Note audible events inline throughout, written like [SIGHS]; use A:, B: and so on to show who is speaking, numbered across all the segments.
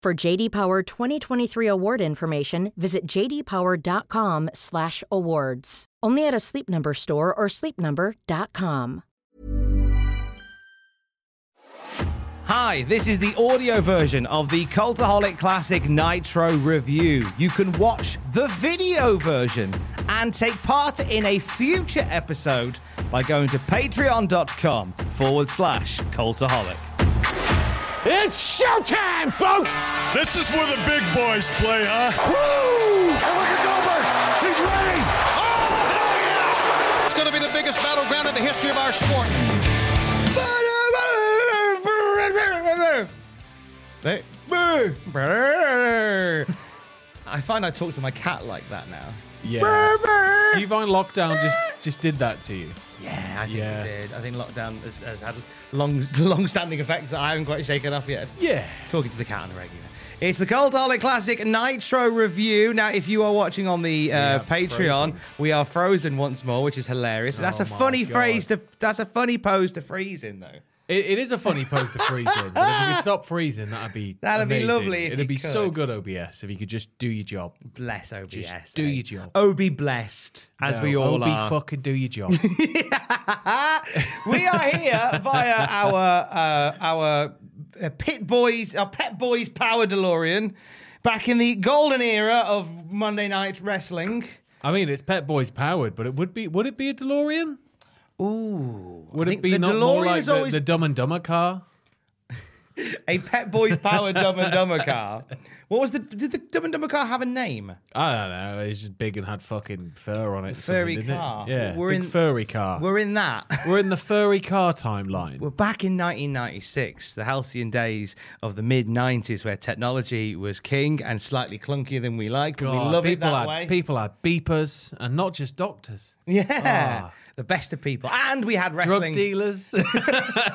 A: For JD Power 2023 award information, visit jdpower.com/awards. Only at a Sleep Number store or sleepnumber.com.
B: Hi, this is the audio version of the Cultaholic Classic Nitro Review. You can watch the video version and take part in a future episode by going to patreon.com forward slash cultaholic.
C: It's showtime, folks!
D: This is where the big boys play, huh?
C: Woo! And look at Goldberg! He's ready! Oh, hell yeah!
E: It's going to be the biggest battleground in the history of our sport.
B: I find I talk to my cat like that now.
F: Yeah. Do you find lockdown just just did that to you?
B: Yeah, I think
F: Yeah.
B: it did. I think lockdown has, has had long, [LAUGHS] long-standing effects that I haven't quite shaken off yet.
F: Yeah.
B: talking to the cat on the regular. It's the Cold Harley Classic Nitro review. Now, if you are watching on the uh, Patreon, we are frozen once more, which is hilarious. that's a
F: Oh my
B: funny
F: God.
B: phrase to. That's a funny pose to freeze in, though.
F: It, it is a funny pose to freeze in. But if you could stop freezing, that'd be
B: That'd be
F: amazing.
B: lovely if
F: It'd
B: you
F: be so
B: could.
F: good, OBS, if you could just do your job.
B: Bless OBS.
F: Just do
B: eh?
F: your job.
B: Oh, be blessed, as
F: No,
B: we all
F: OB
B: are.
F: fucking do your job.
B: [LAUGHS] we are here via our uh, our uh, pit boys, our pet boys power DeLorean, back in the golden era of Monday Night Wrestling.
F: I mean, it's Pet Boys powered, but it would be would it be a DeLorean?
B: Ooh,
F: Would
B: I
F: it
B: think
F: be
B: the
F: not more
B: DeLorean
F: like
B: is
F: the,
B: always-
F: the Dumb and Dumber car?
B: a Pet Boys
F: [LAUGHS]
B: powered Dumb and Dumber car? What was the did the Dumb and Dumber car have a name?
F: I don't know. It's just big and had fucking fur on it. or something,
B: Furry
F: didn't it?
B: car.
F: Yeah.
B: We're
F: big
B: in-
F: furry car. We're,
B: We're in that.
F: in the furry car timeline.
B: We're back in 1996, the halcyon days of the mid 90s, where technology was king and slightly clunkier than we like. but
F: God,
B: we love it
F: people
B: that
F: had
B: way.
F: people had beepers and not just doctors.
B: Yeah. The best of people. And we had
F: Ah. Drug
B: wrestling.
F: dealers. [LAUGHS]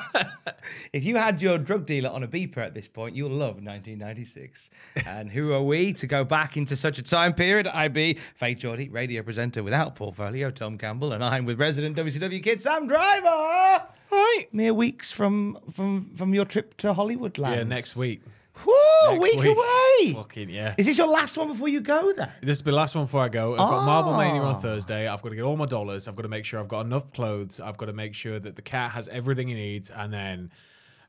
B: If you had your drug dealer on a beeper at this point, you'll love
F: [LAUGHS]
B: 1996. and who are we to go back into such a time period? I be Faye Geordie, radio presenter without portfolio, Tom Campbell, and I'm with resident WCW kid Sam
F: [LAUGHS]
B: Driver.
F: right.
B: Mere weeks from from from your trip to Hollywood land.
F: Yeah, next week.
B: Woo, a
F: Next
B: week, away.
F: Fucking yeah.
B: Is this your last one before you go then?
F: This will be the last one before I go. I've got Marble Mania
B: Ah.
F: on Thursday. I've got to get all my dollars. I've got to make sure I've got enough clothes. I've got to make sure that the cat has everything he needs, and then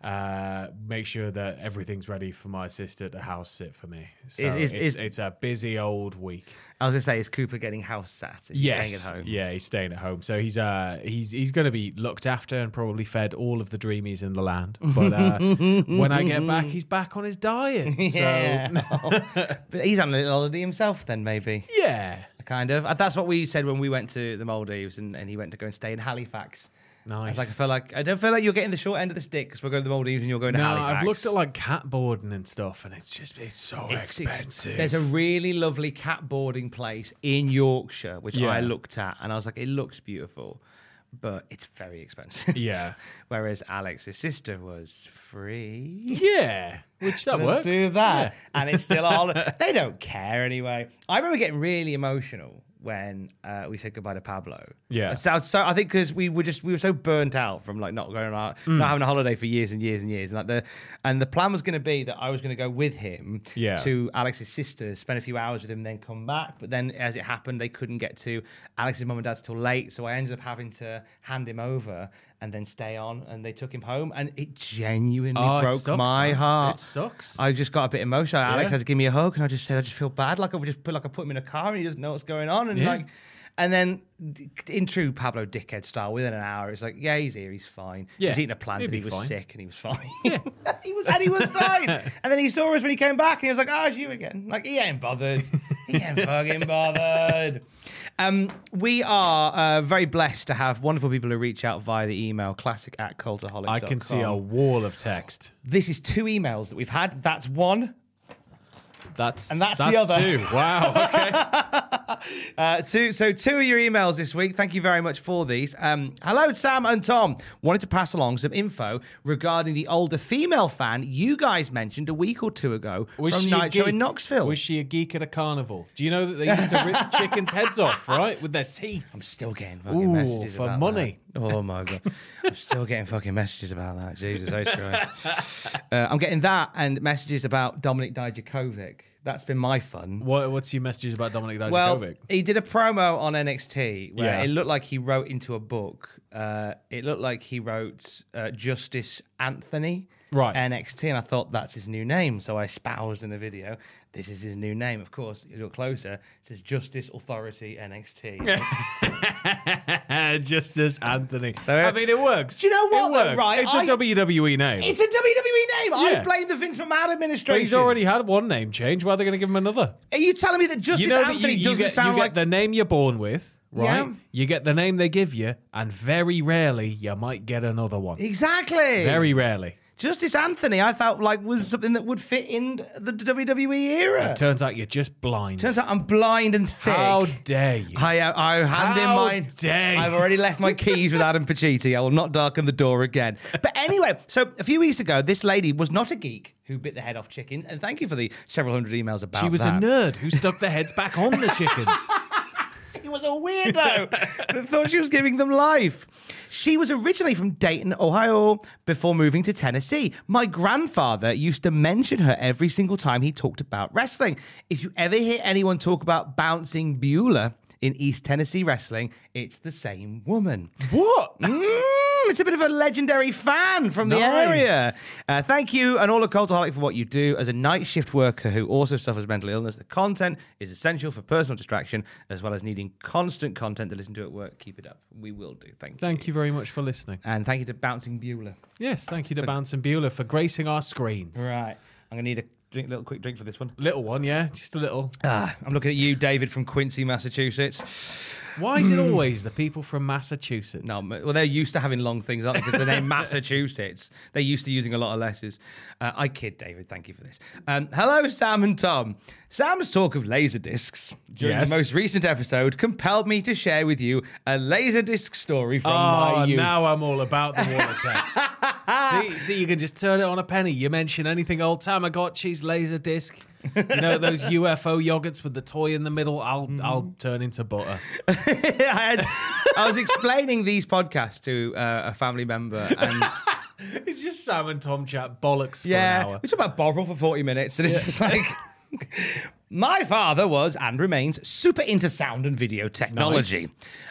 F: uh, make sure that everything's ready for my sister to house sit for me. So
B: Is- is-
F: it's,
B: is-
F: it's a busy old week.
B: I was gonna say, is Cooper getting house sat? Is he
F: Yes.
B: Staying at home.
F: Yeah, he's staying at home. So he's uh he's he's gonna be looked after and probably fed all of the dreamies in the land. But uh, when I get back, he's back on his
B: [LAUGHS]
F: diet. So
B: Yeah. but he's on a little holiday himself then, maybe.
F: [LAUGHS]
B: [LAUGHS]
F: yeah.
B: Kind of. Uh, That's what we said when we went to the Maldives, and, and he went to go and stay in Halifax. I
F: Nice.
B: was like, I feel like I don't feel like you're getting the short end of the stick because we're going to the Maldives and you're going to
F: no,
B: Halifax.
F: I've looked at like cat boarding and stuff, and it's just it's so
B: It's ex-
F: expensive.
B: There's a really lovely cat boarding place in Yorkshire, which
F: Yeah.
B: I looked at, and I was like, it looks beautiful, but it's very expensive.
F: Yeah.
B: Whereas Alex's sister was free.
F: yeah, which that
B: Let's
F: works.
B: Do that,
F: Yeah.
B: and it's still
F: [LAUGHS]
B: on. they don't care anyway. I remember getting really emotional when uh, we said goodbye to Pablo.
F: Yeah.
B: it sounds so. I think because we were just we were so burnt out from like not going out,
F: Mm.
B: not having a holiday for years and years and years, and like the and the plan was going to be that I was going to go with him
F: Yeah.
B: to Alex's sister, spend a few hours with him, then come back. But then as it happened, they couldn't get to Alex's mum and dad's till late, so I ended up having to hand him over. and then stay on. And they took him home, and it genuinely
F: Oh, it
B: broke
F: sucks,
B: my
F: man.
B: heart.
F: It sucks.
B: I just got a bit emotional. Alex
F: Yeah.
B: had to give me a hug, and I just said, I just feel bad. Like I would just put like I put him in a car, and he doesn't know what's going on, and
F: Yeah.
B: like. And then, d- in true Pablo dickhead style, within an hour, it's like, yeah, he's here, he's fine.
F: Yeah,
B: he's eating a plant,
F: he'd
B: and he
F: be
B: was
F: fine.
B: sick, and he was fine. [LAUGHS] he was, and he was
F: [LAUGHS]
B: fine. And then he saw us when he came back, and he was like, "Ah, it's you again." Like he ain't bothered. He
F: [LAUGHS]
B: ain't fucking bothered. Um, we are uh, very blessed to have wonderful people who reach out via the email classic at cultaholic.
F: I can see a wall of text.
B: This is two emails that we've had. That's one.
F: That's
B: And that's the other.
F: two.
B: [LAUGHS]
F: Wow. Okay.
B: Uh, so, so two of your emails this week. Thank you very much for these. Um, hello, Sam and Tom. Wanted to pass along some info regarding the older female fan you guys mentioned a week or two ago from
F: a
B: Nitro
F: geek?
B: in Knoxville.
F: Was she a geek at a carnival? Do you know that they used to
B: [LAUGHS]
F: rip chickens' heads off, right, with their teeth?
B: I'm still getting fucking
F: Ooh,
B: messages
F: for
B: about
F: money.
B: that. Oh my god, I'm still getting fucking messages about that. Jesus H
F: [LAUGHS]
B: Christ. Uh, I'm getting that and messages about Dominic Dijakovic. That's been my fun.
F: What, what's your messages about Dominic Dijakovic?
B: Well, he did a promo on NXT where
F: Yeah.
B: it looked like he wrote into a book. Uh, it looked like he wrote uh, Justice Anthony,
F: Right.
B: NXT, and I thought that's his new name. So I espoused in the video. This is his new name. Of course, you look closer. It says Justice Authority NXT.
F: [LAUGHS] Justice Anthony.
B: So-
F: I mean, it works.
B: Do you know what,
F: It
B: though,
F: works.
B: right?
F: It's
B: I-
F: a WWE name.
B: It's a WWE name. I
F: Yeah.
B: blame the Vince McMahon administration.
F: but he's already had one name change. Why are they going to give him another?
B: Are you telling me that Justice
F: you know
B: Anthony
F: that you, you
B: doesn't
F: get,
B: sound
F: you get
B: like
F: the name you're born with, right?
B: Yeah.
F: You get the name they give you, and very rarely you might get another one.
B: exactly
F: Very rarely.
B: Justice Anthony? I felt like was something that would fit in the WWE era.
F: It turns out you're just blind.
B: Turns out I'm blind and thick.
F: How dare you?
B: I, uh, I, I hand in
F: How
B: my.
F: dare you.
B: I've already left my keys with Adam Pacitti. I will not darken the door again. But anyway, so a few weeks ago, this lady was not a geek who bit the head off chickens. And thank you for the several hundred emails about
F: She was
B: that.
F: a nerd who stuck their heads back on the chickens.
B: [LAUGHS] She was a weirdo that thought she was giving them life. She was originally from Dayton, Ohio, before moving to Tennessee. My grandfather used to mention her every single time he talked about wrestling. If you ever hear anyone talk about bouncing Beulah in East Tennessee wrestling, it's the same woman.
F: what?
B: Mm, it's a bit of a legendary fan from the
F: Nice.
B: area. Uh, thank you and all of Cultaholic for what you do. As a night shift worker who also suffers mental illness, the content is essential for personal distraction as well as needing constant content to listen to at work. Keep it up. We will do. Thank you.
F: Thank you very much for listening.
B: And thank you to Bouncing Beulah.
F: Yes, thank you to Bounce and Beulah for gracing our screens.
B: Right. I'm going to need a drink, little quick drink for this one. [LAUGHS]
F: Little one, yeah, just a little.
B: Ah, I'm looking at you, David from Quincy, Massachusetts.
F: Why is it always the people from Massachusetts?
B: No, Oh, ma- well, they're used to having long things, aren't they? Because the
F: [LAUGHS]
B: name Massachusetts, they're used to using a lot of letters. Uh, I kid, David. Thank you for this. Um, hello, Sam and Tom. Sam's talk of laser discs during
F: Yes.
B: the most recent episode compelled me to share with you a laser disc story from my
F: Oh,
B: youth.
F: now I'm all about the water [LAUGHS] text. see, see, you can just turn it on a penny. You mention anything old Tamagotchis, laser disc, you know [LAUGHS] those UFO yogurts with the toy in the middle. I'll I'll turn into butter.
B: [LAUGHS] I, had- I was explaining these podcasts to uh, a family member, and
F: It's just Sam and Tom chat bollocks for an
B: yeah,
F: hour.
B: we talk about Bovril for forty minutes, and it's just like. [LAUGHS] My father was and remains super into sound and video technology.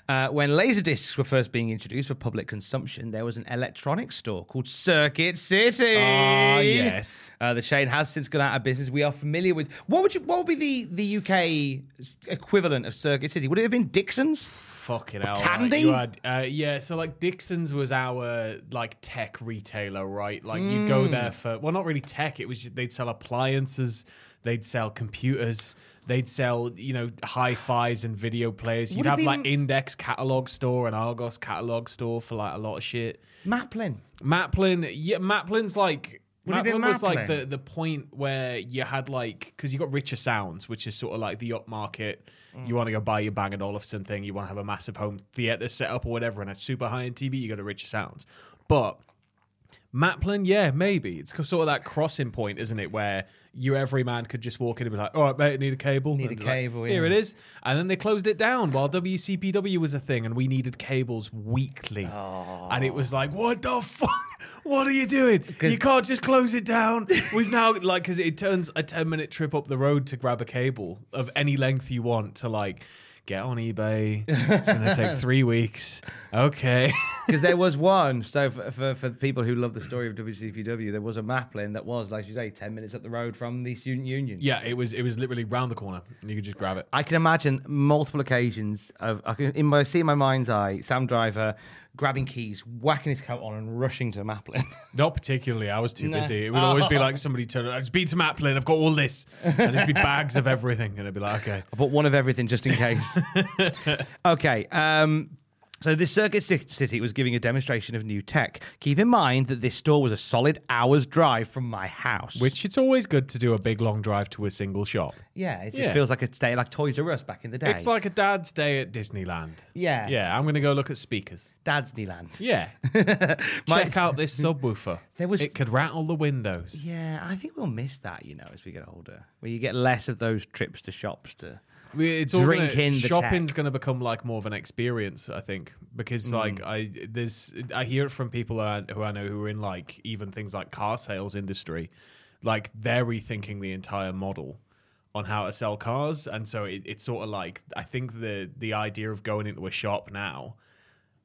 B: Uh, when Laserdiscs were first being introduced for public consumption, there was an electronics store called Circuit City.
F: Ah, yes.
B: Uh, the chain has since gone out of business. We are familiar with what would you what would be the the UK 's equivalent of Circuit City? Would it have been Dixon's?
F: Fucking hell.
B: Tandy?
F: like, you had- uh, yeah, so like Dixon's was our like tech retailer, right? Like you go
B: Hmm.
F: there for well, not really tech. It was they'd sell appliances, they'd sell computers, they'd sell you know hi fis and video players. You'd
B: Would it
F: have like
B: been-
F: Index catalog store and Argos catalog store for like a lot of shit.
B: Maplin.
F: Maplin, yeah, Maplin's like.
B: Would it be
F: Maplin was like
B: Maplin?
F: the, the point where you had like because you got richer sounds, which is sort of like the upmarket.
B: Mm.
F: You want to go buy your Bang and Olufsen thing. You want to have a massive home theater set up or whatever, and a super high end TV. You go to richer sounds, but Maplin, yeah, maybe. It's sort of that crossing point, isn't it, where you everyman could just walk in and be like, all right, mate, need a cable.
B: Need a
F: And be
B: cable,
F: Here
B: yeah.
F: it is. And then they closed it down while WCPW was a thing and we needed cables weekly. And it was like, what the fuck? [LAUGHS] What are you doing? You can't just close it down. We've now, like, because it turns a 10 minute trip up the road to grab a cable of any length you want to, like, get on eBay. It's going to
B: [LAUGHS]
F: take three weeks. Okay. [LAUGHS]
B: Because there was one. So for, for for the people who love the story of WCPW, there was a Maplin that was, like you say, ten minutes up the road from the student union.
F: Yeah, it was it was literally round the corner. and You could just grab it.
B: I can imagine multiple occasions of I can in my see in my mind's eye Sam Driver grabbing keys, whacking his coat on, and rushing to Maplin.
F: Not particularly. I was too
B: No. Oh.
F: busy. It would always be like somebody turning. I've just been to Maplin. I've got all this. And it'd be bags of everything. And I'd be like, okay.
B: [LAUGHS] I bought one of everything just in
F: [LAUGHS]
B: case. okay. Um, so this Circuit Ci- City was giving a demonstration of new tech. Keep in mind that this store was a solid hour's drive from my house.
F: Which it's always good to do a big long drive to a single shop.
B: yeah, it, it
F: Yeah.
B: feels like a day like Toys R Us back in the day.
F: It's like a dad's day at Disneyland.
B: Yeah.
F: Yeah. I'm gonna go look at speakers.
B: Dad's Neyland.
F: Yeah.
B: [LAUGHS] My-
F: Check out this subwoofer.
B: There was-
F: It could rattle the windows.
B: Yeah, I think we'll miss that, you know, as we get older, where you get less of those trips to shops to.
F: I mean, It's all
B: Drink
F: gonna,
B: in the
F: shopping's
B: tech. Mm.
F: going to become like more of an experience, I think, because like I there's I hear it from people I, who I know who are in like even things like car sales industry, like they're rethinking the entire model on how to sell cars, and so it, it's sort of like I think the the idea of going into a shop now.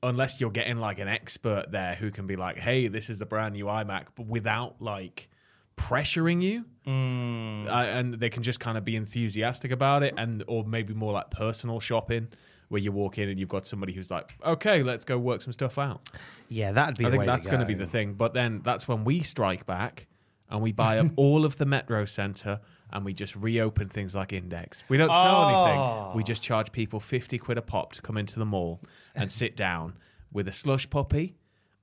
F: Unless you're getting like an expert there who can be like, "Hey, this is the brand new iMac," but without like pressuring you, uh, and they can just kind of be enthusiastic about it and or maybe more like personal shopping where you walk in and you've got somebody who's like okay let's go work some stuff out
B: Yeah, that'd be.
F: i
B: the
F: think
B: way
F: that's
B: going to
F: be the thing but then that's when we strike back and we buy up all of the metro center and we just reopen things like index we don't sell anything we just charge people 50 quid a pop to come into the mall and sit down with a slush puppy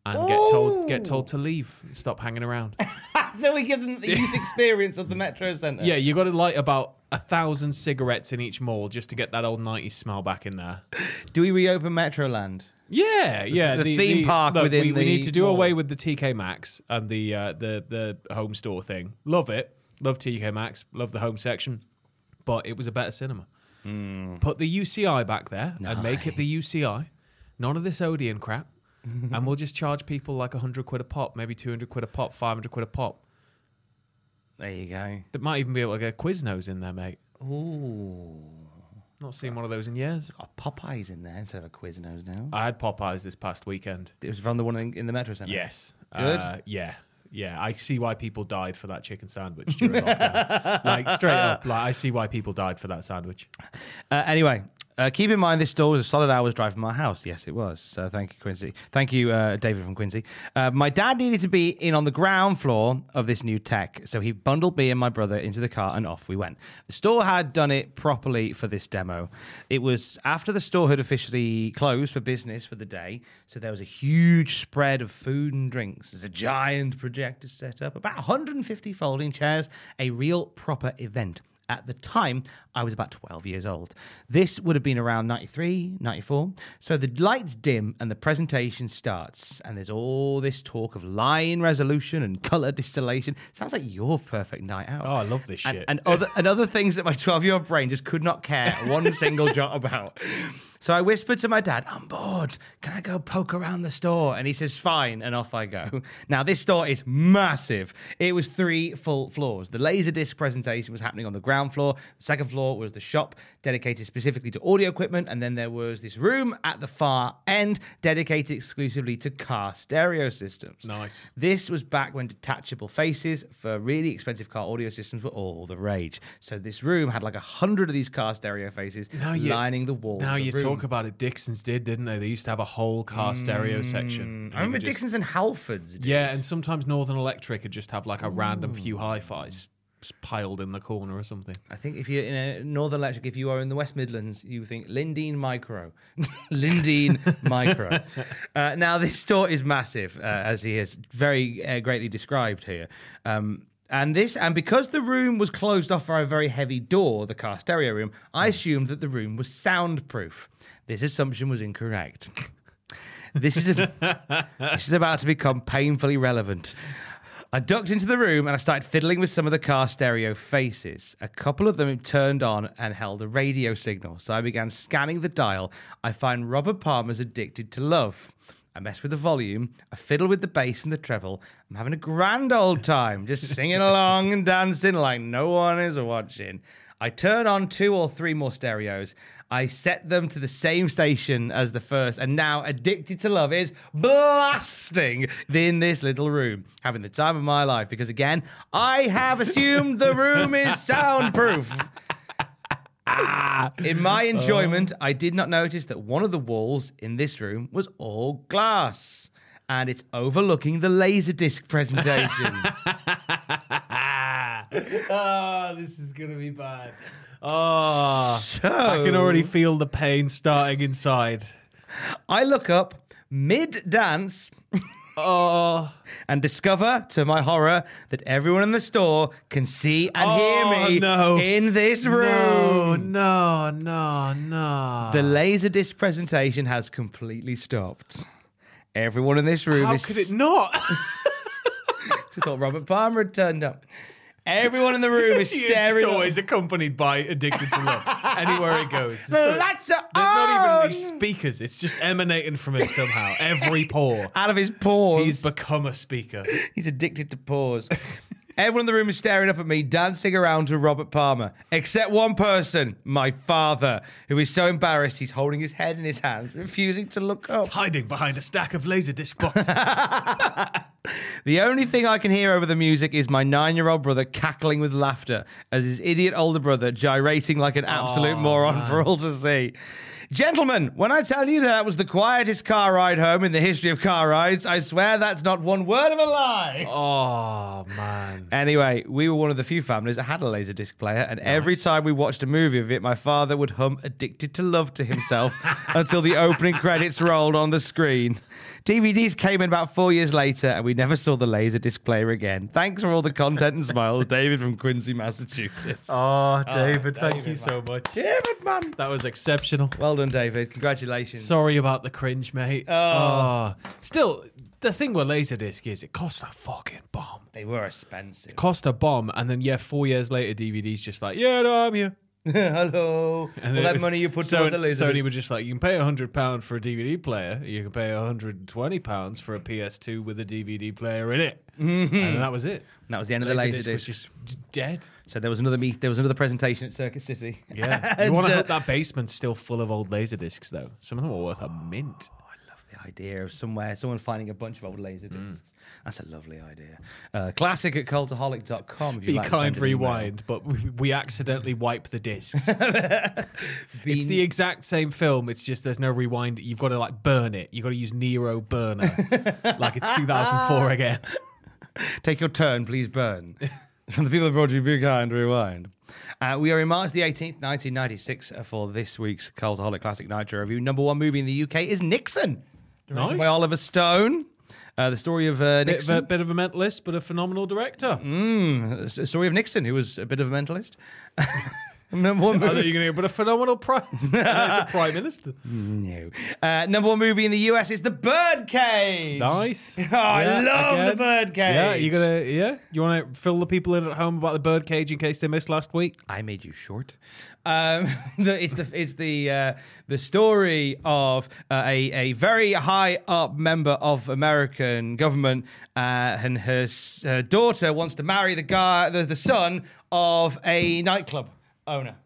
F: and get told get told to leave stop hanging around
B: So we give them the
F: [LAUGHS]
B: youth experience of the Metro Centre.
F: Yeah, you got to light about a thousand cigarettes in each mall just to get that old '90s smell back in there.
B: Do we reopen Metroland?
F: Yeah, yeah.
B: the theme park
F: look,
B: within
F: we, we
B: the
F: need to do
B: mall.
F: away with the TK Maxx and the uh, the the home store thing. Love it. Love TK Maxx. Love the home section, but it was a better cinema.
B: Hmm.
F: Put the UCI back there and make it the UCI. None of this Odeon
B: [LAUGHS]
F: crap. and we'll just charge people like 100 quid a pop, maybe 200 quid a pop, 500 quid a pop.
B: There you go.
F: That might even be able to get Quiznos in there, mate.
B: Ooh,
F: Not seen one of those in years.
B: got Popeyes in there instead of a Quiznos now.
F: I had Popeyes this past weekend.
B: it was from the one in, in the Metro Centre.
F: Yes.
B: Good?
F: Uh, yeah. Yeah. I see why people died for that chicken sandwich during [LAUGHS] lockdown. like straight up. Like I see why people died for that sandwich.
B: Uh, anyway, uh, keep in mind this store was a solid hour's drive from my house. Yes, it was. So thank you, Quincy. Thank you, uh, David from Quincy. Uh, my dad needed to be in on the ground floor of this new tech, so he bundled me and my brother into the car, and off we went. The store had done it properly for this demo. It was after the store had officially closed for business for the day, so there was a huge spread of food and drinks. There's a giant projector set up, about 150 folding chairs, a real proper event. At the time, I was about 12 years old. This would have been around 93, 94. So the lights dim and the presentation starts, and there's all this talk of line resolution and color distillation. Sounds like your perfect night out.
F: Oh, I love this
B: And-
F: shit.
B: And other, and other things that my 12 year old brain just could not care one single jot about. So I whispered to my dad, I'm bored. Can I go poke around the store? And he says, Fine. And off I go. Now, this store is massive. It was three full floors. The Laserdisc presentation was happening on the ground floor. The second floor was the shop dedicated specifically to audio equipment. And then there was this room at the far end dedicated exclusively to car stereo systems.
F: Nice.
B: This was back when detachable faces for really expensive car audio systems were all the rage. So this room had like a hundred of these car stereo faces lining the walls.
F: Now
B: of the
F: you
B: room.
F: talk about it. Dixon's did, didn't they? They used to have a whole car stereo section.
B: I remember
F: And you just-
B: Dixon's and Halfords. did.
F: Yeah, and sometimes Northern Electric would just have like a random few hi-fis piled in the corner or something.
B: I think if you're in a Northern Electric, if you are in the West Midlands, you think Lindeen Micro. [LAUGHS] Lindeen Micro. Uh, now, this store is massive, uh, as he has very uh, greatly described here. Um, and this, and because the room was closed off by a very heavy door, the car stereo room, I assumed that the room was soundproof. This assumption was incorrect. [LAUGHS] This is a, this is about to become painfully relevant. I ducked into the room and I started fiddling with some of the car stereo faces. A couple of them turned on and held a radio signal, so I began scanning the dial. I find Robert Palmer's Addicted to Love. I mess with the volume, I fiddle with the bass and the treble. I'm having a grand old time, just singing along and dancing like no one is watching. I turn on two or three more stereos. I set them to the same station as the first, and now Addicted to Love is blasting in this little room, having the time of my life because, again, I have assumed the room is soundproof. In my enjoyment, I did not notice that one of the walls in this room was all glass. And it's overlooking the Laserdisc presentation.
F: oh, this is gonna be bad. Oh, I can already feel the pain starting inside.
B: I look up mid dance.
F: Oh.
B: And discover, to my horror, that everyone in the store can see and
F: Oh,
B: hear me
F: no.
B: in this
F: No,
B: room.
F: no, no, no.
B: The Laserdisc presentation has completely stopped. Everyone in this room
F: How
B: is
F: could it not?
B: I thought Robert Palmer had turned up. Everyone in the
F: [LAUGHS]
B: room is
F: He is just
B: staring.
F: always accompanied by Addicted to Love anywhere he goes.
B: The lights are
F: There's not even these
B: on!
F: speakers. It's just emanating from him somehow. Every pore. [LAUGHS]
B: out of his paws.
F: He's become a speaker.
B: He's addicted to pause. [LAUGHS] Everyone in the room is staring up at me, dancing around to Robert Palmer, except one person, my father, who is so embarrassed he's holding his head in his hands, refusing to look up.
F: Hiding behind a stack of Laserdisc boxes.
B: The only thing I can hear over the music is my nine year old brother cackling with laughter as his idiot older brother gyrating like an absolute moron for all to see. Gentlemen, when I tell you that that was the quietest car ride home in the history of car rides, I swear that's not one word of a lie.
F: [LAUGHS] oh, man.
B: Anyway, we were one of the few families that had a laser disc player, and every time we watched a movie of it, my father would hum Addicted to Love to [LAUGHS] himself until the opening credits rolled on the screen. DVDs came in about four years later, and we never saw the laser disc player again. Thanks for all the content and [LAUGHS] smiles, David from Quincy, Massachusetts.
F: Oh, David, thank you so much.
B: David, man.
F: That was exceptional.
B: Well done, David. Congratulations.
F: Sorry about the cringe, mate. Oh. Still, the thing with Laserdisc is it costs a fucking bomb.
B: They were expensive.
F: Cost a bomb, and then, yeah, four years later, DVD's just like, yeah, no, I'm here.
B: Hello.
F: And
B: all
F: it
B: that
F: was-
B: money you put
F: so-
B: towards a laser
F: Sony were just like, you can pay hundred pound for a DVD player, you can pay hundred and twenty pounds for a PS2 with a DVD player
B: [LAUGHS]
F: in it, and that was it.
B: That was Mm-hmm. the end of the
F: Laserdisc
B: laser
F: was
B: disc. [LAUGHS]
F: just dead.
B: So there was another meet. There was another presentation at Circuit City.
F: Yeah, you
B: And,
F: want to
B: uh,
F: hope that basement's still full of old laser discs though. Some of them are worth a mint.
B: Oh, the idea of somewhere someone finding a bunch of old laser discs.
F: Mm.
B: That's a lovely idea. Uh, classic at cultaholic.com. If you'd
F: Be
B: like to
F: kind,
B: send an email.
F: rewind, but we, we accidentally wipe
B: [LAUGHS]
F: the discs.
B: Be-
F: It's the exact same film. It's just there's no rewind. You've got to like burn it. You've got to use Nero burner,
B: [LAUGHS]
F: like it's 2004 again.
B: Take your turn, please
F: [LAUGHS]
B: burn. the people have brought you Be Kind, Rewind. Uh, we are in March the 18th, 1996, uh, for this week's Cultaholic Classic Nitro Review. Number one movie in the UK is Nixon,
F: Nice.
B: by Oliver Stone. Uh, the story of uh,
F: Bit of,
B: Nixon.
F: a, bit of a mentalist, but a phenomenal director.
B: Mm. the uh, story of Nixon, who was a bit of a mentalist. [LAUGHS] Number one
F: I
B: movie.
F: thought you were going to go, but a phenomenal prime, as a prime minister.
B: [LAUGHS] No. Uh, number one movie in the US is The Birdcage.
F: Nice.
B: Oh, I love the birdcage.
F: Yeah, you gonna yeah. You want to fill the people in at home about the birdcage in case they missed last week.
B: I made you short. Um, [LAUGHS] the, it's the it's the uh, the story of uh, a a very high up member of American government, uh, and her, s- her daughter wants to marry the guy, the, the son of a nightclub owner.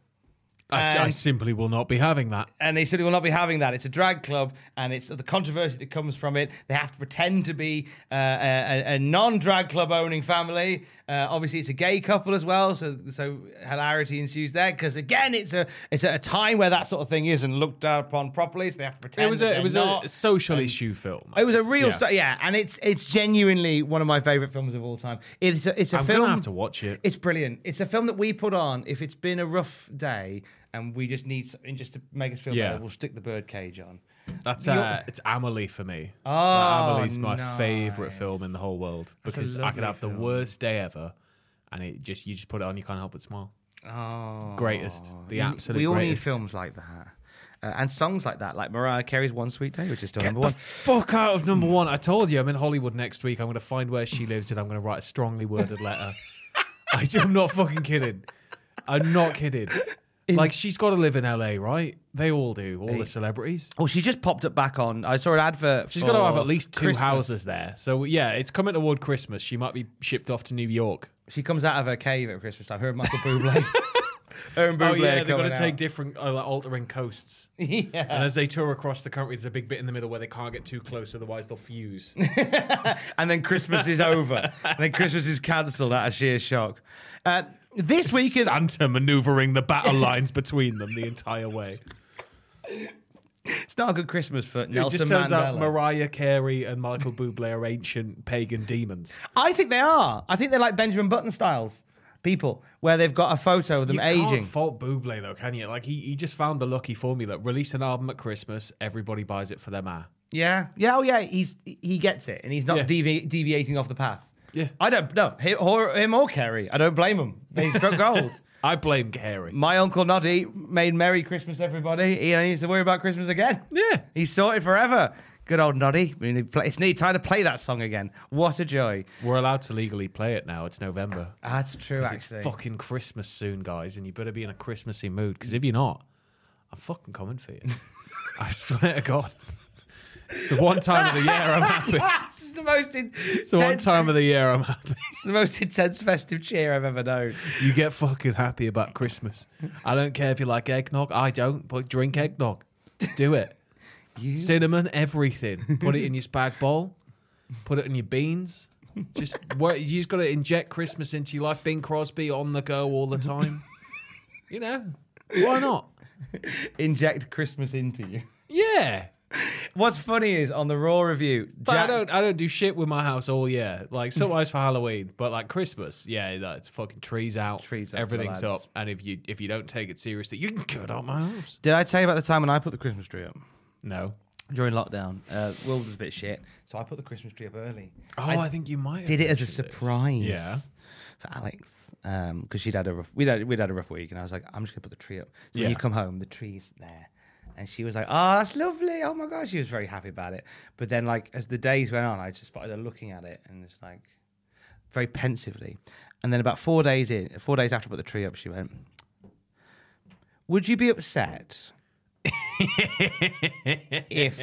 F: I, I
B: And-
F: simply will not be having that.
B: and they said they will not be having that. It's a drag club, and it's the controversy that comes from it. They have to pretend to be uh, a, a- a non-drag club owning family. Uh, obviously, it's a gay couple as well, so so hilarity ensues there. Because again, it's a it's at a time where that sort of thing isn't looked down upon properly, so they have to pretend.
F: It was
B: that
F: a
B: they're
F: it was a
B: not.
F: social issue film.
B: It was a real,
F: Yeah.
B: yeah. yeah, and it's it's genuinely one of my favorite films of all time. It's a, it's a
F: I'm
B: film.
F: gonna have to watch it.
B: It's brilliant. It's a film that we put on if it's been a rough day and we just need something just to make us feel
F: Yeah.
B: better. We'll stick the birdcage on.
F: That's uh, it's Amelie for me. Oh, Amelie's my favorite film in the whole world because I
B: lovely
F: could have the worst day ever, and it just you just put it on, you can't help but smile.
B: Oh,
F: Greatest, the absolute
B: We all
F: greatest.
B: need films like that. Uh, and songs like that, like Mariah Carey's "One Sweet Day," which is still number
F: the
B: one.
F: fuck out of number one. I told you I'm in Hollywood next week. I'm going to find where she lives and I'm going to write a strongly
B: [LAUGHS]
F: worded letter. I, am not fucking kidding. I'm not kidding. like she's got to live in LA, right? They all do. All the celebrities.
B: Oh, she just popped it back on. I saw an advert.
F: She's
B: for
F: got to have at least two
B: Oh, Christmas.
F: houses there. So yeah, it's coming toward Christmas. She might be shipped off to New York.
B: She comes out of her cave at Christmas time. Her and Michael
F: [LAUGHS]
B: Bublé. her and Bublé.
F: Oh yeah,
B: are
F: they've got
B: coming
F: to
B: out.
F: take different uh, like, altering coasts.
B: [LAUGHS] yeah.
F: And as they tour across the country, there's a big bit in the middle where they can't get too close, otherwise they'll fuse. [LAUGHS]
B: and then Christmas is over. and then Christmas is cancelled out of sheer shock. Uh, this week in
F: Santa maneuvering the battle lines between them the entire way.
B: it's not a good Christmas for [LAUGHS]
F: It
B: Nelson
F: just turns
B: Mandela.
F: out Mariah Carey and Michael Bublé are ancient pagan demons.
B: I think they are. I think they're like Benjamin Button styles people, where they've got a photo of them
F: you
B: aging.
F: can't fault Bublé though, can you? Like he, he just found the lucky formula. Release an album at Christmas, everybody buys it for their ma.
B: yeah, yeah, oh yeah. He's he gets it, and he's not
F: Yeah.
B: devi- deviating off the path.
F: Yeah.
B: I don't know him or, him or Kerry. I don't blame him. They struck [LAUGHS] gold.
F: I blame Carey.
B: My uncle Noddy made Merry Christmas, everybody. He only needs to worry about Christmas again.
F: Yeah.
B: He's sorted forever. Good old Noddy. We need to play- It's need time to play that song again. What a joy.
F: We're allowed to legally play it now. It's November.
B: That's true,
F: 'Cause it's
B: actually. [LAUGHS]
F: fucking Christmas soon, guys, and you better be in a Christmassy mood. Because if you're not, I'm fucking coming for you. I swear to God, it's the one time of the year I'm happy.
B: it's the most, in-
F: It's the one
B: intense-
F: time of the year I'm happy.
B: it's the most intense festive cheer I've ever known.
F: You get fucking happy about Christmas. I don't care if you like eggnog. I don't, but drink eggnog.
B: [LAUGHS]
F: Do it. Cinnamon, everything. Put it in your spag bowl. Put it in your beans. Just wor- you just got to inject Christmas into your life. Bing Crosby on the go all the time. You know why not?
B: Inject Christmas into you. [LAUGHS]
F: Yeah.
B: What's funny is on the Raw review,
F: But I
B: Jack-
F: don't. I don't do shit with my house all year. Like sometimes for Halloween, but like Christmas, yeah, that's fucking trees out,
B: Trees up for the
F: everything's
B: lads.
F: up. And if you if you don't take it seriously, you can cut out my house.
B: did I tell you about the time when I put the Christmas tree up?
F: No.
B: During lockdown, uh, Will was a bit shit, so I put the Christmas tree up early.
F: Oh,
B: I
F: I, think you might. have
B: did it as a
F: mentioned this.
B: surprise.
F: Yeah.
B: For Alex, because she'd had a rough, we'd had, we'd had a rough week, and I was like, I'm just gonna put the tree up. So when you
F: Yeah.
B: come home, the tree's there, and she was like, Oh, that's lovely. Oh my god, she was very happy about it. But then, like as the days went on, I just spotted her looking at it, and it's like very pensively. And then about four days in, four days after I put the tree up, she went, "Would you be
F: [LAUGHS]
B: upset if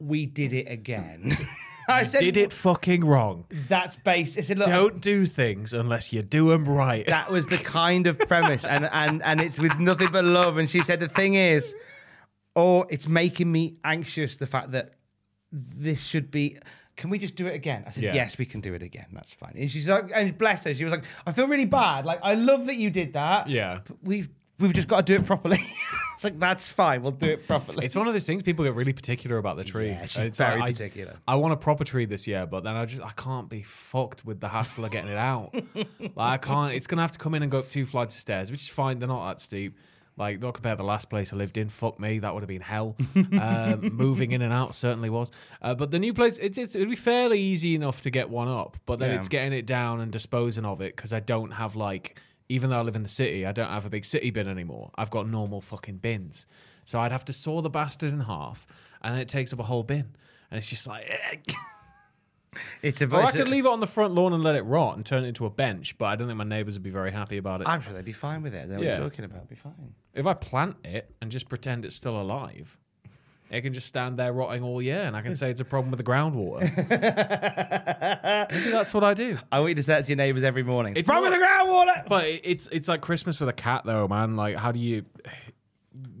B: we did it again?" [LAUGHS] I said,
F: Did it fucking wrong.
B: that's base. I said, look,
F: Don't do things unless you do them right.
B: that was the kind of premise, and and and it's with nothing but love. And she said, the thing is, oh, it's making me anxious. The fact that this should be. Can we just do it again? I said,
F: Yeah.
B: yes, we can do it again. That's fine. And she's like, and bless her, she was like, I feel really bad. Like, I love that you did that.
F: Yeah.
B: But we've we've just got to do it properly. [LAUGHS] it's like that's fine. We'll do it properly.
F: It's one of those things people get really particular about the tree.
B: Yeah, she's
F: And it's
B: very
F: I-
B: particular.
F: I, want a proper tree this year, but then I just I can't be fucked with the hassle of getting it out. like I can't. It's gonna have to come in and go up two flights of stairs, which is fine. They're not that steep. Like not compared to the last place I lived in. Fuck me, that would have been hell. um, moving in and out certainly was. Uh, but the new place, it's, it's it'd be fairly easy enough to get one up. But then
B: Yeah.
F: it's getting it down and disposing of it because I don't have like. Even though I live in the city, I don't have a big city bin anymore. I've got normal fucking bins. So I'd have to saw the bastard in half, and then it takes up a whole bin. And it's just like,
B: [LAUGHS]
F: eh.
B: [LAUGHS] It's a
F: or I
B: it's a-
F: could leave it on the front lawn and let it rot and turn it into a bench, but I don't think my neighbours would be very happy about it.
B: I'm sure they'd be fine with it. They're yeah.
F: Yeah.
B: talking about it'd be fine.
F: if I plant it and just pretend it's still alive, it can just stand there rotting all year, and I can say it's a problem with the
B: [LAUGHS]
F: groundwater. Maybe that's what I do.
B: I want you to say that to your neighbours every morning. It's,
F: It's
B: wrong
F: more-
B: with the groundwater.
F: But it- it's it's like Christmas with a cat, though, man. Like, how do you?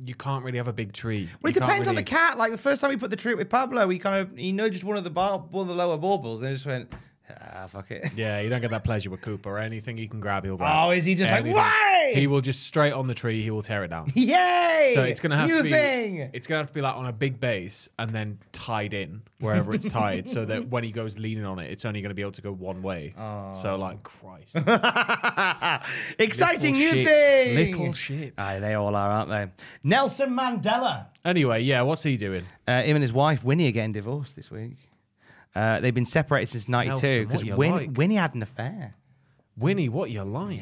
F: You can't really have a big tree.
B: Well, it
F: You can't
B: depends on the
F: really-
B: cat. Like the first time we put the tree up with Pablo, he kind of he nudged one of the bar, one of the lower baubles, and just went, ah, fuck it.
F: Yeah, you don't get that pleasure with Cooper. Anything he can grab, he'll grab.
B: Oh, is he just
F: Anything.
B: like, why?
F: He will just straight on the tree. He will tear it down.
B: Yay!
F: So it's gonna have
B: new
F: to be [LAUGHS]
B: thing. [LAUGHS]
F: it's gonna have to be like on a big base and then tied in wherever it's tied, so that when he goes leaning on it, it's only gonna be able to go one way. So like
B: [LAUGHS]
F: Christ,
B: Exciting new
F: Little shit.
B: thing.
F: Little shit.
B: Aye, they all are, aren't they? Nelson Mandela.
F: Anyway, yeah, what's he doing?
B: Uh, him and his wife Winnie are getting divorced this week. Uh, they've been separated since '92
F: Nelson, what
B: because
F: you
B: Win-
F: like?
B: Winnie had an affair.
F: Winnie, what you like?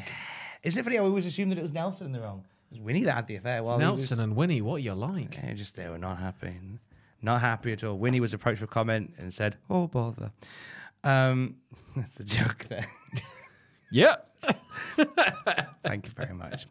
B: Isn't it funny? I always assumed that it was Nelson in the wrong. Winnie that had the affair while he was-
F: Nelson and Winnie, what are you like?
B: Yeah, just they were not happy, not happy at all. Winnie was approached for comment and said, "Oh bother." Um, [LAUGHS] that's a joke there. [LAUGHS]
F: Yep.
B: Thank you very much.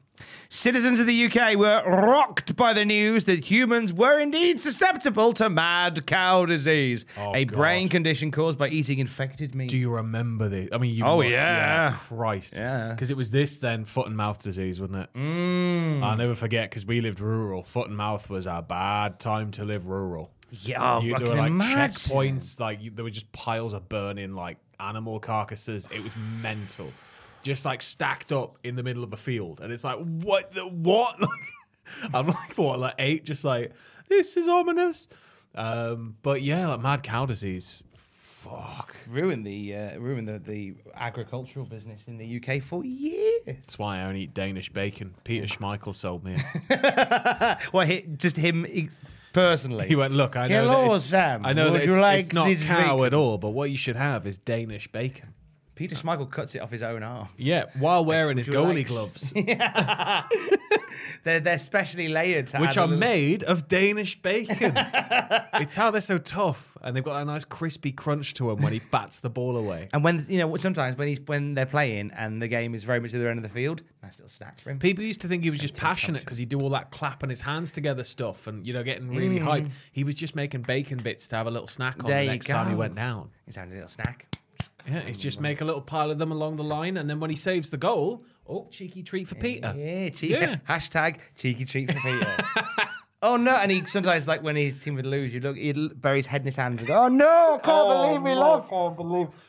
B: Citizens of the UK were rocked by the news that humans were indeed susceptible to mad cow disease,
F: Oh,
B: a
F: God.
B: brain condition caused by eating infected meat.
F: Do you remember the? I mean, you.
B: Oh,
F: must,
B: yeah.
F: Christ.
B: Yeah.
F: Because it was this then foot and mouth disease, wasn't it?
B: Mm.
F: I'll never forget because we lived rural. Foot and mouth was a bad time to live rural.
B: yeah, oh,
F: You-
B: I
F: there
B: can
F: were like
B: imagine.
F: checkpoints, like you, there were just piles of burning like animal carcasses. It was mental, just like stacked up in the middle of a field, and it's like what the what? [LAUGHS] Like, I'm like what like eight, just like this is ominous. Um, but yeah, like mad cow disease. Fuck.
B: Ruined the uh, ruined the, the agricultural business in the UK for years.
F: That's why I only eat Danish bacon. Peter Schmeichel sold me.
B: [LAUGHS]
F: it.
B: well, he, just him ex- personally.
F: He went, look, I know that
B: Hello,
F: it's,
B: Sam.
F: I know
B: Would
F: that
B: you
F: it's,
B: like
F: it's not
B: this
F: cow
B: bacon?"
F: at all, but what you should have is Danish bacon.
B: Peter Schmeichel cuts it off his own arm.
F: Yeah, while wearing his
B: you
F: goalie
B: like-
F: [LAUGHS] gloves.
B: They're they're specially layered, to
F: which
B: add
F: are
B: a little-
F: made of Danish bacon. [LAUGHS] it's how they're so tough, and they've got a nice crispy crunch to them when he bats the ball away.
B: And when you know, sometimes when he's when they're playing and the game is very much at the end of the field, nice little snack for him.
F: People used to think he was just passionate because he'd do all that clapping his hands together stuff and, you know, getting really hyped. He was just making bacon bits to have a little snack on
B: There
F: the
B: you
F: next time he
B: go.
F: went down.
B: He's having a little snack.
F: Yeah, it's just make a little pile of them along the line, and then when he saves the goal, oh, cheeky treat for Peter.
B: Yeah, cheeky.
F: Yeah.
B: [LAUGHS] Hashtag cheeky treat for Peter. [LAUGHS] oh no! And he sometimes like when his team would lose, you look, he'd l- bury his head in his hands and go, "Oh no! I can't believe we lost."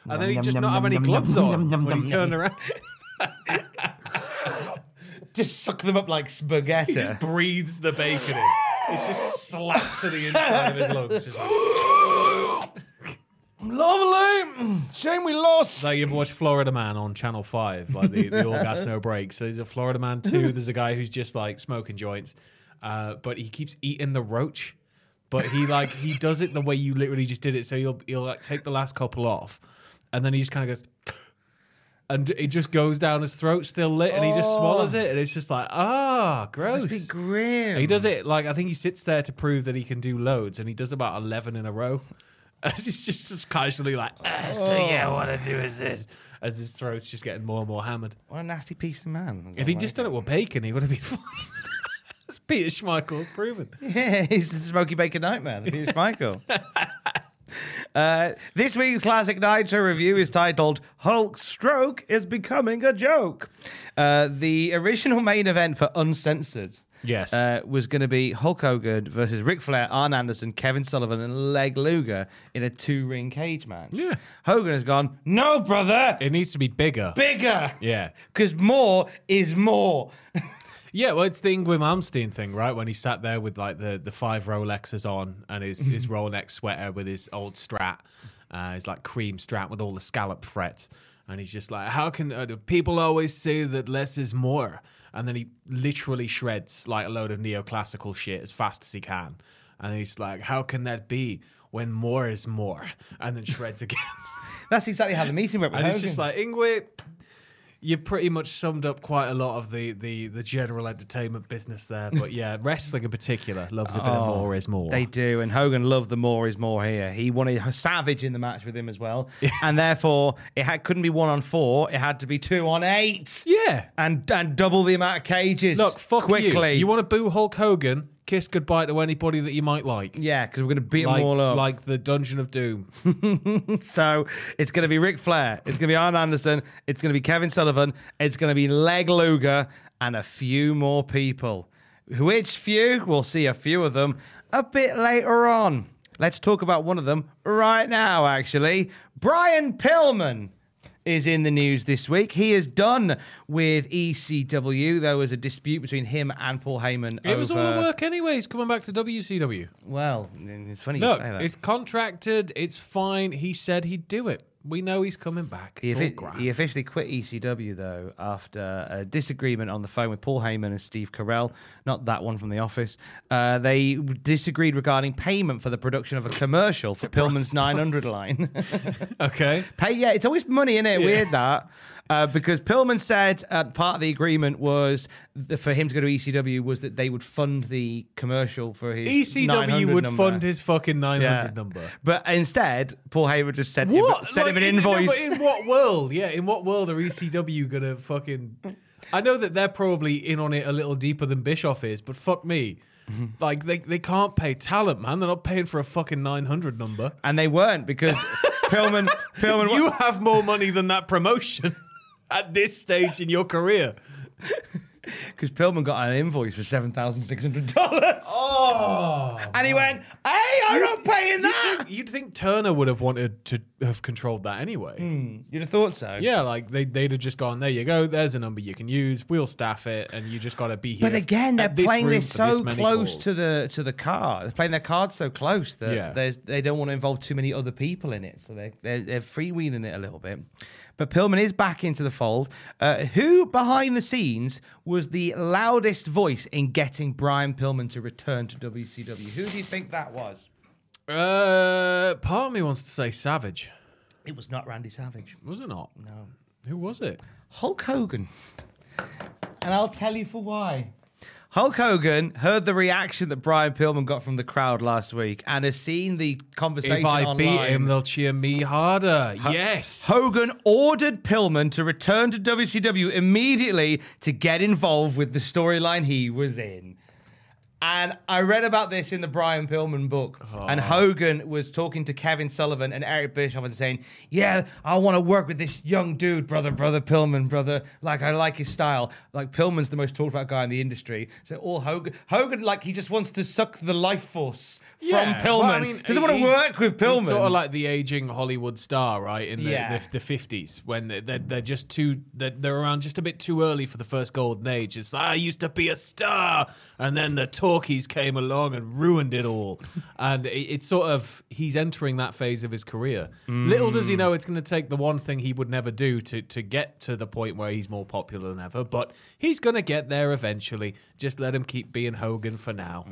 F: And then he just not have any gloves on when he turned around.
B: Just suck them up like spaghetti.
F: He just breathes the bacon in. It's just slapped to the inside of his lungs. Just like,
B: Lovely. Shame we lost.
F: Like you've watched Florida Man on Channel Five, like the, the all gas no breaks. So there's a Florida Man two. There's a guy who's just like smoking joints, uh, but he keeps eating the roach. But he like he does it the way you literally just did it. So he'll he'll like take the last couple off, and then he just kind of goes, [LAUGHS] and it just goes down his throat, still lit, and he just swallows it, and it's just like ah,
B: Oh. Must be
F: gross.
B: grim.
F: He does it like I think he sits there to prove that he can do loads, and he does about eleven in a row. [LAUGHS] He's just, just casually like, "Ah, so yeah, what I do is this, as his throat's just getting more and more hammered.
B: What a nasty piece of man.
F: If he just done it with bacon, he would have been [LAUGHS] fine. That's Peter Schmeichel proven.
B: Yeah, [LAUGHS] he's the Smoky Baker Nightmare, the Peter
F: [LAUGHS]
B: Michael. Uh, this week's classic Nitro review is titled "Hulk Stroke is Becoming a Joke." Uh, the original main event for Uncensored,
F: Yes.
B: uh, was going to be Hulk Hogan versus Ric Flair, Arn Anderson, Kevin Sullivan, and Leg Luger in a two-ring cage match.
F: Yeah.
B: Hogan has gone, no, brother,
F: It needs to be bigger.
B: bigger, [LAUGHS]
F: yeah.
B: because more is more.
F: Yeah, well, it's the Ingrid Malmsteen thing, right? When he sat there with like the, the five Rolexes on and his, his Rolex sweater with his old strat, uh, his like cream strat with all the scallop frets. And he's just like, how can uh, do people always say that less is more? And then he literally shreds like a load of neoclassical shit as fast as he can. And he's like, how can that be when more is more? And then shreds [LAUGHS] again.
B: That's exactly how the meeting went. With
F: And it's
B: Hogan.
F: just like Ingwe, you pretty much summed up quite a lot of the the the general entertainment business there. But yeah, [LAUGHS] wrestling in particular loves a bit of more is more.
B: They do, and Hogan loved the more is more here. He wanted Savage in the match with him as well, and therefore it had, couldn't be one on four. It had to be two on eight,
F: yeah.
B: and and double the amount of cages.
F: Look, fuck
B: quickly.
F: you. You want to boo Hulk Hogan? Kiss goodbye to anybody that you might like.
B: yeah, because we're going to beat
F: Like,
B: them all up.
F: like the Dungeon of Doom.
B: so it's going to be Ric Flair, it's going to be Arn Anderson, it's going to be Kevin Sullivan, it's going to be Leg Luger, and a few more people. Which few? We'll see a few of them a bit later on. Let's talk about one of them right now, actually. Brian Pillman is in the news this week. He is done with ECW. There was a dispute between him and Paul Heyman
F: It was all
B: over-
F: the work anyway. He's coming back to WCW.
B: Well, it's funny
F: Look,
B: you say that.
F: it's contracted. It's fine. He said he'd do it. We know he's coming back.
B: He,
F: It's all
B: offi-
F: grand.
B: he officially quit ECW though after a disagreement on the phone with Paul Heyman and Steve Carell, not that one from The Office. Uh, they disagreed regarding payment for the production of a
F: [LAUGHS]
B: commercial for Pillman's 900 line. [LAUGHS]
F: okay.
B: Pay, yeah, it's always money in it. Weird that. uh, because Pillman said uh, part of the agreement was th- for him to go to ECW was that they would fund the commercial for his
F: ECW
B: 900
F: E would
B: number.
F: fund his fucking 900
B: Yeah.
F: number.
B: But instead, Paul Heywood just sent him sent him
F: Like,
B: an
F: in- no, but
B: invoice.
F: in what world? Yeah, in what world are ECW gonna fucking? I know that they're probably in on it a little deeper than Bischoff is, but fuck me,
B: Mm-hmm.
F: like they they can't pay talent, man. They're not paying for a fucking nine hundred number.
B: and they weren't
F: [LAUGHS]
B: because Pillman Pillman
F: You have more money than that promotion [LAUGHS] at this stage in your career.
B: because Pillman got an invoice for seven thousand six hundred dollars.
F: Oh,
B: And he went, "Hey, I'm not paying that."
F: You'd, think Turner would have wanted to have controlled that anyway.
B: You'd have thought so.
F: Yeah, like they, they'd have just gone, there you go, there's a number you can use, we'll staff it, and you just got to be here.
B: But again, they're
F: at this
B: playing
F: room
B: this
F: for
B: so
F: many
B: close
F: calls."
B: to the to the card. They're playing their cards so close that
F: Yeah.
B: there's they don't want to involve too many other people in it. So they they're, they're freewheeling it a little bit. But Pillman is back into the fold. Uh, who behind the scenes was the loudest voice in getting Brian Pillman to return to WCW? Who do you think that was?
F: Uh, part of me wants to say Savage.
B: It was not Randy Savage.
F: Was it not? No. Who was it?
B: Hulk Hogan. And I'll tell you for why. Hulk Hogan heard the reaction that Brian Pillman got from the crowd last week and has seen the conversation
F: If I
B: online.
F: beat him, they'll cheer me harder. yes.
B: Hogan ordered Pillman to return to WCW immediately to get involved with the storyline he was in. And I read about this in the Brian Pillman book.
F: Oh.
B: And Hogan was talking to Kevin Sullivan and Eric Bischoff and saying, Yeah, I want to work with this young dude, brother, brother Pillman, brother. Like, I like his style. Like, Pillman's the most talked about guy in the industry. So, all Hogan, Hogan, like, he just wants to suck the life force
F: Yeah,
B: from Pillman.
F: well, I mean,
B: Doesn't want to
F: he's-
B: work with Pillman.
F: He's sort of like the aging Hollywood star, right? In the,
B: Yeah.
F: the, the 50s, when they're, they're, they're just too, they're, they're around just a bit too early for the first golden age. It's like, I used to be a star. And then the talkies came along and ruined it all. and it, it's sort of, he's entering that phase of his career. Little does he know it's going to take the one thing he would never do to, to get to the point where he's more popular than ever. But he's going to get there eventually. Just let him keep being Hogan for now.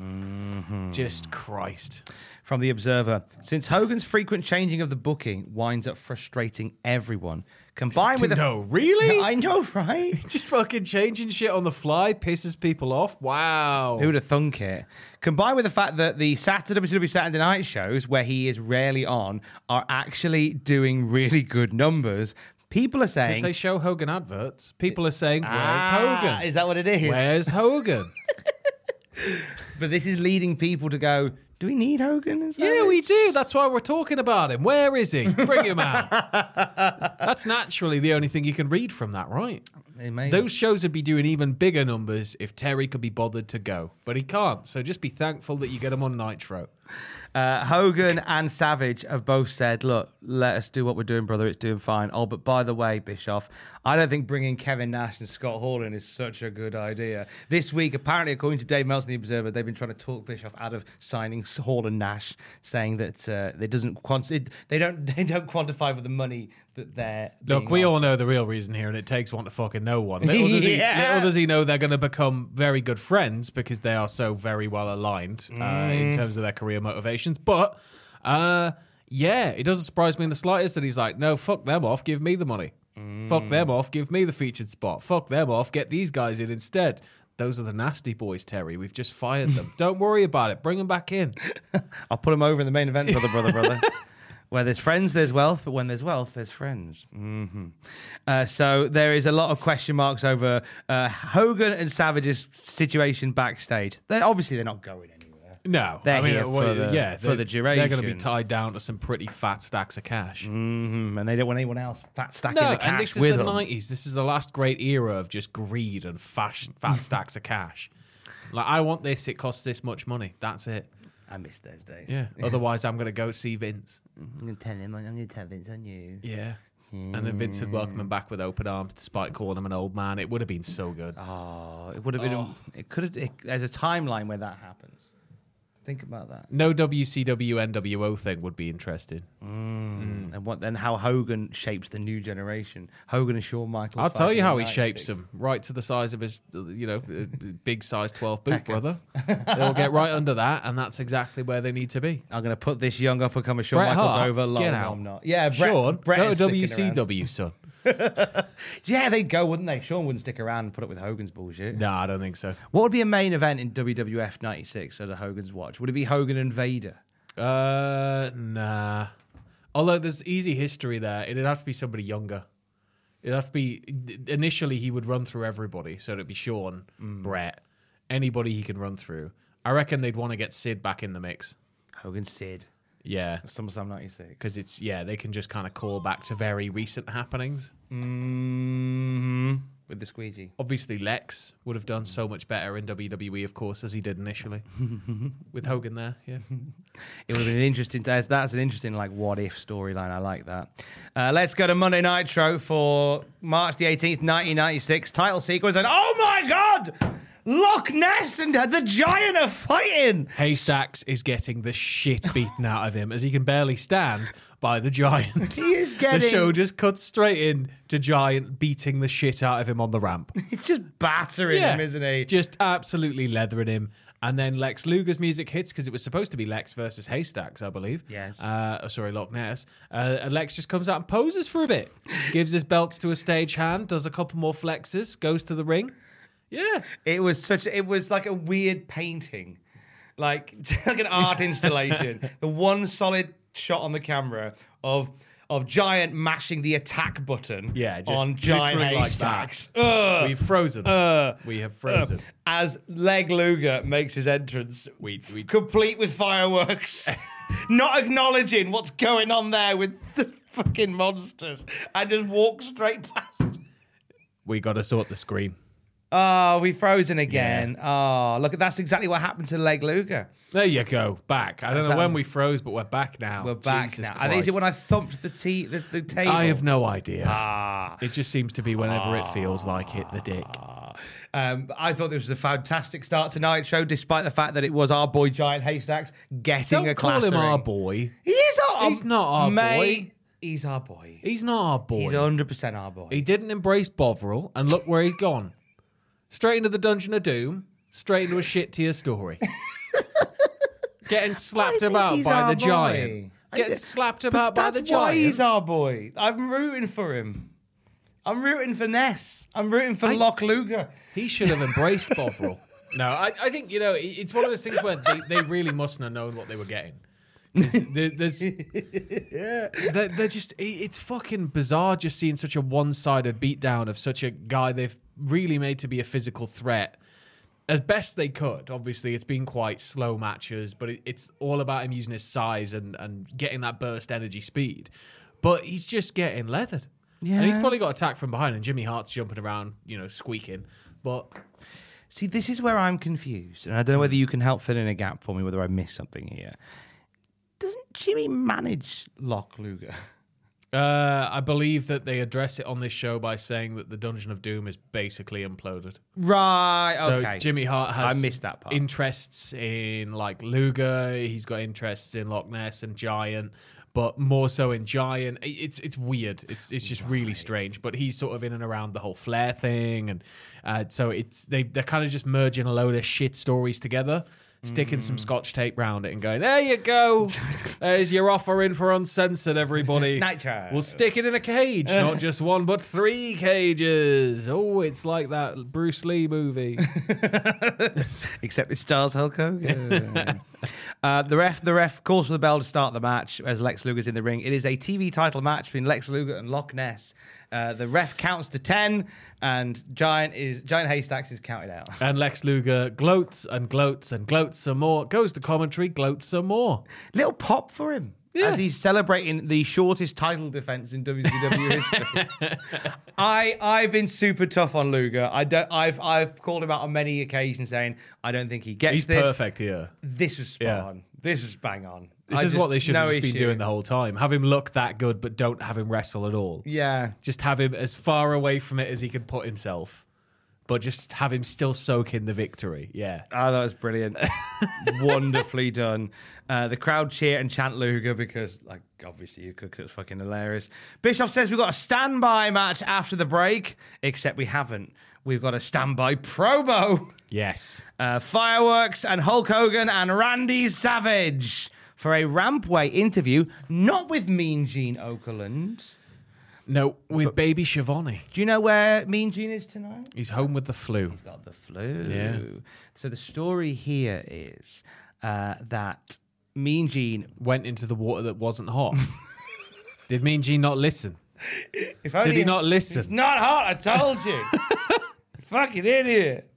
F: Just Christ.
B: from The Observer. Since Hogan's frequent changing of the booking winds up frustrating everyone, combined with the.
F: No, really?
B: [LAUGHS] I know,
F: [LAUGHS]
B: right?
F: Just fucking changing shit on the fly pisses people off. Wow.
B: Who would have thunk it? Combined with the fact that the Saturday WCW Saturday night shows, where he is rarely on, are actually doing really good numbers, people are
F: Because
B: saying.
F: they show Hogan adverts, people are saying, "Where's
B: "Ah,
F: Hogan?
B: Is that what it is? [LAUGHS]
F: Where's Hogan?"
B: But this is leading people to go, do we need Hogan? and
F: yeah,
B: Savage?"
F: we do. That's why we're talking about him. Where is he? Bring
B: [LAUGHS]
F: him out. That's naturally the only thing you can read from that, right?
B: Hey, mate.
F: Those shows would be doing even bigger numbers if Terry could be bothered to go, but he can't. So just be thankful that you get him on Nitro.
B: Uh, Hogan and Savage have both said, look, let us do what we're doing, brother. It's doing fine. Oh, but by the way, Bischoff, I don't think bringing Kevin Nash and Scott Hall in is such a good idea. This week, apparently, according to Dave Meltzer, The Observer, they've been trying to talk Bischoff out of signing Hall and Nash, saying that uh, they doesn't quant- it- they don't [LAUGHS] they don't quantify for the money that they're.
F: Look,
B: being
F: we all
B: offered.
F: know the real reason here, and it takes one to fucking
B: [LAUGHS]
F: know one. Little does, he,
B: Yeah.
F: little does he know they're going to become very good friends because they are so very well aligned uh,
B: Mm.
F: in terms of their career motivations. But uh, yeah, it doesn't surprise me in the slightest that he's like, no, fuck them off, give me the money. Fuck
B: Mm.
F: them off, give me the featured spot. Fuck them off, get these guys in instead. Those are the nasty boys, Terry. We've just fired
B: [LAUGHS]
F: them. Don't worry about it. Bring them back in.
B: I'll put them over in the main event, brother, brother, [LAUGHS] brother. Where there's friends, there's wealth, but when there's wealth, there's friends. hmm Uh, so there is a lot of question marks over uh, Hogan and Savage's situation backstage. They're, obviously, they're not going anywhere.
F: No, uh,
B: They're here for the- for
F: they're-
B: the
F: They're going to be
B: duration.
F: tied down to some pretty fat stacks of cash.
B: Mm, and they don't want anyone else fat stacking
F: No,
B: the cash
F: and this is
B: with
F: the
B: them.
F: nineties. This is the last great era of just greed and fash,
B: [LAUGHS]
F: fat stacks of cash. Like I want this. It costs this much money. That's it.
B: I miss those days.
F: Yeah. [LAUGHS] Otherwise, I'm gonna go see Vince.
B: Mm-hmm. I'm going to tell him, I'm going to tell Vince on you.
F: Yeah. And then Vince would welcome him back with open arms, despite calling him an old man. It would have been so good.
B: Oh, it would have been, it could have, it, there's a timeline where that happens. Think about that.
F: No WCW NWO thing would be interesting.
B: And what then? How Hogan shapes the new generation? Hogan and Shawn Michaels.
F: I'll tell
B: fighting
F: you how
B: in
F: he
B: 96.
F: shapes them. Right to the size of his, uh, you
B: [LAUGHS]
F: know, uh, big size twelve boot brother. They'll get right under that, and that's exactly where they need to be.
B: I'm going to put this young up and coming Shawn
F: Bret
B: Michaels
F: Hart,
B: over. Long,
F: get
B: no,
F: out.
B: I'm not. Yeah, Bret,
F: Sean,
B: Bret
F: go
B: is
F: to
B: sticking around.
F: WCW, son.
B: yeah, they'd go, wouldn't they? Sean wouldn't stick around and put up with Hogan's bullshit.
F: No, I don't think so.
B: What would be a main event in WWF 96 at a Hogan's Watch? Would it be Hogan and Vader?
F: Uh, nah. Although there's easy history there, it'd have to be somebody younger. It'd have to be initially he would run through everybody, so it'd be Sean,
B: Mm.
F: Brett, anybody he can run through. I reckon they'd want to get Sid back in the mix.
B: Hogan Sid.
F: Yeah,
B: SummerSlam 96.
F: because it's yeah they can just kind of call back to very recent happenings.
B: Mm-hmm. With the squeegee.
F: Obviously, Lex would have done so much better in WWE, of course, as he did [LAUGHS] initially with Hogan there. Yeah,
B: It would have been an interesting. That's, that's an interesting like what if storyline. I like that. Uh, let's go to Monday Nitro for March the eighteenth, nineteen ninety six. Title sequence and oh my god, Loch Ness and the Giant are fighting. [LAUGHS]
F: Haystacks is getting the shit beaten out of him as he can barely stand by the giant.
B: He is getting.
F: The show just cuts straight in to Giant beating the shit out of him on
B: [LAUGHS]
F: the ramp.
B: It's just battering him, isn't he?
F: Just absolutely leathering him. And then Lex Luger's music hits because it was supposed to be Lex versus Haystacks, I believe.
B: Yes.
F: Uh, oh, sorry, Loch Ness. Uh, and Lex just comes out and poses for a bit,
B: [LAUGHS]
F: gives his belts to a stagehand, does a couple more flexes, goes to the ring. Yeah.
B: It was such. It was like a weird painting, like [LAUGHS] like an art
F: [LAUGHS]
B: installation. the one solid shot on the camera of of giant mashing the attack button.
F: Yeah, just
B: on giant
F: literally like that.
B: haystacks. Ugh.
F: We've frozen.
B: Uh,
F: we have frozen.
B: as Leg Luger makes his entrance,
F: We- we-
B: complete with
F: [LAUGHS]
B: fireworks, not acknowledging what's going on there with the fucking monsters, and just walk straight past.
F: we got to sort the screen.
B: Oh, we frozen again. Oh, look, that's exactly what happened to Leg Luger.
F: There you go. Back. I don't know
B: how-
F: when we froze, but we're back now.
B: We're back
F: Jesus
B: now. And is it
F: Christ.
B: when I thumped the tea, the, the table?
F: I have no idea.
B: Ah.
F: It just seems to be whenever it feels like hit the dick.
B: Um, I thought this was a fantastic start to night show, despite the fact that it was our boy Giant Haystacks getting
F: Don't
B: a
F: call
B: clattering.
F: him our boy.
B: He is our.
F: He's not our
B: mate.
F: boy.
B: He's our boy.
F: He's not our boy.
B: He's 100 percent our boy.
F: He didn't embrace Bovril, and look where he's gone. Straight into the Dungeon of Doom, straight into a shit tier story. Getting slapped
B: think
F: about
B: he's
F: by
B: our
F: the
B: boy.
F: giant.
B: I
F: Getting
B: d-
F: slapped
B: But
F: about by the
B: that's why
F: giant.
B: he's our boy. I'm rooting for him. I'm rooting for Ness. I'm rooting for
F: I-
B: Loch Luger.
F: He should have embraced Bovril. No, I, I think, you know, it- it's one of those things where they, they really mustn't have known what they were getting. 'Cause there- There's, they're, they're just, it- it's fucking bizarre just seeing such a one sided beatdown of such a guy they've really made to be a physical threat as best they could. Obviously, it's been quite slow matches, but it, it's all about him using his size and, and getting that burst energy speed. But he's just getting leathered. And he's
B: Yeah.
F: probably got attacked from behind, and Jimmy Hart's jumping around, you know, squeaking. But
B: See, this is where I'm confused, and I don't know whether you can help fill in a gap for me, whether I missed something here. Doesn't Jimmy manage Loch Luger?
F: uh, I believe that they address it on this show by saying that the Dungeon of Doom is basically imploded.
B: Right.
F: So
B: okay.
F: Jimmy Hart has
B: I missed that part.
F: interests in like Luger. He's got interests in Loch Ness and Giant, but more so in Giant. I- It's it's weird. It's it's just really strange. But he's sort of in and around the whole Flair thing, and uh, so it's they they're kind of just merging a load of shit stories together. Sticking
B: Mm.
F: some scotch tape round it and going, there
B: [LAUGHS]
F: you go. There's your offering for uncensored, everybody.
B: Nitro.
F: We'll stick it in a cage, not just one, but three cages. Oh, it's like that Bruce Lee movie.
B: Except it stars Hulk Hogan. [LAUGHS] uh, the ref, the ref calls for the bell to start the match as Lex Luger's in the ring. It is a TV title match between Lex Luger and Loch Ness. Uh, the ref counts to ten, and Giant is Giant Haystacks is counted out. [LAUGHS]
F: And Lex Luger gloats and gloats and gloats some more, goes to commentary, gloats some more.
B: Little pop for him
F: Yeah.
B: as he's celebrating the shortest title defense in WCW
F: [LAUGHS]
B: history. I I've been super tough on Luger. I don't. I've I've called him out on many occasions saying I don't think he gets
F: He's
B: this.
F: perfect here.
B: This was spot
F: Yeah.
B: on. This was bang on.
F: This
B: I
F: is
B: just-
F: what they should
B: no
F: have just been
B: issue.
F: doing the whole time. Have him look that good, but don't have him wrestle at all.
B: Yeah.
F: Just have him as far away from it as he can put himself, but just have him still soak in the victory. Yeah.
B: Oh, that was brilliant. Wonderfully done. Uh, the crowd cheer and chant Luger because, like, obviously you could 'cause it's fucking hilarious. Bischoff says we've got a standby match after the break, except we haven't. We've got a standby promo.
F: Yes.
B: Uh, fireworks and Hulk Hogan and Randy Savage for a Rampway interview, not with Mean Gene Okerlund,
F: No, with baby Shivani.
B: Do you know where Mean Gene is tonight?
F: He's home with the flu.
B: got the flu.
F: Yeah.
B: So the story here is uh, that Mean Gene.
F: Went into the water that
B: [LAUGHS]
F: wasn't hot. Did Mean Gene not listen?
B: If
F: Did
B: only-
F: he not
B: It's
F: listen?
B: not hot. I told [LAUGHS] you. Fucking idiot.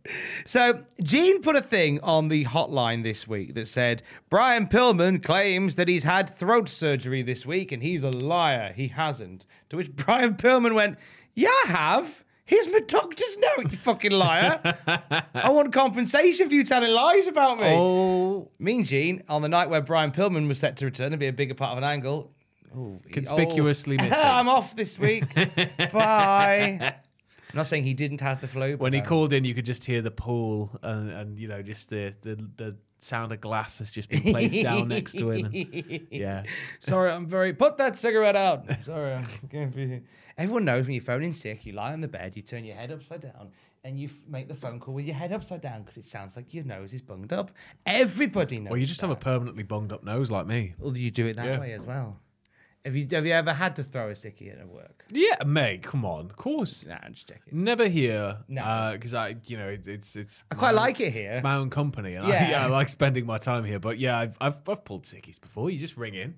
B: So Gene put a thing on the hotline this week that said Brian Pillman claims that he's had throat surgery this week and he's a liar. He hasn't. To which Brian Pillman went, "Yeah, I have." Here's my doctor's note, you fucking liar. I want compensation for you telling lies about me.
F: Oh,
B: Mean Gene, on the night where Brian Pillman was set to return and be a bigger part of an angle, ooh, he-
F: Conspicuously
B: oh, [LAUGHS]
F: missing.
B: I'm off this [LAUGHS] week. Bye. I'm [LAUGHS] not saying he didn't have the flu. but
F: when he
B: no. [LAUGHS]
F: called in, you could just hear the pool and, and you know just the, the the sound of glass has just been placed down next to him.
B: [LAUGHS]
F: And, yeah,
B: sorry, I'm very. Put that cigarette out. Sorry,
F: [LAUGHS]
B: I'm going to be. Everyone knows when you're phoning sick, you lie on the bed, you turn your head upside down, and you f- make the phone call with your head upside down because it sounds like your nose is bunged up. Everybody knows.
F: or you just
B: that.
F: have a permanently bunged up nose like me.
B: Or you do it that
F: Yeah.
B: way as well. Have you have you ever had to throw a sickie at a work?
F: Yeah, Meg, come on, of course.
B: Nah, I'm just checking.
F: Never here,
B: No.
F: because I, you know, it, it's it's.
B: I quite like it here.
F: It's my own company, and I,
B: Yeah.
F: yeah, I like spending my time here. But yeah, I've I've, I've pulled sickies before. You just ring in,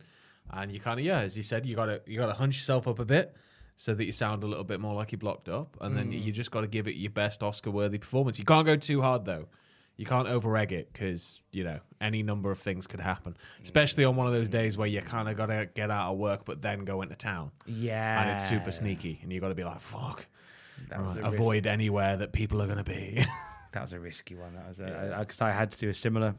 F: and you kind of yeah, as you said, you gotta you gotta hunch yourself up a bit so that you sound a little bit more like you're blocked up, and then
B: Mm.
F: you just got to give it your best Oscar-worthy performance. You can't go too hard though. You can't over-egg it because you know any number of things could happen, especially on one of those days where you kind of gotta get out of work but then go into town.
B: Yeah.
F: and it's super sneaky, and you got to be like, fuck.
B: That was
F: Right,
B: a risk-
F: avoid anywhere that people are going to be. [LAUGHS]
B: that was a risky one. That was a because I had to do a similar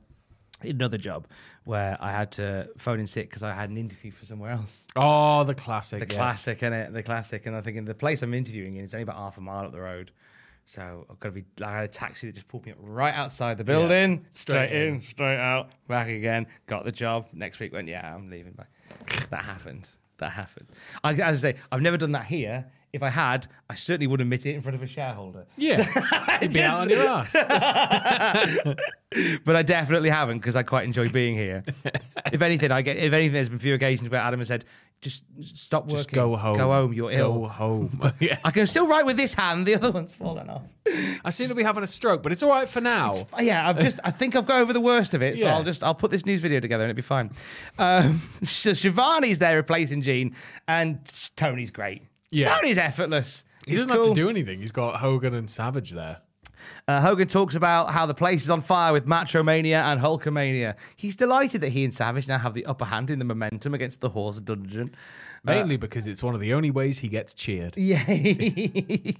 B: another job where I had to phone in sick because I had an interview for somewhere else.
F: oh, the classic.
B: The
F: yes.
B: classic, and it the classic, and I think in the place I'm interviewing in, it's only about half a mile up the road. So I've got to be. I had a taxi that just pulled me up right outside the building, straight, in, straight out, back again. Got the job. Next week went. Yeah, I'm leaving. Bye. [LAUGHS] that happened. That happened. I, as I say, I've never done that here. If I had, I certainly would admit it in front of a shareholder.
F: [LAUGHS] Yeah. You'd be out on
B: Just-
F: your ass.
B: but I definitely haven't because I quite enjoy being
F: [LAUGHS]
B: here. if anything, I get if anything, there's been a few occasions where Adam has said, "Just stop working,
F: Just go home.
B: go home, you're ill."
F: Go [LAUGHS] home. yeah.
B: I can still write with this hand; the other one's fallen off.
F: I seem to be having a stroke, but it's all right for now.
B: Oh, yeah, I've just I think I've got over the worst of it. So
F: Yeah.
B: I'll just I'll put this news video together and it'll be fine. Um, [LAUGHS] so Shivani's there replacing Gene, and Tony's great.
F: Yeah.
B: Tony's effortless.
F: he doesn't have to do anything. He's got Hogan and Savage there.
B: Uh, Hogan talks about how the place is on fire with Matromania and Hulkamania. He's delighted that he and Savage now have the upper hand in the momentum against the Horse Dungeon. Uh, [LAUGHS]
F: Mainly because it's one of the only ways he gets cheered.
B: Yay.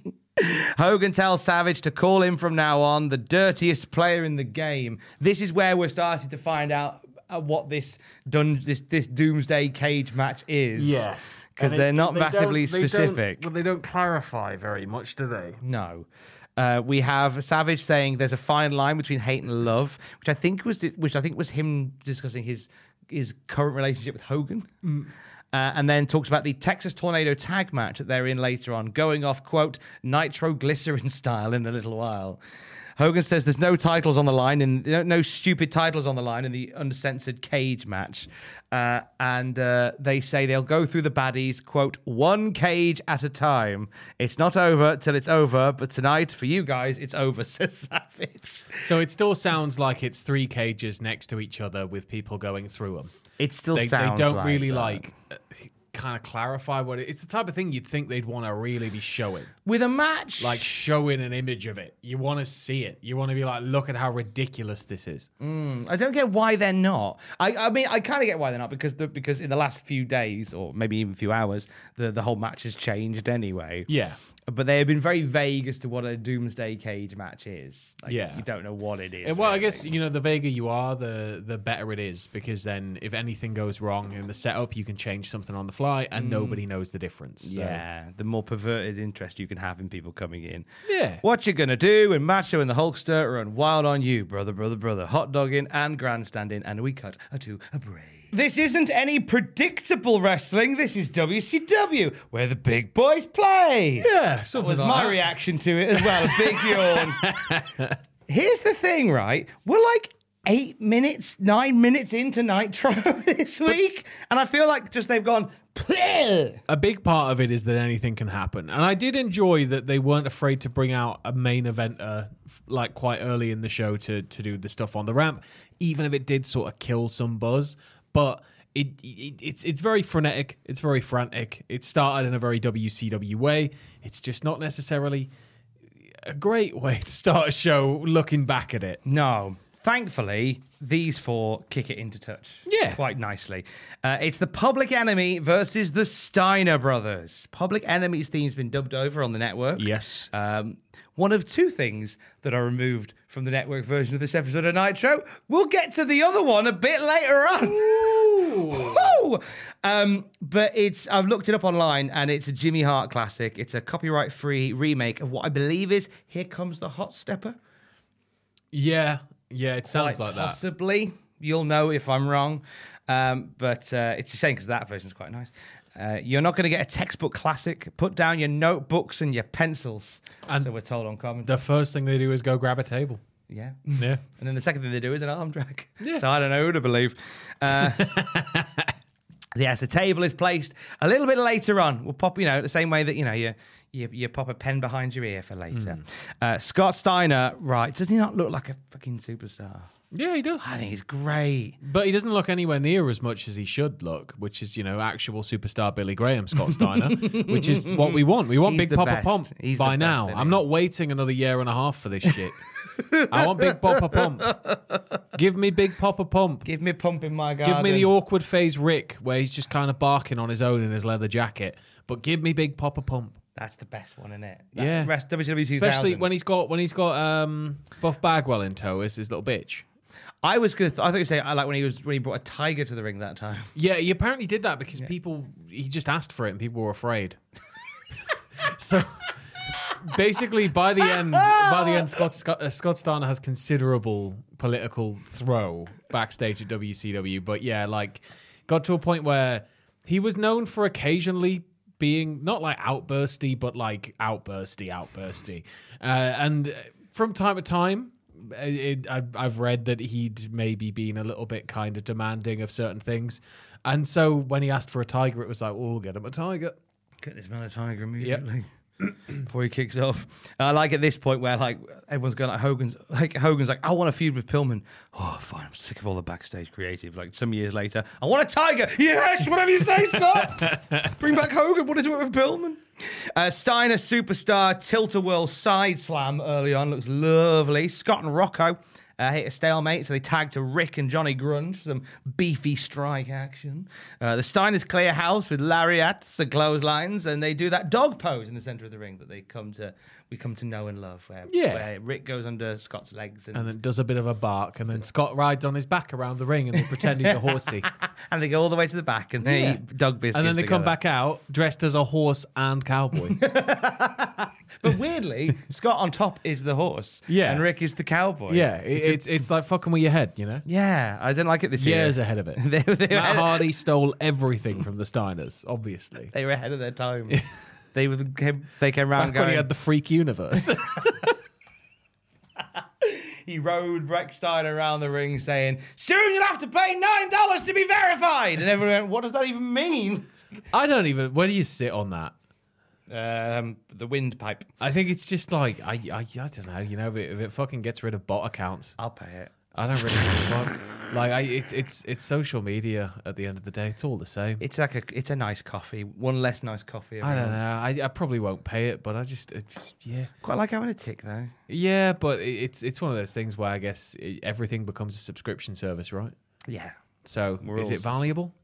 B: Hogan tells Savage to call him from now on the dirtiest player in the game. This is where we're starting to find out uh, what this dun- this this doomsday cage match is.
F: [LAUGHS]
B: because they're not massively specific.
F: they don't clarify very much, do they?
B: No. Uh, we have Savage saying there's a fine line between hate and love, which I think was which I think was him discussing his his current relationship with Hogan, uh, and then talks about the Texas Tornado tag match that they're in later on, going off quote nitroglycerin style in a little while. Hogan says there's no titles on the line and no, no stupid titles on the line in the uncensored cage match. Uh, and uh, they say they'll go through the baddies, quote, one cage at a time. It's not over till it's over, but tonight for you guys, it's over, [LAUGHS] says Savage.
F: So it still sounds like it's three cages next to each other with people going through them.
B: It still
F: they, they
B: sounds
F: don't
B: like
F: really
B: that.
F: like kind of clarify what it, it's the type of thing you'd think they'd want to really be showing
B: With a match.
F: like showing an image of it you want to see it you want to be like look at how ridiculous this is
B: I don't get why they're not. I, I mean, I kind of get why they're not because the, because in the last few days or maybe even few hours, the, the whole match has changed anyway.
F: yeah
B: but they have been very vague as to what a Doomsday Cage match is. Like,
F: Yeah.
B: you don't know what it is.
F: Uh, well i
B: really.
F: guess you know the vaguer you are the the better it is because then if anything goes wrong in the setup you can change something on the fly and nobody knows the difference so-
B: Mm. Yeah, the more perverted interest you can have in people coming in.
F: Yeah.
B: What you gonna do when Macho and the Hulkster run wild on you, brother, brother, brother, hot dogging and grandstanding, and we cut to a break. This isn't any predictable wrestling. This is WCW, where the big boys play.
F: yeah something
B: was
F: like
B: my
F: that. [LAUGHS]
B: reaction to it as well. A big yawn. Here's the thing, right? We're like eight minutes, nine minutes into Nitro [LAUGHS] this week, and I feel like just they've gone. "Pleh."
F: A big part of it is that anything can happen, and I did enjoy that they weren't afraid to bring out a main eventer f- like quite early in the show to to do the stuff on the ramp, even if it did sort of kill some buzz. But it, it it's it's very frenetic, it's very frantic. It started in a very WCW way. It's just not necessarily a great way to start a show. Looking back at it,
B: No, thankfully these four kick it into touch.
F: Yeah.
B: quite nicely. Uh, it's the Public Enemy versus the Steiner Brothers. Public Enemy's theme's been dubbed over on the network.
F: yes,
B: Um, one of two things that are removed from the network version of this episode of Nitro. We'll get to the other one a bit later on. [LAUGHS] Woo! Um, but it's I've looked it up online and it's a Jimmy Hart classic. It's a copyright free remake of what I believe is Here Comes the Hot Stepper.
F: yeah, yeah. It sounds like that.
B: possibly. You'll know if I'm wrong. Um, but uh, it's a shame because that version's quite nice. Uh, you're not going to get a textbook classic. Put down your notebooks and your pencils.
F: And
B: so we're told on comment.
F: The first thing they do is go grab a table.
B: yeah. [LAUGHS]
F: Yeah.
B: And then the second thing they do is an arm drag. So I don't know who to believe.
F: [LAUGHS]
B: Uh, yes, the table is placed a little bit later on. We'll pop, you know, the same way that, you know, you, you, you pop a pen behind your ear for later.
F: Hmm.
B: Uh, Scott Steiner, right, does he not look like a fucking superstar?
F: Yeah, he does.
B: I think he's great.
F: But he doesn't look anywhere near as much as he should look, which is, you know, actual superstar Billy Graham, Scott Steiner, which is what we want. We want
B: He's
F: Big
B: the
F: Papa
B: best.
F: Pump
B: He's the
F: by
B: best,
F: now.
B: isn't
F: I'm
B: he?
F: not waiting another year and a half for this shit. I want Big Papa Pump. Give me Big Papa Pump.
B: Give me pump in my garden.
F: Give me the awkward phase Rick, where he's just kind of barking on his own in his leather jacket. But give me Big Papa Pump.
B: That's the best one, isn't it?
F: Yeah.
B: Rest E WWE 2000.
F: Especially when he's got when he's got um, Buff Bagwell in tow as his little bitch.
B: I was gonna. Th- I thought you say I like when he was when he brought a tiger to the ring that time.
F: Yeah, he apparently did that because people he just asked for it and people were afraid. [LAUGHS] so basically by the end by the end Scott Scott, uh, Scott Steiner has considerable political throw backstage at WCW but yeah like got to a point where he was known for occasionally being not like outbursty but like outbursty outbursty uh, and uh, from time to time uh, it, I've, I've read that he'd maybe been a little bit kind of demanding of certain things. And so when he asked for a tiger, it was like, well, we'll get him a tiger.
B: Get this man a tiger immediately before he kicks off. And I like at this point where like everyone's going like Hogan's like Hogan's like I want a feud with Pillman. Oh, fine. I'm sick of all the backstage creative. Like some years later, I want a tiger. Yes, whatever you say, Scott. Bring back Hogan. What is it with Pillman? Uh, Steiner superstar tilt a whirl side slam early on looks lovely. Scott and Rocco. Uh, hit a stalemate, so they tag to Rick and Johnny Grunge for some beefy strike action. Uh, the Steiners clear house with lariats and clotheslines, and they do that dog pose in the center of the ring that they come to, we come to know and love, where,
F: Yeah.
B: where Rick goes under Scott's legs and,
F: And then does a bit of a bark. And then Scott rides on his back around the ring and they pretend he's
B: [LAUGHS]
F: a horsey.
B: and they go all the way to the back and they eat dog biscuits.
F: and then they come
B: together.
F: back out dressed as a horse and
B: [LAUGHS]
F: cowboy.
B: But
F: [LAUGHS]
B: weirdly, Scott on top is the horse,
F: Yeah.
B: and Rick is the cowboy.
F: yeah, it, it's, it's, like fucking with your head, you know?
B: yeah. I didn't like it this
F: Years
B: year.
F: ahead of it.
B: [LAUGHS] They- they
F: Matt
B: had-
F: Hardy stole everything from the Steiners,
B: [LAUGHS]
F: obviously.
B: They were ahead of their
F: [LAUGHS]
B: time. they were came, they came round
F: Back
B: going.
F: when he had the freak universe. [LAUGHS]
B: He rode Rex Steiner around the ring saying, Soon you'll have to pay $9 to be verified. And everyone went, What does that even mean?
F: I don't even. Where do you sit on that?
B: Um, the windpipe.
F: I think it's just like I I, I don't know. You know, if it, if it fucking gets rid of bot accounts,
B: I'll pay it.
F: I don't really give a
B: [LAUGHS]
F: fuck. Like I, it's it's it's social media at the end of the day. It's all the same.
B: It's like a it's a nice coffee. One less nice coffee.
F: I don't
B: around.
F: know. I, I probably won't pay it, but I just, it's, yeah,
B: Quite like having a tick though.
F: yeah. But it, it's it's one of those things where I guess i everything becomes a subscription service, right?
B: Yeah.
F: So
B: We're
F: is
B: all
F: it
B: subs-
F: valuable?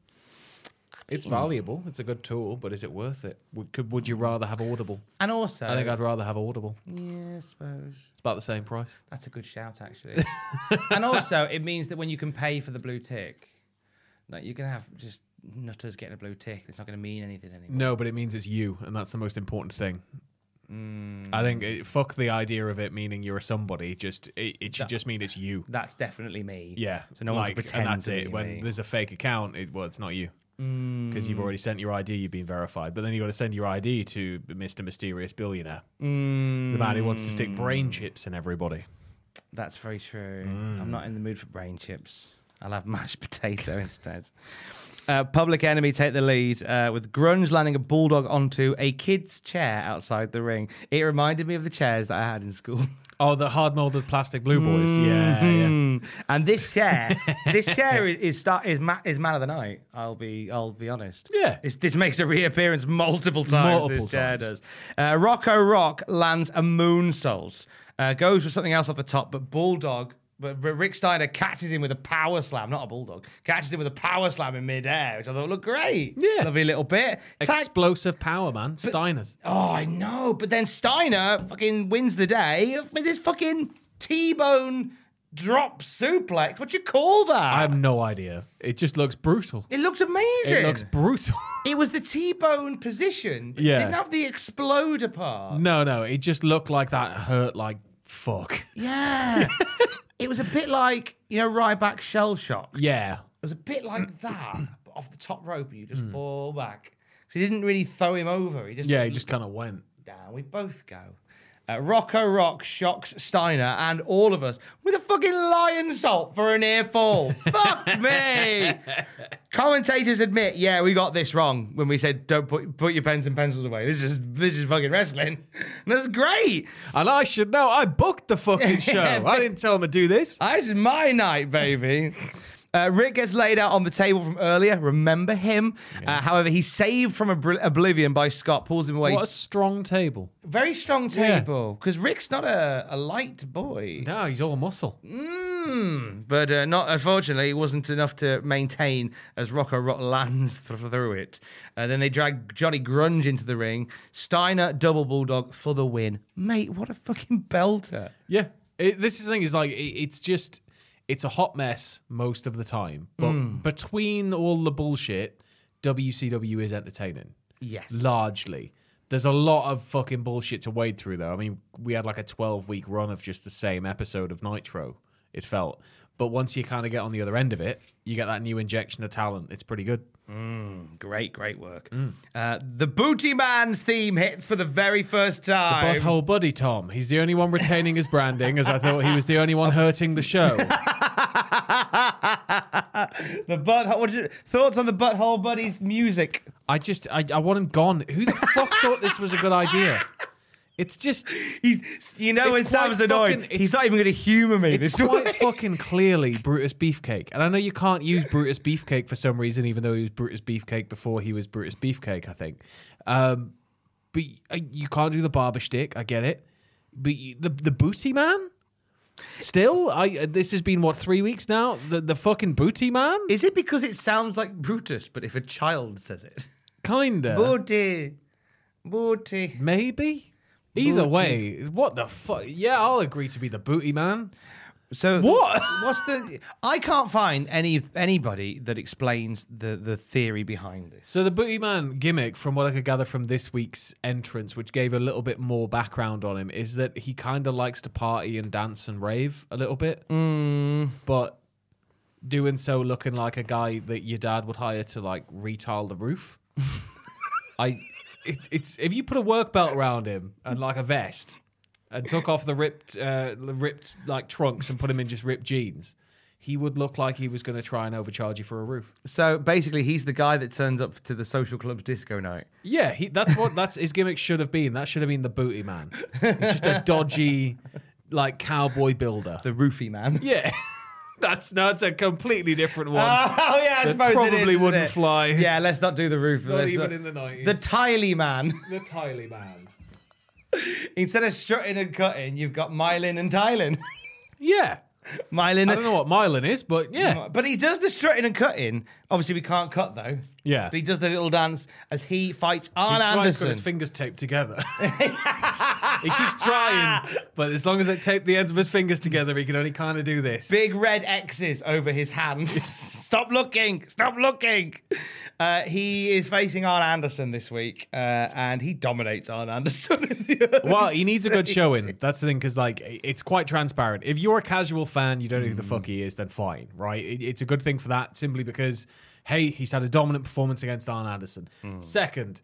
F: It's valuable. It's a good tool, but is it worth it? Would could would you rather have Audible?
B: And also
F: I think I'd rather have Audible.
B: Yeah, I suppose.
F: It's about the same price.
B: That's a good shout actually. [LAUGHS] and also it means that when you can pay for the blue tick, like you can have just nutters getting a blue tick. It's not gonna mean anything anymore.
F: No, but it means it's you, and that's the most important thing. I think it, fuck the idea of it meaning you're a somebody. Just it, it should just mean it's you.
B: That's definitely me.
F: Yeah.
B: So no one can
F: like,
B: pretend
F: and that's
B: to
F: it.
B: be
F: when
B: me.
F: there's a fake account, it, well, it's not you because you've already sent your ID. You've been verified, but then you got to send your ID to Mm. Mister Mysterious Billionaire, the man who wants to stick brain chips in everybody.
B: That's very true. I'm not in the mood for brain chips. I'll have [LAUGHS] mashed potato instead. Uh, Public Enemy take the lead uh, with Grunge landing a bulldog onto a kid's chair outside the ring. It reminded me of the chairs that I had in school. [LAUGHS]
F: Oh, the hard molded plastic blue boys. Yeah, yeah.
B: Mm. And this chair,
F: [LAUGHS]
B: this chair is is, star, is, ma- is man of the night. I'll be I'll be honest.
F: Yeah.
B: it's, this makes a reappearance multiple times.
F: Multiple
B: this chair does.
F: times.
B: Uh, Rocco Rock lands a moonsault, uh, goes for something else off the top, but Bulldog. But but Rick Steiner catches him with a power slam, not a bulldog. Catches him with a power slam in midair, which I thought looked great.
F: Yeah.
B: lovely little bit. Tag-
F: Explosive power, man. Steiners.
B: Oh, I know. But then Steiner fucking wins the day with his fucking T-bone drop suplex. What do you call that?
F: I have no idea. It just looks brutal.
B: It looks amazing.
F: It looks brutal. [LAUGHS]
B: It was the T-bone position. But It
F: Yeah.
B: didn't have the exploder
F: [LAUGHS]
B: part.
F: no, no. It just looked like that hurt like [LAUGHS] fuck.
B: Yeah. it was a bit like, you know, Ryback shell shock.
F: Yeah.
B: It was a bit like that, but off the top rope, you just fall back. Because he didn't really throw him over. He just
F: Hmm. Yeah, it just kind of went.
B: down. We both go. Uh, Rocco Rock shocks Steiner and all of us with a fucking lion salt for an
F: [LAUGHS]
B: earful. Fuck me. Commentators admit, yeah, we got this wrong when we said don't put put your pens and pencils away. This is this is fucking wrestling. [LAUGHS] And that's great.
F: And I should know. I booked the [LAUGHS] fucking show. I didn't tell him to do this.
B: Uh, This is my night, baby. Uh, Rick gets laid out on the table from earlier. Remember him. Uh, however, he's saved from obri- oblivion by Scott, pulls him away.
F: What a strong table.
B: Very strong
F: Yeah.
B: table because Rick's not a, a light boy.
F: No, he's all muscle.
B: Mm, but uh, not unfortunately, it wasn't enough to maintain as Rocco Rock lands th- through it. Uh, then they drag Johnny Grunge into the ring. Steiner double bulldog for the win. Mate, what a fucking belter!
F: Yeah, it, this is the thing. Is like it, it's just it's a hot mess most of the time. But between all the bullshit, WCW is entertaining
B: Yes,
F: largely. There's a lot of fucking bullshit to wade through, though. I mean, we had like a 12 week run of just the same episode of Nitro. It felt, but once you kind of get on the other end of it, you get that new injection of talent. It's pretty good.
B: great, great work. Uh, the Booty Man's theme hits for the very first time.
F: Butthole Buddy Tom. He's the only one retaining his branding, as I thought he was the only one hurting the show. [LAUGHS]
B: the butthole. What did you, thoughts on the butthole buddies music?
F: I just, I, I want him gone. Who the
B: [LAUGHS]
F: fuck thought this was a good idea? It's just,
B: He's, you know, when
F: It's quite
B: Sam's annoyed,
F: fucking- it's-
B: he's not even going to humour me.
F: it's
B: this
F: quite
B: way.
F: fucking clearly Brutus Beefcake. And I know you can't use Brutus Beefcake for some reason, even though he was Brutus Beefcake before he was Brutus Beefcake, I think. Um, but uh, you can't do the barber shtick. I get it. But you, the the booty man. Still, I uh, this has been what three weeks now. The the fucking booty man,
B: Is it because it sounds like Brutus, but if a child says it?
F: kinda.
B: Booty. Booty.
F: Maybe. Either
B: Booty.
F: way, what the fuck? Yeah, I'll agree to be the booty man.
B: So
F: What?
B: What's the? I can't find any anybody that explains the the theory behind this.
F: So the booty man gimmick, from what I could gather from this week's entrance, which gave a little bit more background on him, is that he kind of likes to party and dance and rave a little bit, but doing so looking like a guy that your dad would hire to like retile the roof. I, it, it's if you put a work belt around him and like a vest, and took off the ripped, uh, the ripped like trunks and put him in just ripped jeans, he would look like he was going to try and overcharge you for a roof.
B: So basically, he's the guy that turns up to the social club's disco night.
F: Yeah, he, that's what that's his gimmick should have been. That should have been the booty man. He's just [LAUGHS] a dodgy, like cowboy builder.
B: The roofie
F: [LAUGHS]
B: man. [LAUGHS]
F: yeah, that's no, that's a completely different one.
B: Oh yeah, I
F: That
B: suppose it is,
F: probably
B: isn't
F: wouldn't
B: it?
F: fly.
B: Yeah, let's not do the roof.
F: Not
B: let's
F: even in the 90s.
B: The Tiley man. [LAUGHS]
F: the Tiley man.
B: Instead of strutting and cutting, you've got Mylin and [LAUGHS] Tylin.
F: Yeah,
B: Mylin.
F: I don't know what Mylan is, but yeah,
B: [LAUGHS] But he does the strutting and cutting. Obviously, we can't cut though.
F: Yeah.
B: But he does the little dance as he fights Arn
F: He's trying to got his
B: Anderson.
F: fingers taped together. [LAUGHS] he keeps [LAUGHS] trying, but as long as it taped the ends of his fingers together, he can only kind of do this.
B: Big red X's over his hands. [LAUGHS] Stop looking! Stop looking! Uh, he is facing Arn Anderson this week, uh, and he dominates Arn Anderson. in the
F: Well,
B: early
F: he needs a good
B: stages.
F: showing. That's the thing, because like i- it's quite transparent. If you're a casual fan, you don't know who the fuck he is, then fine, right? It- it's a good thing for that, simply because hey, he's had a dominant performance against Arn Anderson. Second,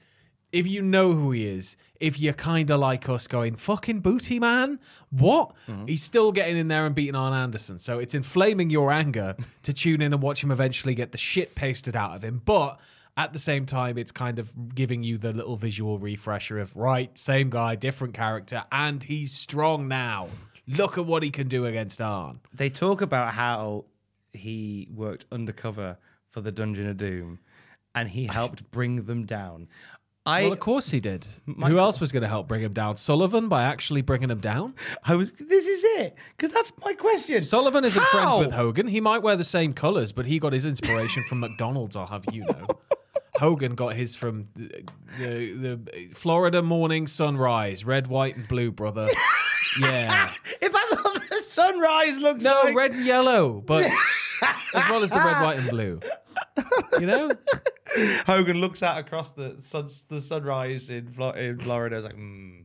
F: if you know who he is, if you're kind of like us going, fucking booty man, what? He's still getting in there and beating Arn Anderson. So it's inflaming your anger to tune in and watch him eventually get the shit pasted out of him. But at the same time, it's kind of giving you the little visual refresher of, right, same guy, different character, and he's strong now. Look at what he can do against Arn.
B: They talk about how he worked undercover for the Dungeon of Doom, and he helped bring them down. I
F: Well, of course he did. Who else was going to help bring him down? Sullivan by actually bringing
B: [LAUGHS]
F: him down?
B: I was. This is it because that's my question.
F: Sullivan isn't friends
B: How?
F: with Hogan. He might wear the same colors, but he got his inspiration from [LAUGHS] McDonald's, I'll have you know. Hogan got his from the, the, the Florida morning sunrise, red, white, and
B: [LAUGHS]
F: blue, brother. Yeah.
B: If that's what the sunrise looks
F: No,
B: like.
F: red and yellow,
B: [LAUGHS]
F: but as well as the red, white, and blue. You know?
B: Hogan looks out across the sun, the sunrise in Flo- in Florida. Is like, mm,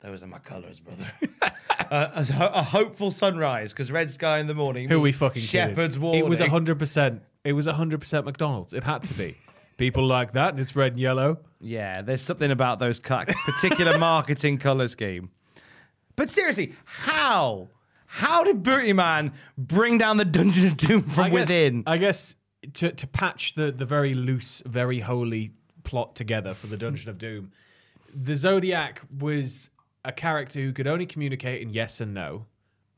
B: those are my colors, brother. [LAUGHS] uh, a, ho- a hopeful sunrise because red sky in the morning.
F: Who are we
B: means
F: fucking kidding?
B: shepherds warning.
F: It was 100%. It was 100% McDonald's. It had to be. People like that, and it's red and yellow.
B: Yeah, there's something about those ca-
F: [LAUGHS]
B: particular marketing color scheme. But seriously, how? How did Booty Man bring down the Dungeon of Doom from
F: I guess- uh,
B: within?
F: I guess to to patch the the very loose, very holy plot together for the Dungeon of Doom, the Zodiac was a character who could only communicate in yes and no,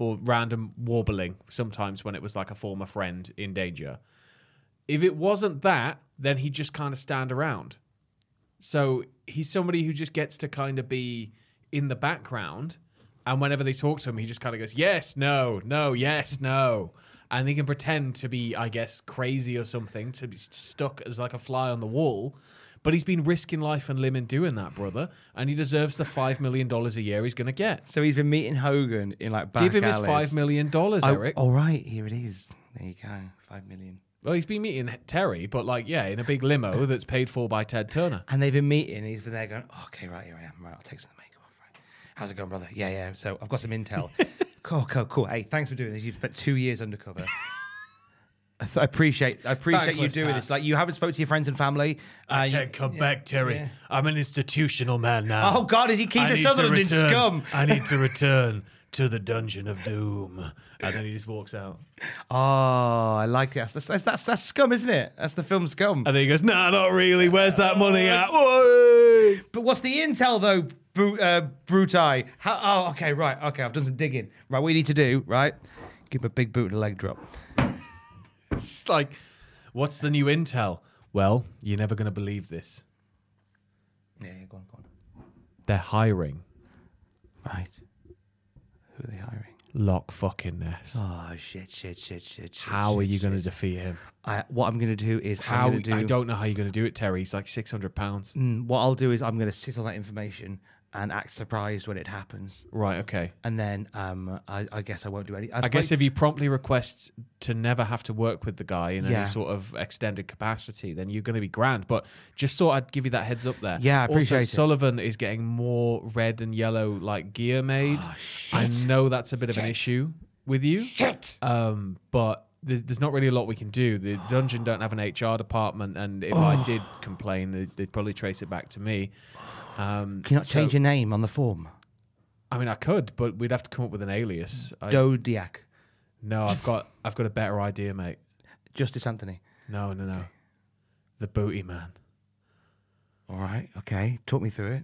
F: or random warbling sometimes when it was like a former friend in danger. If it wasn't that, then he'd just kind of stand around. So he's somebody who just gets to kind of be in the background. And whenever they talk to him, he just kind of goes, yes, no, no, yes, no. And he can pretend to be, I guess, crazy or something, to be st- stuck as like a fly on the wall. But he's been risking life and limb in doing that, brother. And he deserves the $5 million a year he's going to get.
B: so he's been meeting Hogan in like back
F: Give him his
B: alleys.
F: $5 million,
B: Oh,
F: Eric.
B: all right, here it is. There you go, five million.
F: Well, he's been meeting Terry, but like, yeah, in a big limo that's paid for by Ted Turner.
B: And they've been meeting. and He's been there going, oh, okay, right, here I am. Right, I'll take some of the makeup off. Right. How's it going, brother? Yeah, yeah. So I've got some [LAUGHS] intel. cool, cool, cool. Hey, thanks for doing this. You've spent two years undercover. I th- I appreciate, I appreciate you
F: Thankless
B: doing
F: task.
B: this. Like you haven't spoke to your friends and family. Uh, you-
F: come back, Terry. I'm an institutional man now.
B: oh God, is he Keith Sutherland in Scum?
F: I need to return to the dungeon of doom. And then he just walks out.
B: Oh, I like it. That's, that's that's that's Scum, isn't it? That's the film Scum.
F: And then he goes, Nah, not really. Where's that money at? Oi!
B: But what's the intel though, Bru- uh, Brutai? How, oh, okay, right, okay. I've done some digging. Right, what you need to do, right? Give him a big boot and a leg drop.
F: It's like, What's the new intel? Well, you're never going to believe this.
B: Yeah, yeah, go on, go on.
F: They're hiring
B: Right. Who are they hiring?
F: Lock fucking Ness.
B: Oh shit! Shit! Shit! Shit! shit
F: How
B: shit,
F: are you going to
B: shit.
F: defeat him?
B: I, what I'm gonna do is
F: How?
B: I'm gonna do,
F: I don't know how you're going to do it, Terry. He's like 600 pounds.
B: Mm, What I'll do is I'm gonna sit on that information and act surprised when it happens,
F: Right, okay.
B: and then um, I, I guess I won't do any.
F: I guess if he promptly requests to never have to work with the guy in
B: Yeah.
F: any sort of extended capacity, then you're going to be grand. But just thought I'd give you that heads up there.
B: Yeah, I
F: also,
B: appreciate it.
F: Sullivan is getting more red and yellow like gear made.
B: Ah,
F: I know that's a bit of an issue with you. Shit. Um, but there's, there's not really a lot we can
B: [SIGHS]
F: do. The dungeon don't have an HR department, and if I did complain, they'd, they'd probably trace it back to me. Um,
B: can you not change
F: so-
B: your name on the form?
F: I mean, I could, but we'd have to come up with an alias. I-
B: Dodiac,
F: no, I've got I've got a better idea, mate.
B: Justice Anthony.
F: No, no, no. The booty man.
B: All right, okay. Talk me through it.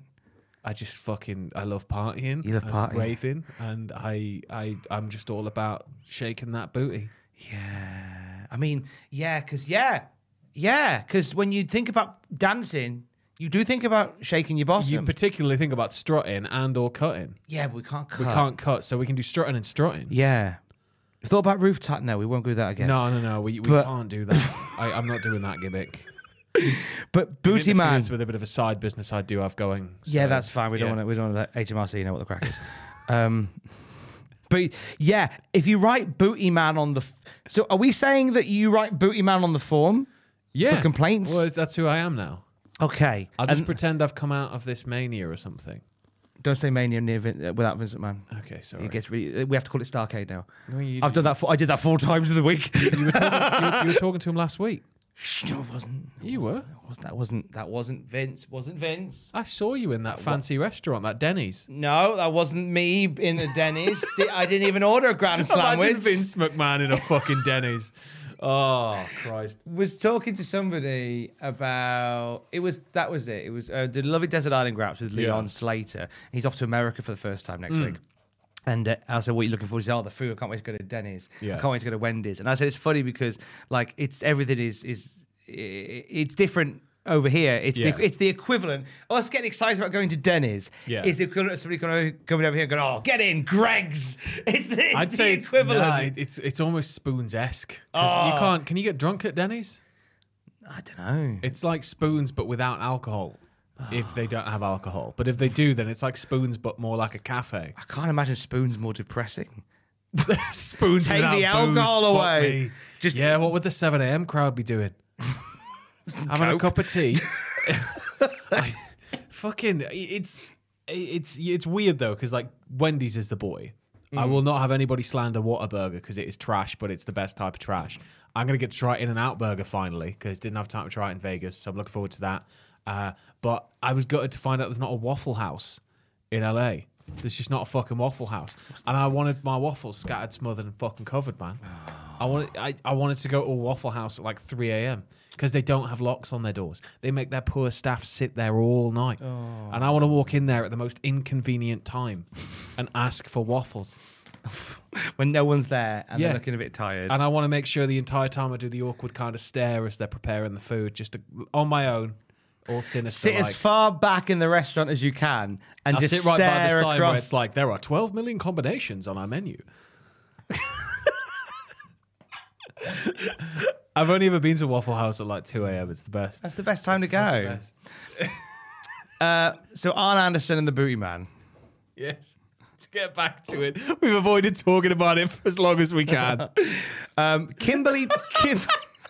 F: I just fucking I love partying.
B: You love
F: and
B: partying.
F: raving, and I I I'm just all about shaking that booty.
B: Yeah, I mean, yeah, because yeah, yeah, because when you think about dancing, you do think about shaking your bottom.
F: You particularly think about strutting and or cutting.
B: yeah, but we can't. Cut.
F: We can't cut, so we can do strutting and strutting.
B: Yeah. Thought about roof tap? No, we won't do that again.
F: No, no, no. We, we
B: But-
F: can't do that.
B: [LAUGHS]
F: I, I'm not doing that gimmick.
B: But booty man.
F: Interferes with a bit of a side business I do have going.
B: yeah,
F: so,
B: that's fine. We
F: yeah.
B: don't want to. We don't want to let HMRC know what the crack
F: [LAUGHS]
B: is. um, but yeah, if you write booty man on the, f- so are we saying that you write booty man on the form?
F: yeah.
B: complaints?
F: Well, that's who I am now.
B: Okay.
F: I'll just
B: And
F: pretend I've come out of this mania
B: [LAUGHS]
F: or something.
B: don't say mania near Vin- uh, without Vincent Man.
F: Okay, sorry.
B: It gets really. We have to call it Starcade now.
F: No, you- [LAUGHS]
B: I've done that. Four, I did that four times in the week.
F: you, were talking to him last week.
B: Shh, no, it wasn't. It
F: You
B: wasn't,
F: were?
B: It wasn't, that wasn't. That wasn't Vince. Wasn't Vince.
F: I saw you in that fancy restaurant, that Denny's.
B: No, that wasn't me in the Denny's. Di- I didn't even order a grand sandwich.
F: [LAUGHS] Imagine Vince McMahon in a fucking Denny's. Oh Christ!
B: was talking to somebody about it was that was it. It was uh, the Lovely Desert Island Graps with Leon
F: Yeah. Hmm.
B: Slater. He's off to America for the first time next week. And uh, I said, "What are you looking for?" He said, "Oh, the food. I can't wait to go to Denny's.
F: Yeah.
B: I can't wait to go to Wendy's." And I said, "It's funny because like it's everything is is i- i- it's different." Over here, it's
F: Yeah.
B: the, it's the equivalent. Us getting excited about going to Denny's
F: Yeah.
B: is the equivalent of somebody coming over- coming over here and going, "Oh, get in, Greg's." [LAUGHS] It's the, it's
F: I'd
B: the
F: say it's,
B: equivalent.
F: nah, it's it's almost spoons esque. Oh. You can't. Can you get drunk at Denny's?
B: I don't know.
F: It's like spoons, but without alcohol. If they don't have alcohol, but if they do, then it's like spoons, but more like a cafe.
B: I can't imagine spoons more depressing.
F: [LAUGHS] spoons.
B: Take
F: without
B: the alcohol
F: booze, fuck
B: away.
F: me.
B: Just-
F: yeah, what would the seven a.m. crowd be
B: [LAUGHS]
F: doing? Having a
B: Coke.
F: cup of tea.
B: [LAUGHS]
F: I- fucking, it's it's it's weird though because like Wendy's is the boy. I
B: Mm.
F: will not have anybody slander Whataburger because it is trash, but it's the best type of trash. I'm gonna get to try In and Out Burger finally because didn't have time to try it in Vegas, so I'm looking forward to that. Uh, but I was gutted to find out there's not a Waffle House in LA. There's just not a fucking Waffle House, and I wanted my waffles scattered, smothered, and fucking covered, man.
B: Ah.
F: I wanted I, I wanted to go to a Waffle House at like 3 a.m. because they don't have locks on their doors. They make their poor staff sit there all night,
B: Oh.
F: and I want to walk in there at the most inconvenient time and ask for waffles.
B: when no one's there and
F: Yeah.
B: they're looking a bit tired.
F: And I want to make sure the entire time I do the awkward kind of stare as they're preparing the food, just to, on my own, all sinister.
B: sit as
F: like.
B: far back in the restaurant as you can and
F: I
B: just
F: sit right by the
B: stare
F: sign
B: across.
F: where it's like there are 12 million combinations on our menu. [LAUGHS] I've only ever been to Waffle House at like 2 a.m. It's the best.
B: That's the best time to
F: It's the
B: go. Uh,
F: best.
B: [LAUGHS] So Arn Anderson and the Booty Man.
F: Yes. To get back to it, we've avoided talking about it for as long as we [LAUGHS] can.
B: Um, Kimberly, Kim,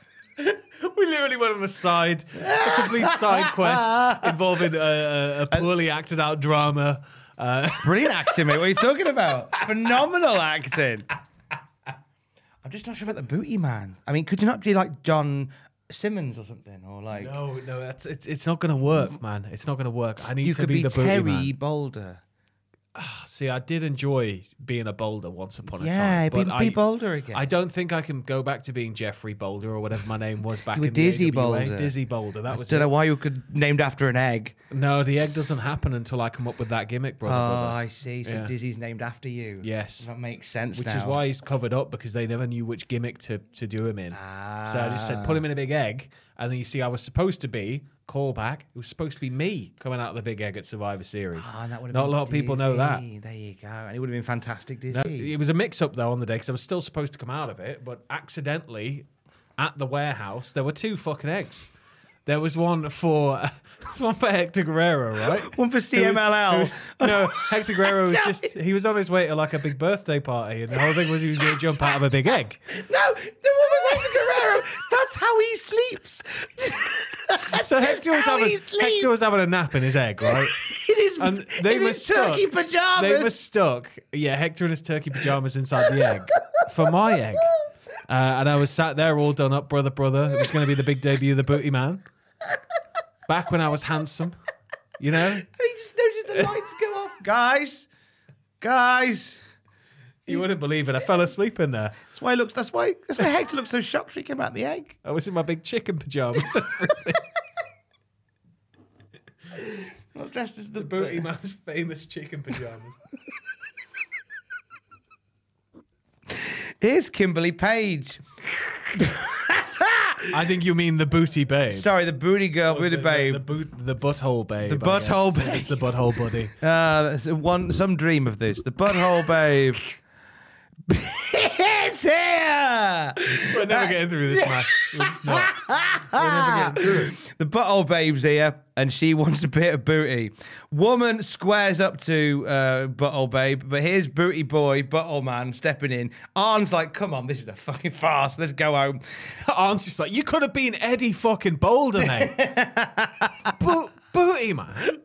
B: [LAUGHS]
F: we literally went on a side, a complete side quest involving a, a, a poorly acted out drama. Uh,
B: brilliant acting, mate. What are you talking about? Phenomenal acting. I'm just not sure about the Booty Man. I mean, could you not be like John Simmons or something, or like
F: no, Oh, no, that's it's, it's not going to work, man. It's not going to work. I need
B: you
F: to
B: could
F: be,
B: be,
F: the
B: Terry
F: booty man.
B: Boulder?
F: See, I did enjoy being a boulder once upon a
B: Yeah,
F: time.
B: be,
F: but I-
B: be Boulder again.
F: I don't think I can go back to being Jeffrey Boulder or whatever my
B: [LAUGHS]
F: name was back
B: You were
F: in
B: Dizzy
F: the AWA.
B: Boulder. Uh,
F: Dizzy Boulder. That
B: I
F: was
B: don't
F: it.
B: know why you could named after an egg.
F: No, the egg doesn't happen until I come up with that gimmick, brother.
B: Oh,
F: brother.
B: I see. So
F: Yeah.
B: Dizzy's named after you.
F: Yes.
B: That makes sense.
F: Which
B: now.
F: is why he's covered up because they never knew which gimmick to, to do him in. So I just said, put him in a big egg. And then you see, I was supposed to be, callback, it was supposed to be me coming out of the big egg at Survivor Series.
B: Ah, and that would have
F: Not
B: been
F: a lot of people know that.
B: Dizzy. There you go. And it would have been fantastic,
F: No,
B: Dizzy.
F: it was a mix up though on the day because I was still supposed to come out of it, but accidentally at the warehouse there were two fucking eggs. There was one for [LAUGHS] one for Hector Guerrero, right?
B: [LAUGHS] One for
F: Who was-
B: CMLL.
F: who was- no, Hector Guerrero was just he was on his way to like a big birthday party, and the whole thing was he was going to jump out of a
B: [LAUGHS]
F: big egg.
B: No, the one was Hector Guerrero. That's how he sleeps.
F: So Hector was
B: how
F: having
B: he sleeps.
F: Hector was having a nap in his egg, right?
B: It is.
F: And they
B: it
F: were
B: is
F: stuck.
B: turkey pajamas.
F: They were stuck. Yeah, Hector in his turkey pajamas inside the egg for my egg. Uh, and I was sat there all done up, brother, brother. It was going to be the big debut of the Booty Man. Back when I was handsome, you know?
B: And he just noticed the lights go off.
F: [LAUGHS]
B: Guys, guys.
F: You wouldn't believe it. I fell asleep in there.
B: That's why he looks. That's why. That's why Hector looks so shocked when he came out the egg.
F: I was in my big chicken pajamas.
B: Not dressed as the,
F: Booty Man's famous chicken pajamas.
B: Here's Kimberly Page.
F: I think you mean the booty babe.
B: Sorry, the booty girl, booty
F: Oh, the,
B: babe.
F: The, boot, the butthole babe.
B: The
F: I guess.
B: butthole babe.
F: It's the butthole buddy.
B: Ah, that's one some dream of this. The butthole babe. it's here.
F: We're never getting through this, man. We're just not.
B: The butthole babe's here, and she wants a bit of booty. Woman squares up to uh, butthole babe, but here's booty boy, butthole man stepping in. Arn's like, "Come on, this is a fucking farce. Let's go home."
F: Arn's just like, you could have been Eddie fucking Boulder, mate. Bo- booty man.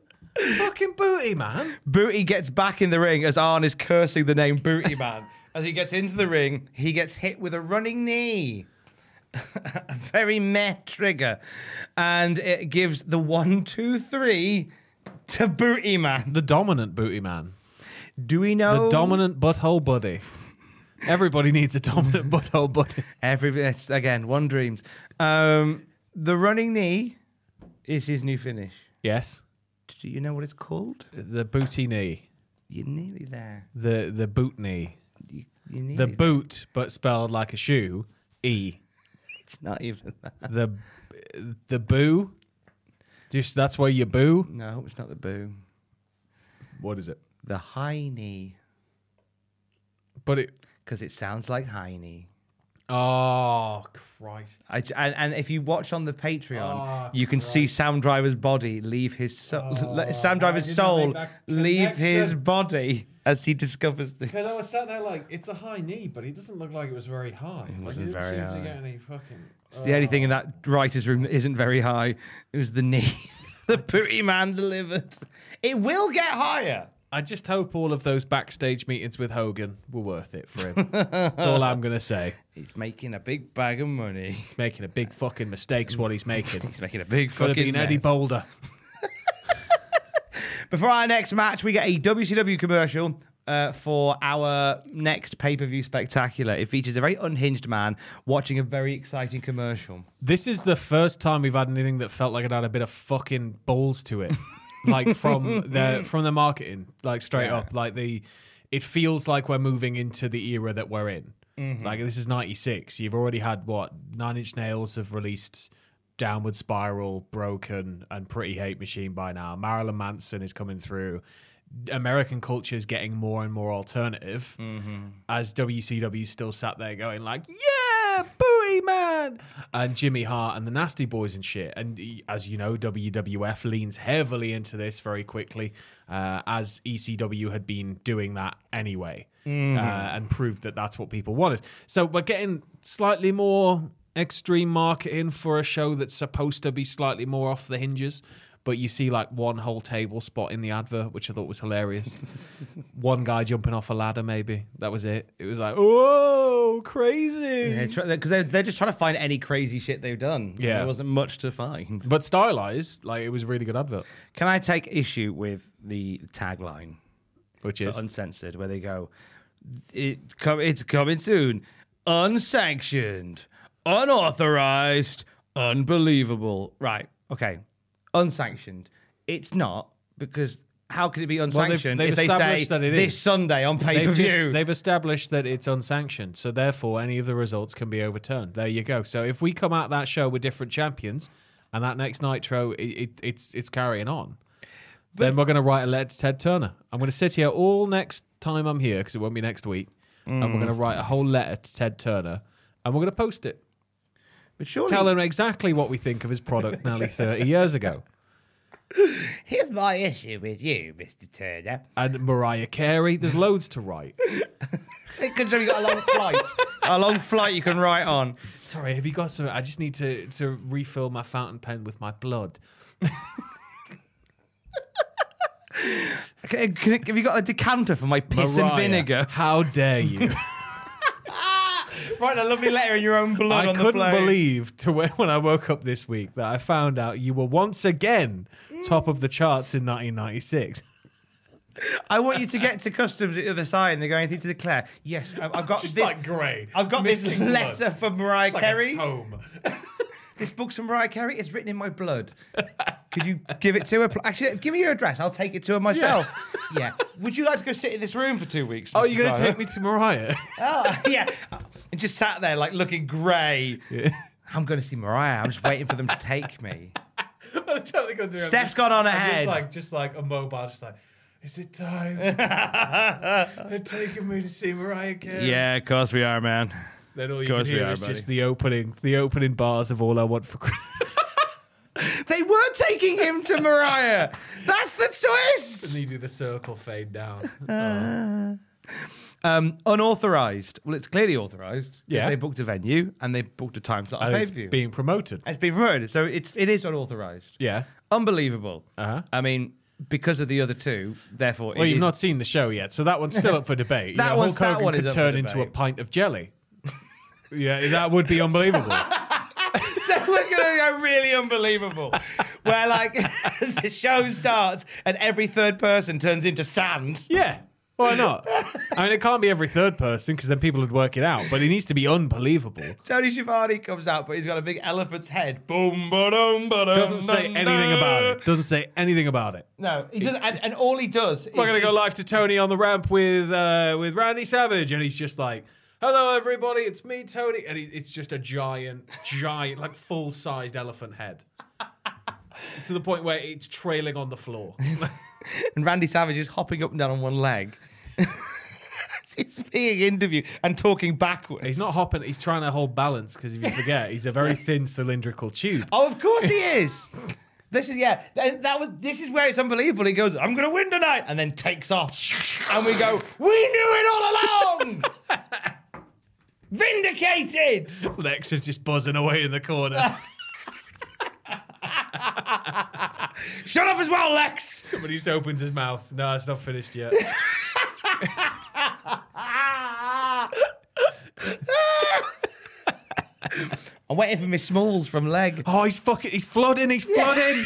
F: Fucking booty man.
B: Booty gets back in the ring as Arn is
F: [LAUGHS]
B: cursing the name Booty Man. as he gets into the ring, he gets hit with a running knee. [LAUGHS] a very meh trigger, and it gives the one, two, three to Booty Man.
F: The dominant booty man.
B: Do we know
F: The dominant butthole buddy. Everybody needs a dominant [LAUGHS] butthole buddy.
B: Oh, Every it's, again, one dreams. Um, the running knee is his new finish.
F: Yes.
B: Do you know what it's called?
F: The booty knee.
B: You're nearly there.
F: The the boot knee.
B: You, you're nearly
F: The boot, but spelled like a shoe. E.
B: It's not even that. [LAUGHS]
F: The the boo. Just that's where you boo.
B: No, it's not the boo.
F: What is it?
B: The high knee,
F: But it.
B: because it sounds like high knee.
F: Oh Christ!
B: I, and, and if you watch on the
F: Ah,
B: Patreon, you can see Sam Driver's body leave his soul. [LAUGHS] Sam Driver's
F: did not Ah, make
B: soul
F: that
B: leave his
F: connection.
B: body as he discovers this.
F: Because I was sat there like it's a high knee, but it doesn't look like it was very high. It
B: wasn't
F: like, it
B: very
F: didn't
B: high.
F: seem To get any fucking.
B: It's the only thing in that writer's room that isn't very high. It was the
F: [LAUGHS]
B: knee. [LAUGHS] the booty man delivered. It will get higher.
F: I just hope all of those backstage meetings with Hogan were worth it
B: [LAUGHS]
F: for him. That's all I'm gonna say.
B: He's making a big bag of money. [LAUGHS]
F: Making a big fucking mistake's what he's making.
B: He's making a big
F: Could have
B: fucking
F: been Eddie
B: mess.
F: Boulder.
B: Before our next match, we get a WCW commercial. Uh, for our next pay per view spectacular, it features a very unhinged man watching a very exciting commercial.
F: This is the first time we've had anything that felt like it had a bit of fucking balls to it, like from their from the marketing, like straight up, like the. It feels like we're moving into the era that we're in. Like this is '96. You've already had what Nine Inch Nails have released. Downward Spiral, Broken, and Pretty Hate Machine by now. Marilyn Manson is coming through. American culture is getting more and more alternative as WCW still sat there going like, yeah, Bowie man, and Jimmy Hart and the Nasty Boys and shit. And e- as you know, WWF leans heavily into this very quickly, uh, as ECW had been doing that anyway, uh, and proved that that's what people wanted. So we're getting slightly more extreme marketing for a show that's supposed to be slightly more off the hinges. But you see, like one whole table spot in the advert, which I thought was hilarious one guy jumping off a ladder, maybe. That was it. It was like, oh, crazy.
B: Because they're, they're just trying to find any crazy shit they've done.
F: Yeah.
B: There wasn't much to find.
F: But stylized, like, it was a really good advert,
B: Can I take issue with the tagline?
F: which
B: for
F: is.
B: uncensored, where they go, it com- it's coming soon, unsanctioned, unauthorized, unbelievable. Right? Okay, unsanctioned. It's not because how could it be
F: they've-
B: unsanctioned
F: they've
B: if they say
F: established that it
B: this
F: is.
B: Sunday on pay per
F: They've, just-
B: view?
F: they've established that it's unsanctioned, so therefore any of the results can be overturned. There you go. So if we come out that show with different champions, and that next Nitro, it, it, it's it's carrying on, then we're going to write a letter to Ted Turner. I'm going to sit here all next time I'm here because it won't be next week, and we're going to write a whole letter to Ted Turner, and we're going to post it.
B: But surely,
F: Tell him exactly what we think of his product
B: [LAUGHS]
F: nearly 30 years ago.
B: here's my issue with you, Mister Turner.
F: And Mariah Carey, there's loads to write.
B: Because you've got a long flight, a long flight you can write on.
F: Sorry, have you got some? I just need to, to refill my fountain pen with my blood.
B: Okay, can- have you got a decanter for my piss
F: Mariah,
B: and vinegar?
F: How dare you?
B: Write a lovely letter in your own [LAUGHS] blood
F: I
B: on the
F: couldn't
B: plane.
F: believe to when, when I woke up this week that I found out you were once again
B: Mm.
F: top of the charts in 1996.
B: I want you to get to customs at the other side and they're going, anything to declare? Yes, I've, I've got
F: Just
B: this.
F: like grey.
B: I've got this
F: Missing blood.
B: letter from Mariah Carey.
F: home.
B: This book's from Mariah Carey. It's written in my blood. Could you give it to her? pl- Actually, give me your address. I'll take it to her myself. Yeah. Would you like to go sit in this room for two weeks?
F: Oh, you're going to take me to Mariah?
B: Oh, yeah. And just sat there, like looking grey. I'm going to see Mariah. I'm just waiting for them to take
F: [LAUGHS]
B: me.
F: [LAUGHS] I'm totally going to do it. I'm
B: Steph's
F: just-
B: gone on
F: I'm
B: ahead.
F: Just like, just like a mobile, just like, is it
B: [LAUGHS]
F: time? They're taking me to see Mariah Carey.
B: of course we are, man.
F: Then all you
B: course
F: can
B: we
F: hear
B: are,
F: is
B: buddy.
F: just the opening, the opening bars of All I Want
B: [LAUGHS]
F: for Christmas.
B: They were taking him to Mariah. That's the twist.
F: and you do the circle
B: [LAUGHS]
F: fade down.
B: Um, unauthorized. Well, it's clearly authorized. 'cause
F: Yeah.
B: They booked a venue and they booked a time slot on
F: and
B: pay
F: it's
B: per view.
F: being promoted.
B: It's been promoted, so it's it is unauthorized.
F: Yeah.
B: Unbelievable.
F: Uh-huh.
B: I mean, because of the other two, therefore.
F: Well,
B: it
F: you've
B: is-
F: not seen the show yet, so that one's
B: [LAUGHS]
F: still up for debate. You
B: That
F: know,
B: one's-
F: Hulk
B: that
F: Hogan
B: one is
F: could
B: up for [LAUGHS]
F: turn into a
B: debate. [LAUGHS]
F: pint of jelly. yeah, that would be unbelievable.
B: [LAUGHS] so we're gonna go really unbelievable. Where like [LAUGHS] the show starts and every third person turns into sand.
F: Yeah. Why not? I mean, it can't be every third person because then people would work it out, but it needs to be unbelievable.
B: Tony Schiavone comes out, but he's got a big elephant's head. Boom, ba-dum, ba-dum,
F: Doesn't say
B: dum,
F: anything
B: dum.
F: about it. Doesn't say anything about it.
B: No, he doesn't. And, and all he does.
F: We're
B: is
F: gonna go
B: just-
F: live to Tony on the ramp with uh, with Randy Savage, and he's just like, "Hello, everybody, it's me, Tony," and he, it's just a giant, giant, like full sized elephant head, to the point where it's trailing on the [LAUGHS] floor.
B: and Randy Savage is hopping up and down on one leg. [LAUGHS] he's being interviewed and talking backwards.
F: He's not hopping; he's trying to hold balance because if you forget, he's a very thin cylindrical tube.
B: Oh, of course he
F: [LAUGHS]
B: is. This is yeah. That, that was. This is where it's unbelievable. He goes, "I'm going to win tonight," and then takes off, and we go, "We knew it all
F: [LAUGHS]
B: along." Vindicated.
F: Lex is just buzzing away in the corner.
B: Shut up as well, Lex.
F: [LAUGHS] Somebody just opens his mouth. No, it's not finished yet.
B: [LAUGHS] I'm waiting for Miss Smalls from Leg.
F: Oh, he's fucking, he's flooding, he's [LAUGHS] flooding.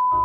G: a-"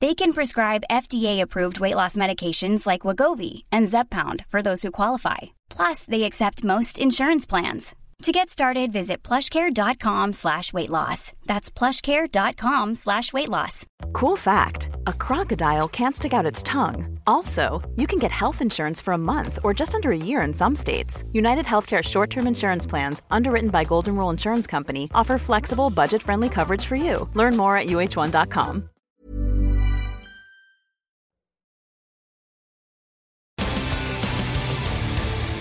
H: They can prescribe FDA-approved weight loss medications like Wagovi and Zepbound for those who qualify. Plus, they accept most insurance plans. To get started, visit plushcare.com slash weight loss. That's plushcare.com slash weight loss.
I: Cool fact a crocodile can't stick out its tongue. Also, you can get health insurance for a month or just under a year in some states. United Healthcare short term insurance plans, underwritten by Golden Rule Insurance Company, offer flexible, budget friendly coverage for you. Learn more at uh1.com.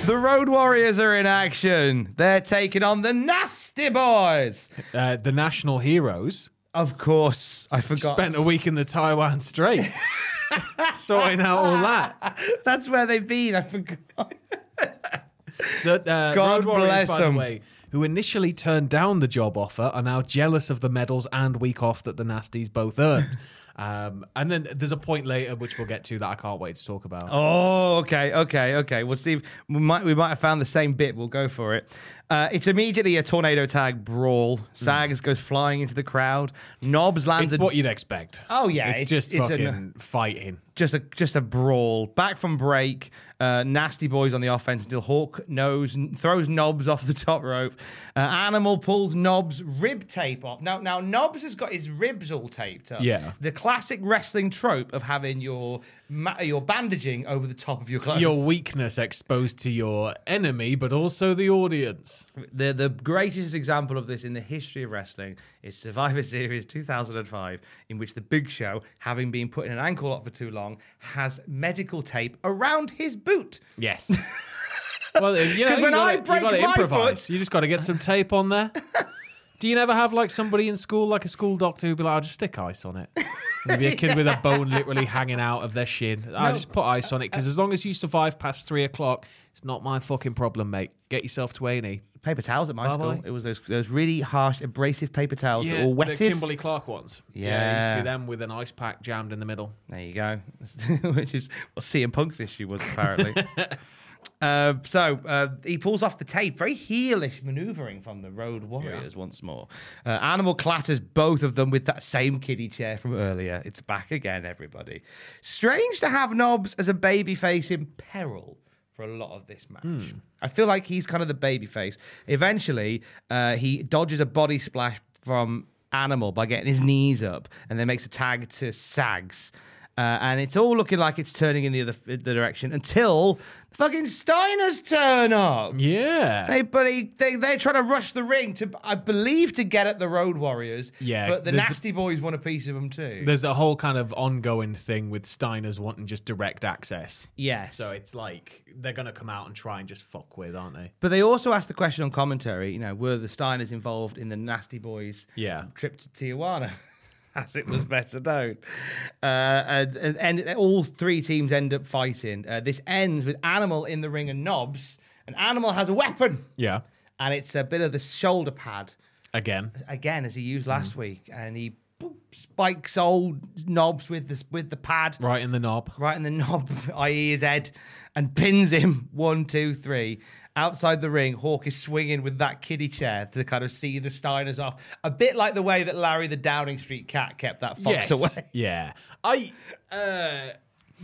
B: The Road Warriors are in action. They're taking on the Nasty Boys.
F: Uh, the national heroes
B: Of course, I forgot.
F: spent a week in the
B: [LAUGHS]
F: Taiwan Strait, sorting out all that.
B: That's where they've been. I forgot.
F: That uh,
B: God
F: Road Warriors,
B: bless
F: by the
B: 'em.
F: way, who initially turned down the job offer, are now jealous of the medals and week off that the Nasties both
B: [LAUGHS]
F: earned. um, and then there's a point later which we'll get to that I can't wait to talk about.
B: Oh, okay, okay, okay. We'll see. If, we might we might have found the same bit. We'll go for it. Uh, it's immediately a tornado tag brawl. Sags goes flying into the crowd. Nobs lands
F: Hmm. it's
B: a,
F: what you'd expect.
B: Oh, yeah,
F: it's,
B: it's-
F: just
B: it's an-
F: fucking
B: [LAUGHS]
F: fighting.
B: just a just a brawl. Back from break. Uh, nasty boys on the offense until Hawk knows throws Nobs off the top rope. Uh, Animal pulls Nobs rib tape off. Now now Nobs has got his ribs all taped up.
F: Yeah.
B: the classic wrestling trope of having your ma- your bandaging over the top of your clothes.
F: Your weakness exposed to your enemy, but also the audience.
B: The the greatest example of this in the history of wrestling is Survivor Series 2005, in which the Big Show, having been put in an ankle lock for too long, has medical tape around his boot.
F: Yes. [LAUGHS] well, you know,
B: 'Cause
F: you
B: when
F: gotta-
B: I
F: you
B: break
F: gotta
B: my
F: improvise.
B: foot-
F: you just got to get some tape on [LAUGHS] there. Do you never have like somebody in school, like a school doctor, who'd be like, "I'll just stick ice on it"? Maybe a kid with [LAUGHS] a bone literally hanging out of their shin. I just put ice on it because as long as you survive past three o'clock, it's not my fucking problem, mate. Get yourself to A and E.
B: Paper towels at my
F: Bye-bye.
B: school. It was those those really harsh, abrasive paper towels that were
F: the
B: wetted.
F: Kimberly Clark ones. it used to
B: Yeah.
F: be them with an ice pack jammed in the middle.
B: There you go. [LAUGHS] Which is what CM Punk's issue was, apparently. uh, so uh, he pulls off the tape. Very heelish maneuvering from the Road Warriors once more. Uh, Animal clatters both of them with that same kiddie chair from earlier. It's back again, everybody. Strange to have Knobs as a babyface in peril for a lot of this match. I feel like he's kind of the babyface. Eventually, uh, he dodges a body splash from Animal by getting his knees up and then makes a tag to Sags. Uh, and it's all looking like it's turning in the other the direction until fucking Steiner's turn up.
F: Yeah.
B: They, but he, they, they're trying to rush the ring to, I believe, to get at the Road Warriors.
F: Yeah,
B: But the
F: there's-
B: Nasty Boys want a piece of them too.
F: There's a whole kind of ongoing thing with Steiners wanting just direct access.
B: Yes.
F: So it's like they're going to come out and try and just fuck with, aren't they?
B: But they also asked the question on commentary, you know, were the Steiners involved in the Nasty Boys
F: Yeah.
B: trip to Tijuana? [LAUGHS] As it was better known. Uh, and, and, and all three teams end up fighting. Uh, this ends with Animal in the ring and Knobs. And Animal has a weapon.
F: Yeah.
B: And it's a bit of the shoulder pad,
F: Again.
B: again, as he used last
F: Mm.
B: week. And he boop, spikes old Knobs with, this, with the pad
F: Right in the knob.
B: right in the knob, [LAUGHS] i.e., his head, and pins him [LAUGHS] one, two, three. Outside the ring, Hawk is swinging with that kiddie chair to kind of see the Steiners off. A bit like the way that Larry the Downing Street cat kept that fox
F: Yes. [LAUGHS]
B: away.
F: Yeah. I uh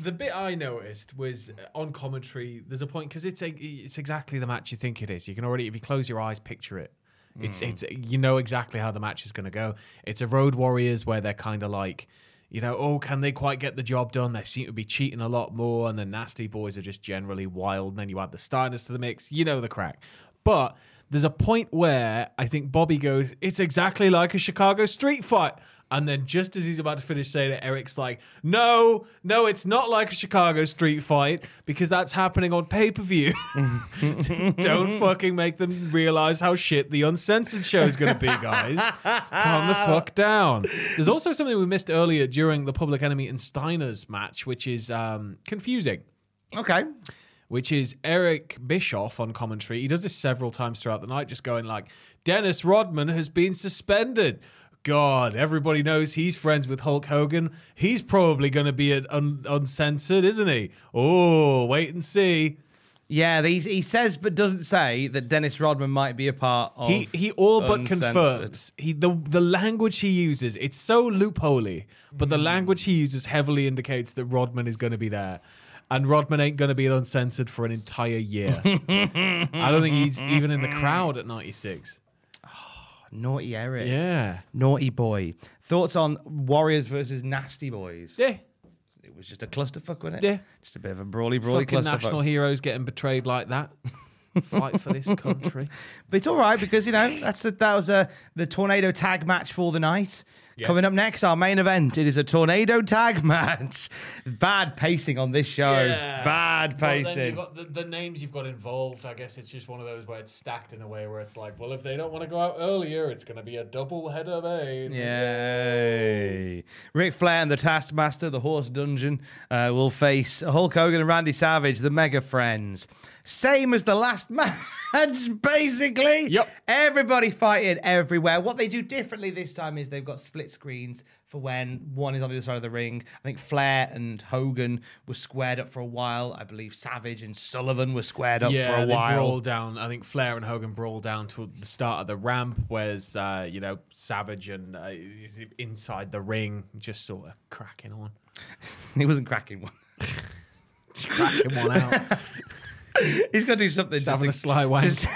F: the bit I noticed was uh, on commentary. There's a point because it's a, it's exactly the match you think it is. You can already, if you close your eyes, picture it. It's
B: Mm.
F: it's you know exactly how the match is going to go. It's a Road Warriors where they're kind of like, you know, oh, can they quite get the job done? They seem to be cheating a lot more, and the Nasty Boys are just generally wild. And then you add the Steiners to the mix. You know the crack. But there's a point where I think Bobby goes, it's exactly like a Chicago street fight. And then just as he's about to finish saying it, Eric's like, no, no, it's not like a Chicago street fight because that's happening on pay per view. [LAUGHS] Don't fucking make them realize how shit the uncensored show is going to be, guys. Calm the fuck down. There's also something we missed earlier during the Public Enemy and Steiner's match, which is um, confusing
B: Okay.
F: which is Eric Bischoff on commentary. He does this several times throughout the night, just going like, Dennis Rodman has been suspended. God, everybody knows he's friends with Hulk Hogan. He's probably going to be at un- uncensored, isn't he? Oh, wait and see.
B: Yeah, these he says but doesn't say that Dennis Rodman might be a part of.
F: He he all but
B: Uncensored.
F: confirms. He the the language he uses, it's so loopholey, but the language he uses heavily indicates that Rodman is going to be there. And Rodman ain't going to be uncensored for an entire year. I don't think he's even in the crowd at 96.
B: Naughty Eric.
F: Yeah.
B: Naughty boy. Thoughts on Warriors versus Nasty Boys?
F: Yeah.
B: It was just a clusterfuck, wasn't it?
F: Yeah.
B: Just a bit of a brawly, brawly
F: Fucking
B: clusterfuck.
F: national heroes getting betrayed like that. Fight for this country.
B: But it's all right because you know that's a, that was a the tornado tag match for the night. Coming up next, our main event. It is a tornado tag [LAUGHS] match. Bad pacing on this show. Bad pacing.
F: the, the names you've got involved, I guess it's just one of those where it's stacked in a way where it's like, well, if they don't want to go out earlier, it's going to be a double header main.
B: Yay! Ric Flair and the Taskmaster, the Horse Dungeon, uh, will face Hulk Hogan and Randy Savage, the Mega Friends. Same as the last [LAUGHS] match, basically.
F: Yep.
B: Everybody fighting everywhere. What they do differently this time is they've got split screens for when one is on the other side of the ring. I think Flair and Hogan were squared up for a while. I believe Savage and Sullivan were squared up
F: yeah,
B: for a
F: they
B: while.
F: brawl down. I think Flair and Hogan brawl down to the start of the ramp, whereas uh, you know Savage and uh, inside the ring just sort of
B: [LAUGHS]
F: cracking on,
B: [LAUGHS] He wasn't cracking one. [LAUGHS]
F: cracking one out,
B: He's got to do something. just
F: just
B: to-
F: having a sly wank. [LAUGHS]
B: just-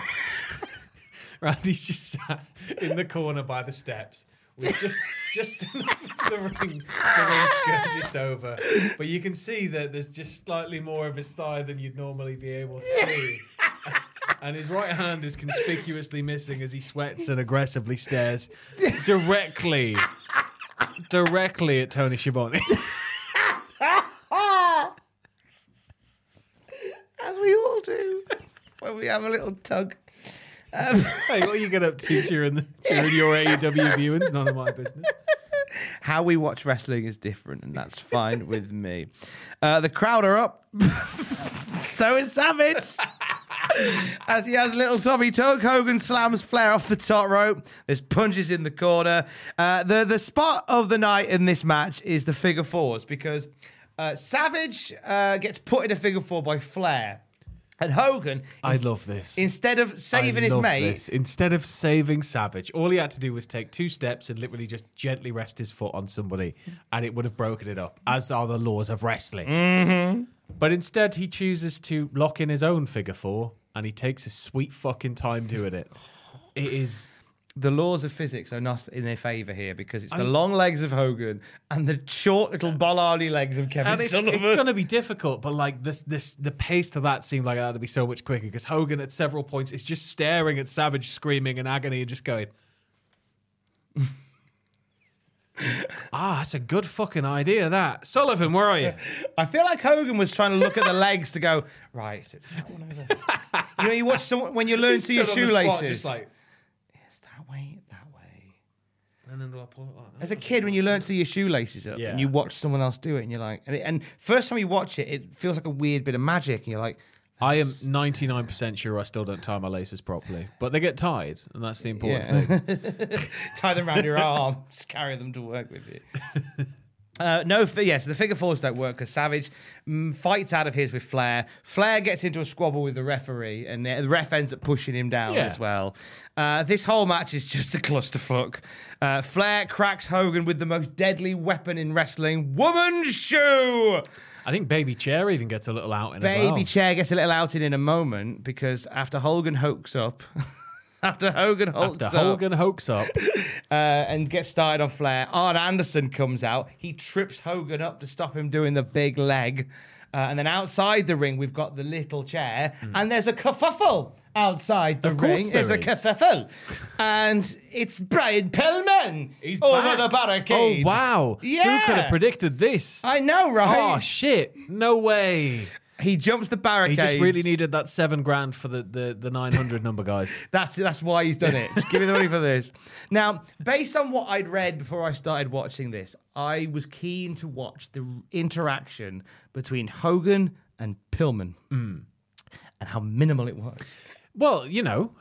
F: Randy's just sat in the corner by the steps. With just just [LAUGHS] enough- the ring, the ring skirt just over, but you can see that there's just slightly more of his thigh than you'd normally be able to [LAUGHS] see. And his right hand is conspicuously missing as he sweats and aggressively stares directly, directly at Tony Schiavone. [LAUGHS]
B: as we all do [LAUGHS] when we have a little tug. Um,
F: hey, what are you going up to during, the, during your AEW viewings? None of my business.
B: how we watch wrestling is different, and that's fine with me. Uh, the crowd are up. [LAUGHS] so is Savage. As he has little Tommy Tug, Hogan slams Flair off the top rope. There's punches in the corner. Uh, the the spot of the night in this match is the figure fours because uh, Savage uh, gets put in a figure four by Flair, and Hogan
F: I love this.
B: instead of saving
F: I
B: his
F: love
B: mate,
F: this. Instead of saving Savage, all he had to do was take two steps and literally just gently rest his foot on somebody, and it would have broken it up, as are the laws of wrestling.
B: Mm-hmm.
F: But instead, he chooses to lock in his own figure four, and he takes his sweet fucking time doing it. It is
B: the laws of physics are not in their favor here because it's the long legs of Hogan and the short little bollardy legs of Kevin
F: And it's,
B: Sullivan.
F: it's going to be difficult, but like this, this the pace to that seemed like that would be so much quicker because Hogan at several points is just staring at Savage, screaming in agony, and just going, [LAUGHS] "Ah, that's a good fucking idea." That Sullivan, where [LAUGHS] are you?
B: I feel like Hogan was trying to look at the legs to go right. It's that one over.
F: [LAUGHS]
B: there." you know, you watch someone when you learn to
F: Stood
B: your
F: on the spot,
B: shoelaces.
F: just like
B: it's that way, that way.
F: and then do I pull it like that?
B: As a kid, when you learn to do your shoelaces up
F: Yeah.
B: and you watch someone else do it, and you're like, and, it, and first time you watch it, it feels like a weird bit of magic, and you're like,
F: I am ninety nine percent sure I still don't tie my laces properly, but they get tied, and that's the important
B: Yeah.
F: thing.
B: tie them around your arm, [LAUGHS] just carry them to work with you. Uh, no, fi- yes, the figure fours don't work because Savage mm, fights out of his with Flair. Flair gets into a squabble with the referee, and the the ref ends up pushing him down
F: Yeah.
B: as well. Uh, this whole match is just a clusterfuck. Uh, Flair cracks Hogan with the most deadly weapon in wrestling, woman's shoe.
F: I think Baby Chair even gets a little out in as
B: Baby
F: well.
B: chair gets a little outed in a moment because after Hogan hoax up, [LAUGHS] after Hogan hoax
F: After
B: up,
F: Hogan hoax up,
B: uh, and gets started on Flair. Arn Anderson comes out. He trips Hogan up to stop him doing the big leg. Uh, and then outside the ring, we've got the little chair. And there's a kerfuffle outside the
F: Hmm. Of course
B: ring.
F: there
B: there's a
F: is.
B: kerfuffle. and it's Brian Pillman
F: He's
B: over
F: back.
B: the Oh, barricade.
F: Oh wow!
B: Yeah.
F: Who could have predicted this?
B: I know, right?
F: Oh shit! No way.
B: he jumps the barricade.
F: He just really needed that seven grand for the the, the nine hundred number, guys.
B: That's that's why he's done it. Just give me the money for this. Now, based on what I'd read before I started watching this, I was keen to watch the interaction between Hogan and Pillman. And how minimal it was.
F: [LAUGHS] Well, you know,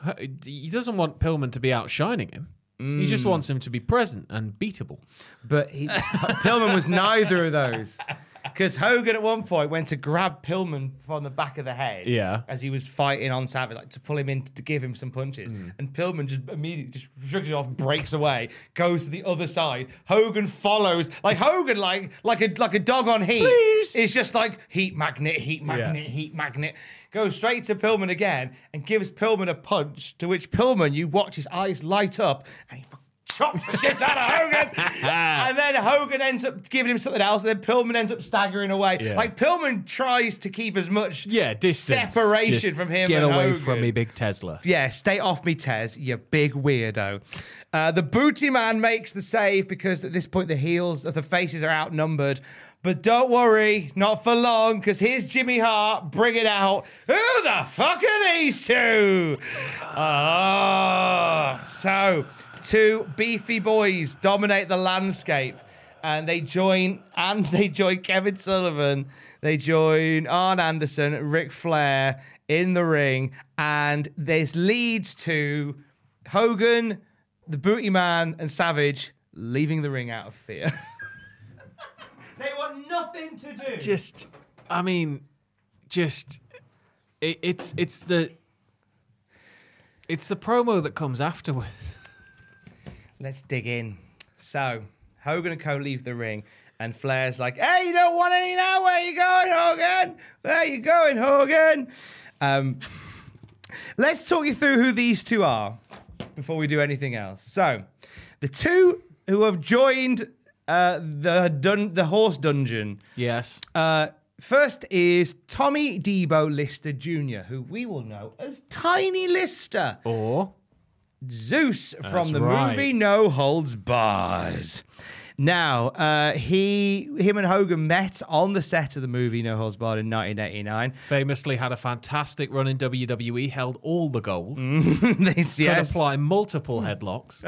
F: he doesn't want Pillman to be outshining him. He
B: Mm.
F: just wants him to be present and beatable.
B: But he, [LAUGHS] Pillman was neither of those. Because Hogan at one point went to grab Pillman from the back of the head
F: Yeah.
B: as he was fighting on Savage, like to pull him in to give him some punches. And Pillman just immediately just shrugs it off, breaks away, goes to the other side. Hogan follows, like Hogan, like like a like a dog on heat. Please. It's just like heat magnet, heat magnet, heat magnet. Goes straight to Pillman again and gives Pillman a punch. To which Pillman, you watch his eyes light up and he fucking chops the shit out of Hogan. [LAUGHS] and then Hogan ends up giving him something else. And then Pillman ends up staggering away.
F: Yeah.
B: Like Pillman tries to keep as much
F: Yeah, distance.
B: separation
F: Just
B: from him.
F: Get
B: and
F: away
B: Hogan.
F: from me, big Tesla.
B: Yeah, stay off me, Tez, you big weirdo. Uh, the booty man makes the save because at this point the heels of the faces are outnumbered. But don't worry, not for long, because here's Jimmy Hart. Bring it out. Who the fuck are these two? Ah, so two beefy boys dominate the landscape, and they join and [LAUGHS] they join Kevin Sullivan. They join Arn Anderson, Ric Flair in the ring, and this leads to Hogan, the Booty Man, and Savage leaving the ring out of fear. [LAUGHS] they want nothing to do.
F: Just, I mean, just it, it's it's the it's the promo that comes afterwards.
B: Let's dig in. So, Hogan and Co leave the ring, and Flair's like, "Hey, you don't want any now? Where you going, Hogan? Where you going, Hogan?" Um, let's talk you through who these two are before we do anything else. So, the two who have joined uh, the dun- the horse dungeon.
F: Yes.
B: Uh, first is Tommy Debo Lister Jr., who we will know as Tiny Lister.
F: Or
B: Zeus from the
F: right.
B: movie No Holds Barred. Now, uh, he, him, and Hogan met on the set of the movie No Holds Barred in 1989.
F: famously had a fantastic run in WWE, held all the
B: [LAUGHS]
F: gold,
B: this,
F: could
B: Mm. yes, Mm.
F: apply multiple headlocks.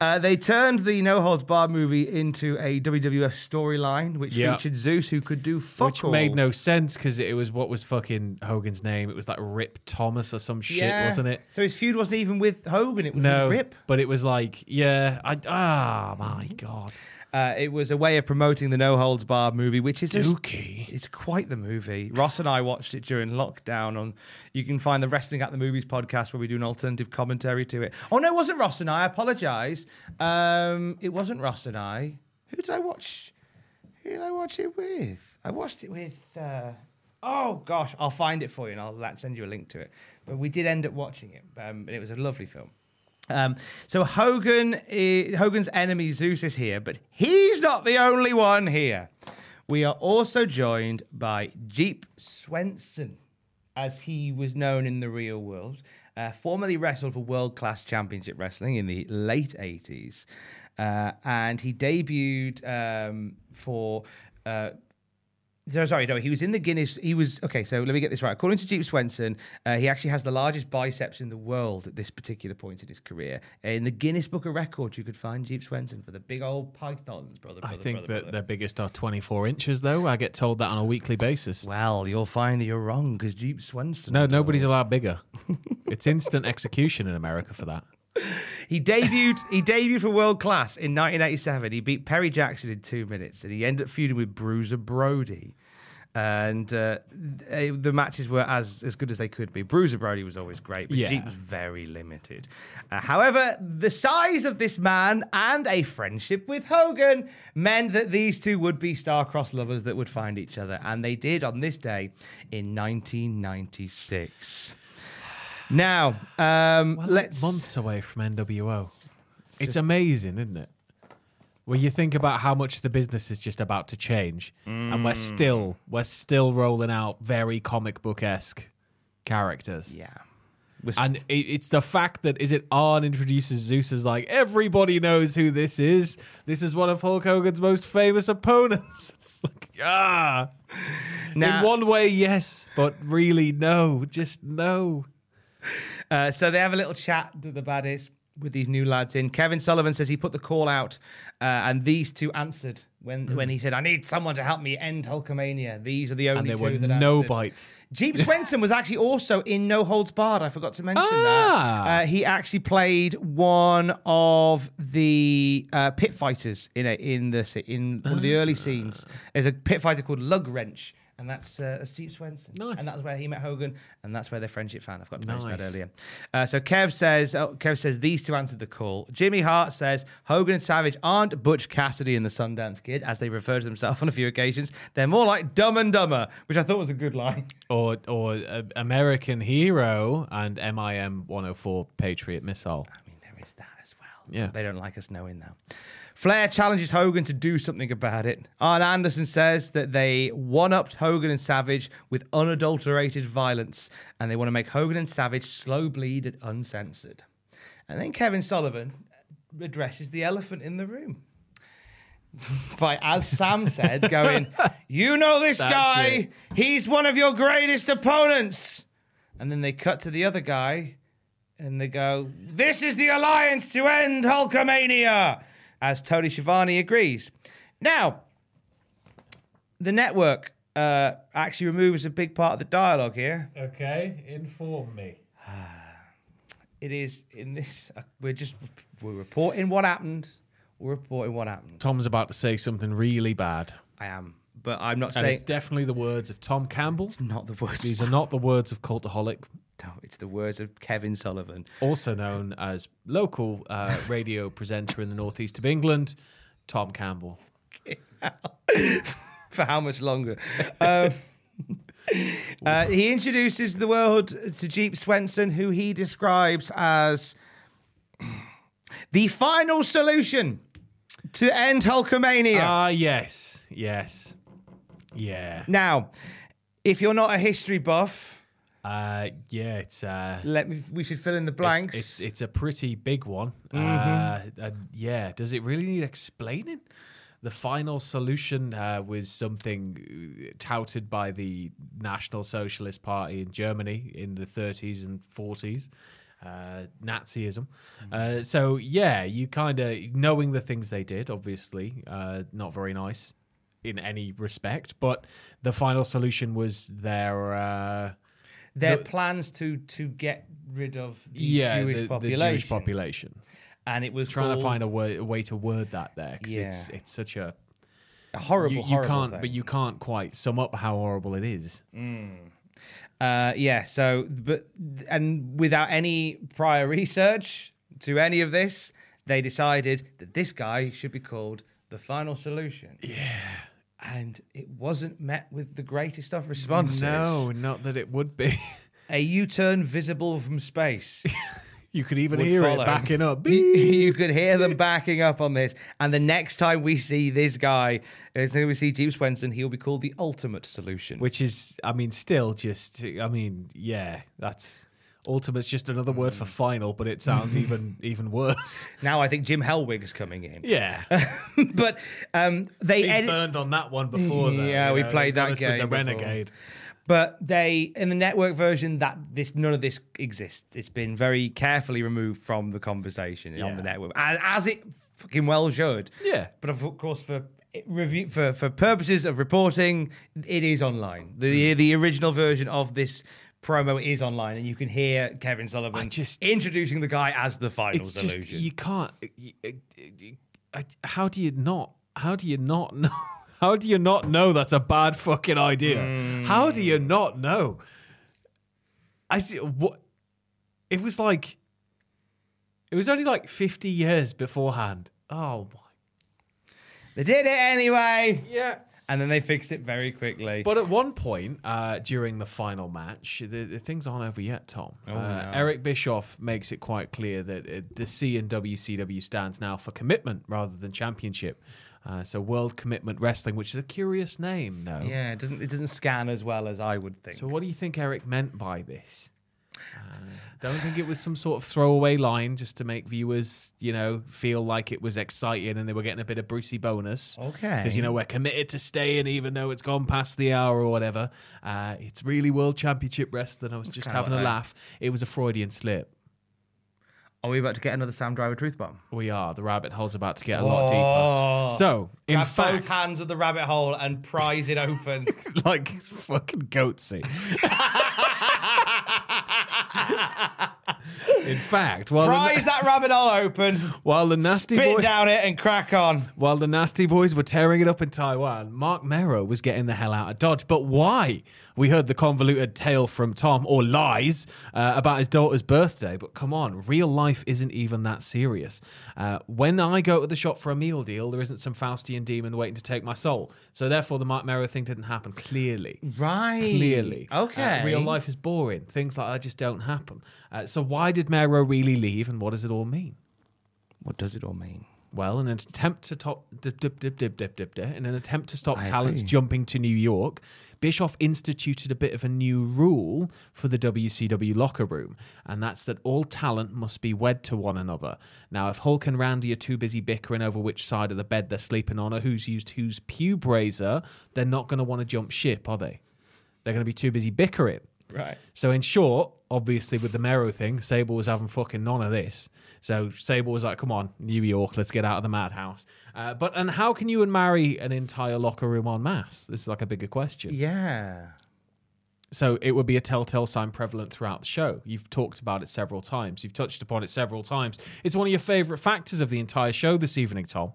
B: uh, they turned the No Holds Barred movie into a WWF storyline, which
F: Yeah.
B: featured Zeus, who could do [LAUGHS] fuck
F: Which
B: all.
F: made no sense because it was what was fucking Hogan's name. It was like Rip Thomas or some shit,
B: Yeah.
F: wasn't it?
B: So his feud wasn't even with Hogan; it was
F: No,
B: with Rip. Mm-hmm.
F: but it was like, yeah, I ah, my god,
B: Uh, it was a way of promoting the No Holds Barred movie, which is a-
F: Dookie.
B: it's quite the movie. Ross and I watched it during lockdown. On you can find the Wrestling at the Movies podcast where we do an alternative commentary to it. Oh no, it wasn't Ross and I. I apologise. Um, it wasn't Ross and I. Who did I watch? Who did I watch it with? I watched it with. Uh, oh gosh, I'll find it for you and I'll like, send you a link to it. But we did end up watching it, um, and it was a lovely film. Um, so Hogan, i- Hogan's enemy Zeus is here, but he's not the only one here. We are also joined by Jeep Swenson, as he was known in the real world. Uh, formerly wrestled for World Class Championship Wrestling in the late 80s. Uh, and he debuted um, for uh, so sorry, no, he was in the Guinness. He was okay. So let me get this right. According to Jeep Swenson, uh, he actually has the largest biceps in the world at this particular point in his career. Uh, In the Guinness Book of Records, you could find Jeep Swenson for the big old pythons, brother.
F: I
B: brother,
F: think
B: brother,
F: that
B: brother.
F: their biggest are 24 inches, though. I get told that on a weekly basis.
B: Well, you'll find that you're wrong because Jeep Swenson.
F: No, nobody's
B: [LAUGHS]
F: allowed bigger. it's instant execution in America for that.
B: He debuted. he debuted for World Class in 1987. He beat Perry Jackson in two minutes, and he ended up feuding with Bruiser Brody. And uh, they- the matches were as as good as they could be. Bruiser Brody was always great, but
F: Yeah.
B: Jeep was very limited. Uh, however, the size of this man and a friendship with Hogan meant that these two would be star-crossed lovers that would find each other, and they did on this day in 1996. Now, um, let's
F: months away from NWO. It's amazing, isn't it? When you think about how much the business is just about to change, and we're
B: Mm.
F: still we're still rolling out very comic book esque characters.
B: Yeah,
F: and it, it's the fact that is it Arn introduces Zeus as like everybody knows who this is. This is one of Hulk Hogan's most famous opponents. [LAUGHS] it's like ah.
B: Now-
F: In one way, yes, but really, no, just no.
B: Uh, so they have a little chat to the baddies with these new lads in. Kevin Sullivan says he put the call out, uh, and these two answered when when he said, "I need someone to help me end Hulkamania." These are the only
F: Hmm. and there
B: two
F: were
B: that
F: no
B: answered.
F: bites.
B: Jeep Swenson was actually also in No Holds Barred. I forgot to mention
F: Ah.
B: that. Uh, he actually played one of the uh, pit fighters in a, in the se- in one of the
F: Ah.
B: early scenes. There's a pit fighter called Lug Wrench, and that's uh, that's Jeep Swenson. Nice. And that's where he met Hogan, and that's where their friendship fan. I forgot to mention that
F: Nice.
B: earlier. Uh, so Kev says oh, Kev says these two answered the call. Jimmy Hart says Hogan and Savage aren't Butch Cassidy and the Sundance Kid, as they refer to themselves on a few occasions. They're more like Dumb and Dumber, which I thought was a good line. [LAUGHS]
F: or or uh, American Hero and MIM 104 Patriot Missile. I mean,
B: there is that as well.
F: Yeah.
B: They don't like us knowing that. Flair challenges Hogan to do something about it. Arn Anderson says that they one upped Hogan and Savage with unadulterated violence, and they want to make Hogan and Savage slow bleed and uncensored. And then Kevin Sullivan addresses the elephant in the room. By, as Sam
F: [LAUGHS]
B: said, going, You know this
F: That's
B: guy,
F: it.
B: he's one of your greatest opponents. And then they cut to the other guy and they go, This is the alliance to end Hulkamania, as Tony Schiavone agrees. Now, the network uh, actually removes a big part of the dialogue here.
F: Okay, inform me.
B: It is in this, uh, we're just, we're reporting what happened. We're reporting what happened.
F: Tom's about to say something really bad.
B: I am, but I'm not
F: And
B: saying-
F: it's definitely the words of Tom Campbell. It's
B: not the words.
F: These are not the words of Cultaholic.
B: [LAUGHS] No, it's the words of Kevin Sullivan, [LAUGHS]
F: also known as local uh, radio presenter in the northeast of England, Tom Campbell.
B: For how much longer? [LAUGHS]
F: [LAUGHS]
B: Um, uh, he introduces the world to Jeep Swenson, who he describes as [CLEARS THROAT] the final solution to end Hulkamania.
F: Ah, yes, yes, yeah,
B: Now, if you're not a history buff,
F: uh, yeah. It's uh,
B: let me. We should fill in the blanks.
F: it's it's a pretty big one.
B: Mhm.
F: Uh, uh, yeah. Does it really need explaining? The final solution uh, was something uh, touted by the National Socialist Party in Germany in the 30s and 40s, uh, Nazism.
B: Mm.
F: Uh, so yeah, you kind of knowing the things they did, obviously, uh, not very nice in any respect. But the final solution was their. Uh,
B: Their
F: the-
B: plans to to get rid of the Jewish
F: the,
B: population.
F: The Jewish population.
B: And it was
F: trying
B: called-
F: to find a way, a way to word that there because
B: Yeah.
F: it's it's such a,
B: A horrible,
F: you, you
B: horrible
F: can't,
B: thing.
F: but you can't quite sum up how horrible it is.
B: Uh, yeah. So, but and without any prior research to any of this, they decided that this guy should be called the Final Solution. Yeah. And it wasn't met with the greatest of responses.
F: No, not that it would be. [LAUGHS]
B: A U-turn visible from space.
F: You could even hear
B: follow.
F: it backing
B: [LAUGHS]
F: up.
B: You, you could hear them backing up on this. And the next time we see this guy, uh, it's going to see James Winston, he'll be called the ultimate solution.
F: [LAUGHS] Which is, I mean, still just, I mean, yeah, that's ultimate's just another word
B: Hmm.
F: for final, but it
B: [LAUGHS]
F: sounds even even worse.
B: Now I think Jim Hellwig's coming
F: [LAUGHS]
B: in.
F: Yeah,
B: but um, they
F: Been
B: edit-
F: burned on that one before. Though,
B: Yeah,
F: you
B: we
F: know,
B: played
F: done
B: that
F: us with
B: game.
F: the
B: before.
F: renegade.
B: But they in the network version that this none of this exists. It's been very carefully removed from the conversation on the network, as, as it fucking well should.
F: Yeah.
B: But of course, for review for for purposes of reporting, it is online.
F: Hmm.
B: The the original version of this. Promo is online, and you can hear Kevin Sullivan
F: just-
B: introducing the guy as the final
F: it's
B: solution.
F: just you can't. You, you- I- how do you not? How do you not [LAUGHS] know? How do you not know that's a bad fucking idea? How do you not know? I see what it was like. It was only like fifty years beforehand. Oh my!
B: They did it anyway.
F: Yeah.
B: And then they fixed it very quickly.
F: But at one point uh, during the final match, the, the things aren't over yet, Tom. uh, Eric Bischoff makes it quite clear that uh, the C and WCW stands now for commitment rather than championship. Uh, so World Commitment Wrestling, which is a curious name, no?
B: yeah, it doesn't it doesn't scan as well as I would think.
F: So what do you think Eric meant by this? Uh, don't think it was some sort of throwaway line just to make viewers, you know, feel like it was exciting and they were getting a bit of Brucey bonus.
B: Okay.
F: Because, you know, we're committed to staying even though it's gone past the hour or whatever. Uh, it's really World Championship Wrestling. I was just
B: kinda
F: having
B: like
F: a
B: that.
F: laugh. It was a Freudian slip.
B: Are we about to get another Sam Driver truth bomb?
F: We are. The rabbit hole's about to get a lot deeper. So, in
B: Oh. Grab
F: fact,
B: both hands of the rabbit hole and prise it [LAUGHS] open.
F: like fucking goatsy. [LAUGHS] in fact, while the-
B: prise that rabbit hole open.
F: While the nasty
B: Spit
F: boy,
B: down it and crack on.
F: while the nasty boys were tearing it up in Taiwan, Mark Merrow was getting the hell out of Dodge. But why? We heard the convoluted tale from Tom or lies uh, about his daughter's birthday. But come on, real life isn't even that serious. Uh, when I go to the shop for a meal deal, there isn't some Faustian demon waiting to take my soul. So therefore, the Mark Merrow thing didn't happen. Clearly,
B: Right.
F: clearly.
B: Okay.
F: Uh, real life is boring. Things like that just don't happen. Uh, so why did Merrow really leave, and what does it all mean?
B: What does it all mean?
F: Well, in an attempt to top dip, dip, dip, dip, dip, dip, dip, in an attempt to stop talents jumping to New York, Bischoff instituted a bit of a new rule for the WCW locker room, and that's that all talent must be wed to one another. Now, if Hulk and Randy are too busy bickering over which side of the bed they're sleeping on or who's used whose pube razor, they're not going to want to jump ship, are they? They're going to be too busy bickering.
B: Right.
F: So in short, obviously with the Mero thing, Sable was having fucking none of this. So Sable was like, "Come on, New York, let's get out of the madhouse." Uh, but and how can you and marry an entire locker room en masse? This is like a bigger question.
B: Yeah.
F: So it would be a telltale sign prevalent throughout the show. You've talked about it several times. You've touched upon it several times. It's one of your favorite factors of the entire show this evening, Tom.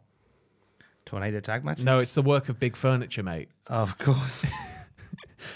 B: Tornado tag match?
F: No, it's the work of big furniture, mate.
B: Of course.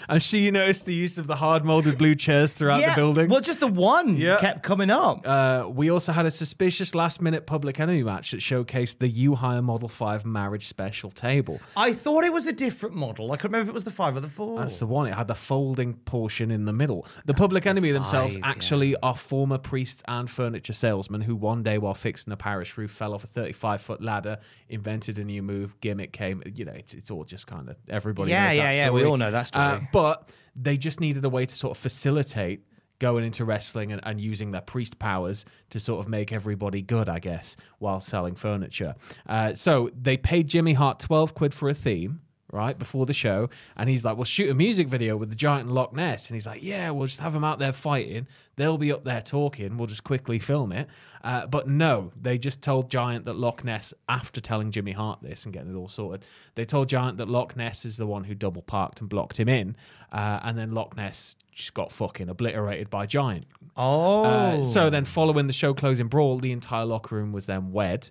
F: I'm sure you noticed the use of the hard molded blue chairs [LAUGHS] throughout
B: yeah.
F: the building.
B: Well, just the one
F: Yeah.
B: kept coming up.
F: Uh, we also had a suspicious last minute public enemy match that showcased the You Hire Model 5 marriage special table.
B: I thought it was a different model. I couldn't remember if it was the five or the four.
F: That's the one. It had the folding portion in the middle. The public enemy themselves
B: five,
F: actually are former priests and furniture salesmen who, one day while fixing a parish roof, fell off a 35 foot ladder, invented a new move, gimmick came. You know, it's, it's all just kind of everybody.
B: Yeah,
F: knows
B: yeah,
F: that
B: yeah, we
F: Story.
B: all know that story.
F: Uh, but they just needed a way to sort of facilitate going into wrestling and, and using their priest powers to sort of make everybody good, I guess, while selling furniture. Uh, so they paid Jimmy Hart 12 quid for a theme. Right before the show, and he's like, "Well, shoot a music video with the giant and Loch Ness," and he's like, "Yeah, we'll just have them out there fighting. They'll be up there talking. We'll just quickly film it." Uh, but no, they just told Giant that Loch Ness, after telling Jimmy Hart this and getting it all sorted, they told Giant that Loch Ness is the one who double parked and blocked him in, uh, and then Loch Ness just got fucking obliterated by Giant.
B: oh.
F: Uh, so then, following the show closing brawl, the entire locker room was then wed.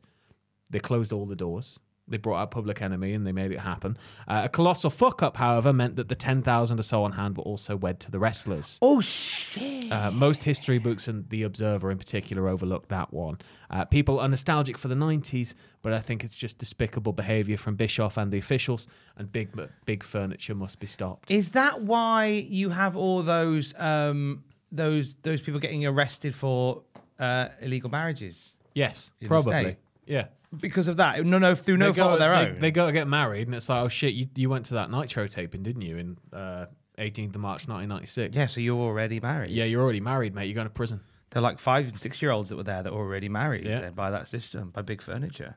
F: They closed all the doors. They brought out Public Enemy and they made it happen. Uh, a colossal fuck up, however, meant that the 10,000 or so on hand were also wed to the wrestlers.
B: oh, shit.
F: Uh, most history books and The Observer in particular overlook that one. Uh, people are nostalgic for the 90s, but I think it's just despicable behaviour from Bischoff and the officials, and big big furniture must be stopped.
B: Is that why you have all those um, those those people getting arrested for uh, illegal marriages.
F: Yes,
B: in the
F: probably.
B: state.
F: Yeah.
B: Because of that, no, no, through no
F: They go-
B: fault of their
F: they,
B: own.
F: They go to get married, and it's like, oh shit, you, you went to that Nitro taping, didn't you, in uh, 18th of March 1996?
B: Yeah, so you're already married.
F: Yeah, you're already married, mate. You're going to prison.
B: They're like five and six year olds that were there that were already married then by that system, by big furniture.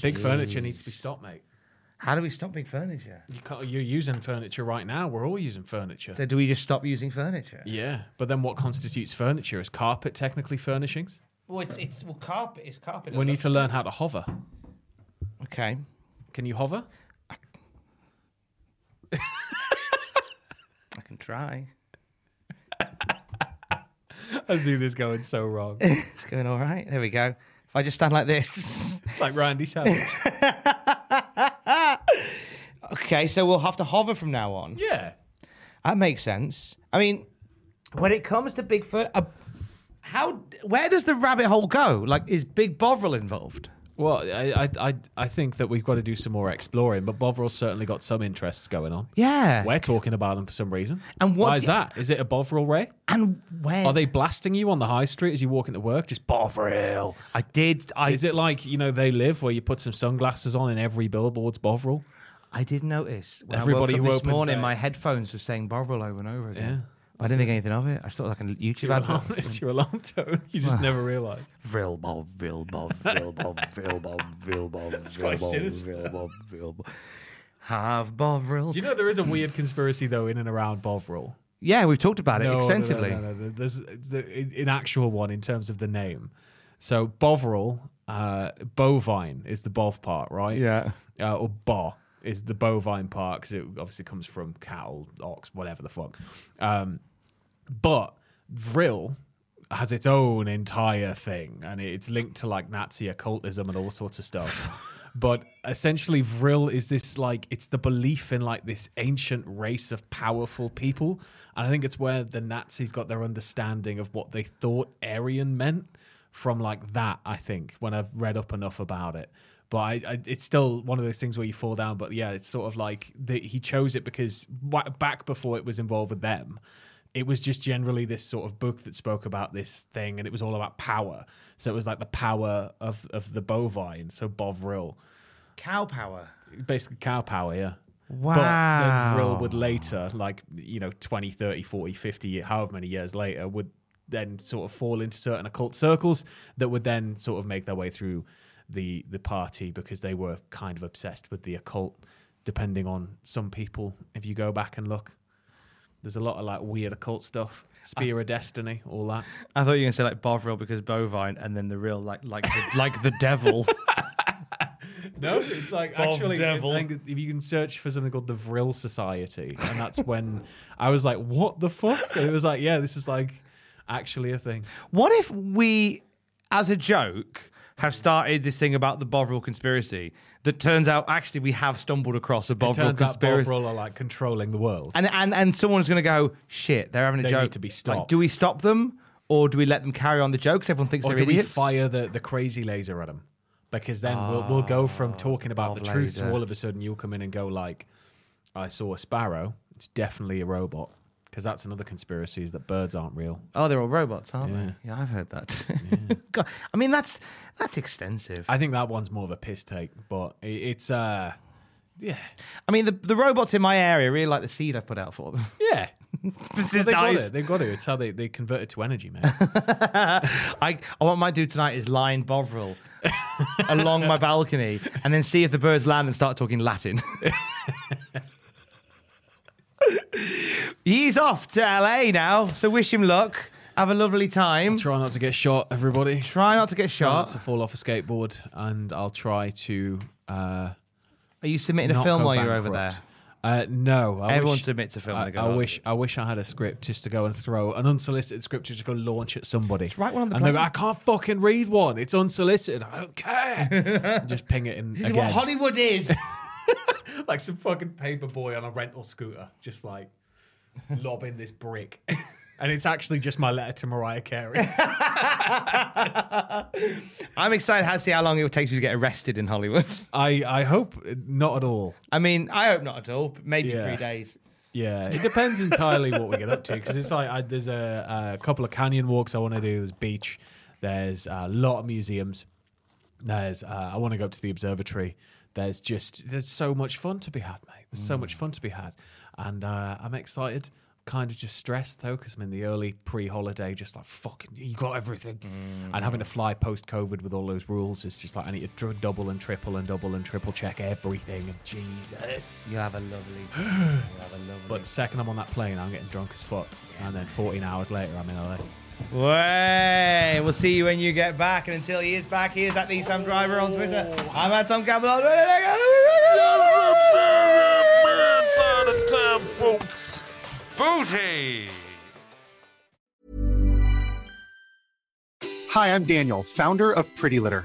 F: Big furniture
B: Jeez.
F: needs to be stopped, mate.
B: How do we stop big furniture?
F: You can't, you're using furniture right now. We're all using furniture.
B: So do we just stop using furniture?
F: yeah, but then what constitutes furniture? Is carpet technically furnishings?
J: Well, it's it's well, carpet. It's carpet.
F: We need to learn how to hover.
B: Okay.
F: Can you hover?
B: I can try.
F: [LAUGHS]
B: [LAUGHS]
F: I see this going so wrong.
B: It's going all right. There we go. If I just stand like this. [LAUGHS]
F: like Randy Savage.
B: okay, so we'll have to hover from now on.
F: [LAUGHS] yeah.
B: That makes sense. I mean, when it comes to Bigfoot, uh, how where does the rabbit hole go? Like, is Big Bovril involved?
F: Well, I, I, I, I think that we've got to do some more exploring, but Bovril's certainly got some interests going on.
B: Yeah.
F: We're talking about them for some reason.
B: And what
F: Why
B: do
F: is
B: you-
F: that? Is it a Bovril Ray?
B: And where
F: Are they blasting you on the high street as you walk into work? Just Bovril.
B: I did. I
F: Is it like, you know, they live where you put some sunglasses on and every billboard's Bovril?
B: I did notice when
F: Everybody
B: I woke
F: who
B: up this
F: opens
B: morning,
F: their-
B: my headphones were saying Bovril over and over again.
F: Yeah,
B: I didn't think anything of it. I just thought it was like a
F: It's your,
B: YouTube
F: alarm,
B: [LAUGHS] ad.
F: [LAUGHS] it's your alarm tone.
B: [SIGHS]
F: You just
B: Wow.
F: never realize.
B: Vril bob, vril bob, vril bob, vril bob, vril
F: [LAUGHS]
B: bob, vril
F: quite
B: bob,
F: sinister.
B: vril bob, vril bob. Have Bovril.
F: Do you know there is a weird conspiracy, though, in and around Bovril?
B: Yeah, we've talked about it
F: No, no, no,
B: extensively.
F: No, no, no, There's the, in- in actual one in terms of the name. So Bovril, uh, bovine is the bov part, right?
B: Yeah.
F: Uh, or ba is the bovine part because it obviously comes from cattle, ox, whatever the fuck. Um, but vril has its own entire thing and it's linked to like Nazi occultism and all sorts of stuff. but essentially, vril is this like, it's the belief in like this ancient race of powerful people. And I think it's where the Nazis got their understanding of what they thought Aryan meant from like that, I think, when I've read up enough about it. But I, I, it's still one of those things where you fall down. But yeah, it's sort of like the, he chose it because wa- back before it was involved with them, it was just generally this sort of book that spoke about this thing, and it was all about power. So it was like the power of of the bovine, so bovril,
B: Cow power.
F: basically cow power, yeah. But then
B: Wow.
F: vril would later, like, you know, 20, 30, 40, 50, however many years later, would then sort of fall into certain occult circles that would then sort of make their way through the the party because they were kind of obsessed with the occult, depending on some people. If you go back and look, there's a lot of like weird occult stuff, Spear of Destiny, all that.
B: I thought you were gonna say like Bovril because bovine, and then the real like like the, like the
F: [LAUGHS]
B: devil.
F: No, it's like
B: Bob
F: actually,
B: Devil.
F: I think if you can search for something called the Vril Society, and that's when I was like, "What the fuck?" And it was like, "Yeah, this is like actually a thing."
B: What if we, as a joke, have started this thing about the Bovril conspiracy that turns out actually we have stumbled across a
F: It
B: Bovril
F: turns out
B: conspiracy,
F: Bovril are like controlling the world.
B: and and and someone's going to go shit. They're having a
F: They
B: joke.
F: need to be
B: Like,
F: stopped.
B: do we stop them or do we let them carry on the jokes? Everyone thinks
F: Or
B: they're
F: do we
B: idiots.
F: fire the, the crazy laser at them? Because then we'll we'll go from talking about the
B: Ah, Bob
F: truth to
B: laser.
F: all of a sudden you'll come in and go like, "I saw a sparrow. It's definitely a robot." Because that's another conspiracy is that birds aren't real.
B: Oh, they're all robots, aren't they? Yeah, I've heard that. [LAUGHS] God, I mean that's that's extensive.
F: I think that one's more of a piss take, but it, it's uh, yeah,
B: I mean the the robots in my area really like the seed I put out for them.
F: yeah.
B: [LAUGHS] this
F: Well,
B: is
F: they
B: nice.
F: got it. They got it. It's how they, they convert it to energy, man. [LAUGHS]
B: I, I what I might do tonight is line
F: [LAUGHS]
B: Bovril along my balcony and then see if the birds land and start talking
F: [LAUGHS]
B: Latin. He's off to LA now, so wish him luck. Have a lovely time.
F: try not to get shot, everybody.
B: Try not to get
F: Try not
B: shot.
F: to fall off a skateboard, and I'll try to. Uh,
B: Are you submitting a
F: not
B: film
F: go
B: while you're over there?
F: bankrupt. Uh, no, I
B: Everyone
F: wish-
B: submits a film
F: I,
B: they go,
F: I
B: "Oh."
F: wish I wish I had a script just to go and throw an unsolicited script to just go launch at somebody.
B: write one on the
F: and they go,
B: plane.
F: I can't fucking read one. It's unsolicited. I
B: [LAUGHS]
F: don't care. just ping it in
B: This is
F: again,
B: what Hollywood
F: [LAUGHS]
B: is.
F: like some fucking paper boy on a rental scooter, just like lobbing this brick, [LAUGHS] and it's actually just my letter to Mariah Carey.
B: I'm excited how to see how long it takes you to get arrested in Hollywood. [LAUGHS]
F: I I hope not at all.
B: I mean, I hope not at all. But maybe
F: Yeah.
B: three days.
F: Yeah, it depends entirely what we get up to because it's like I, there's a, a couple of canyon walks I want to do. There's beach. There's a lot of museums. There's uh, I want to go up to the observatory. There's just there's so much fun to be had, mate. There's so much fun to be had, and uh, I'm excited. Kind of just stressed though, because I'm in the early pre-holiday, just like fucking, you got everything, and having to fly post-COVID with all those rules is just like I need to dr- double and triple and double and triple check everything. And Jesus,
J: you have a lovely,
B: [GASPS]
J: you have a lovely.
F: but the second I'm on that plane, I'm getting drunk as fuck, and then 14 hours later, I'm in LA.
B: Way. We'll see you when you get back. And until he is back, he is at the Sam Driver on Twitter. I'm at Tom Camelot.
K: It's out of time, folks. Booty.
L: Hi, I'm Daniel, founder of Pretty Litter.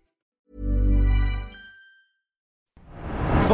B: For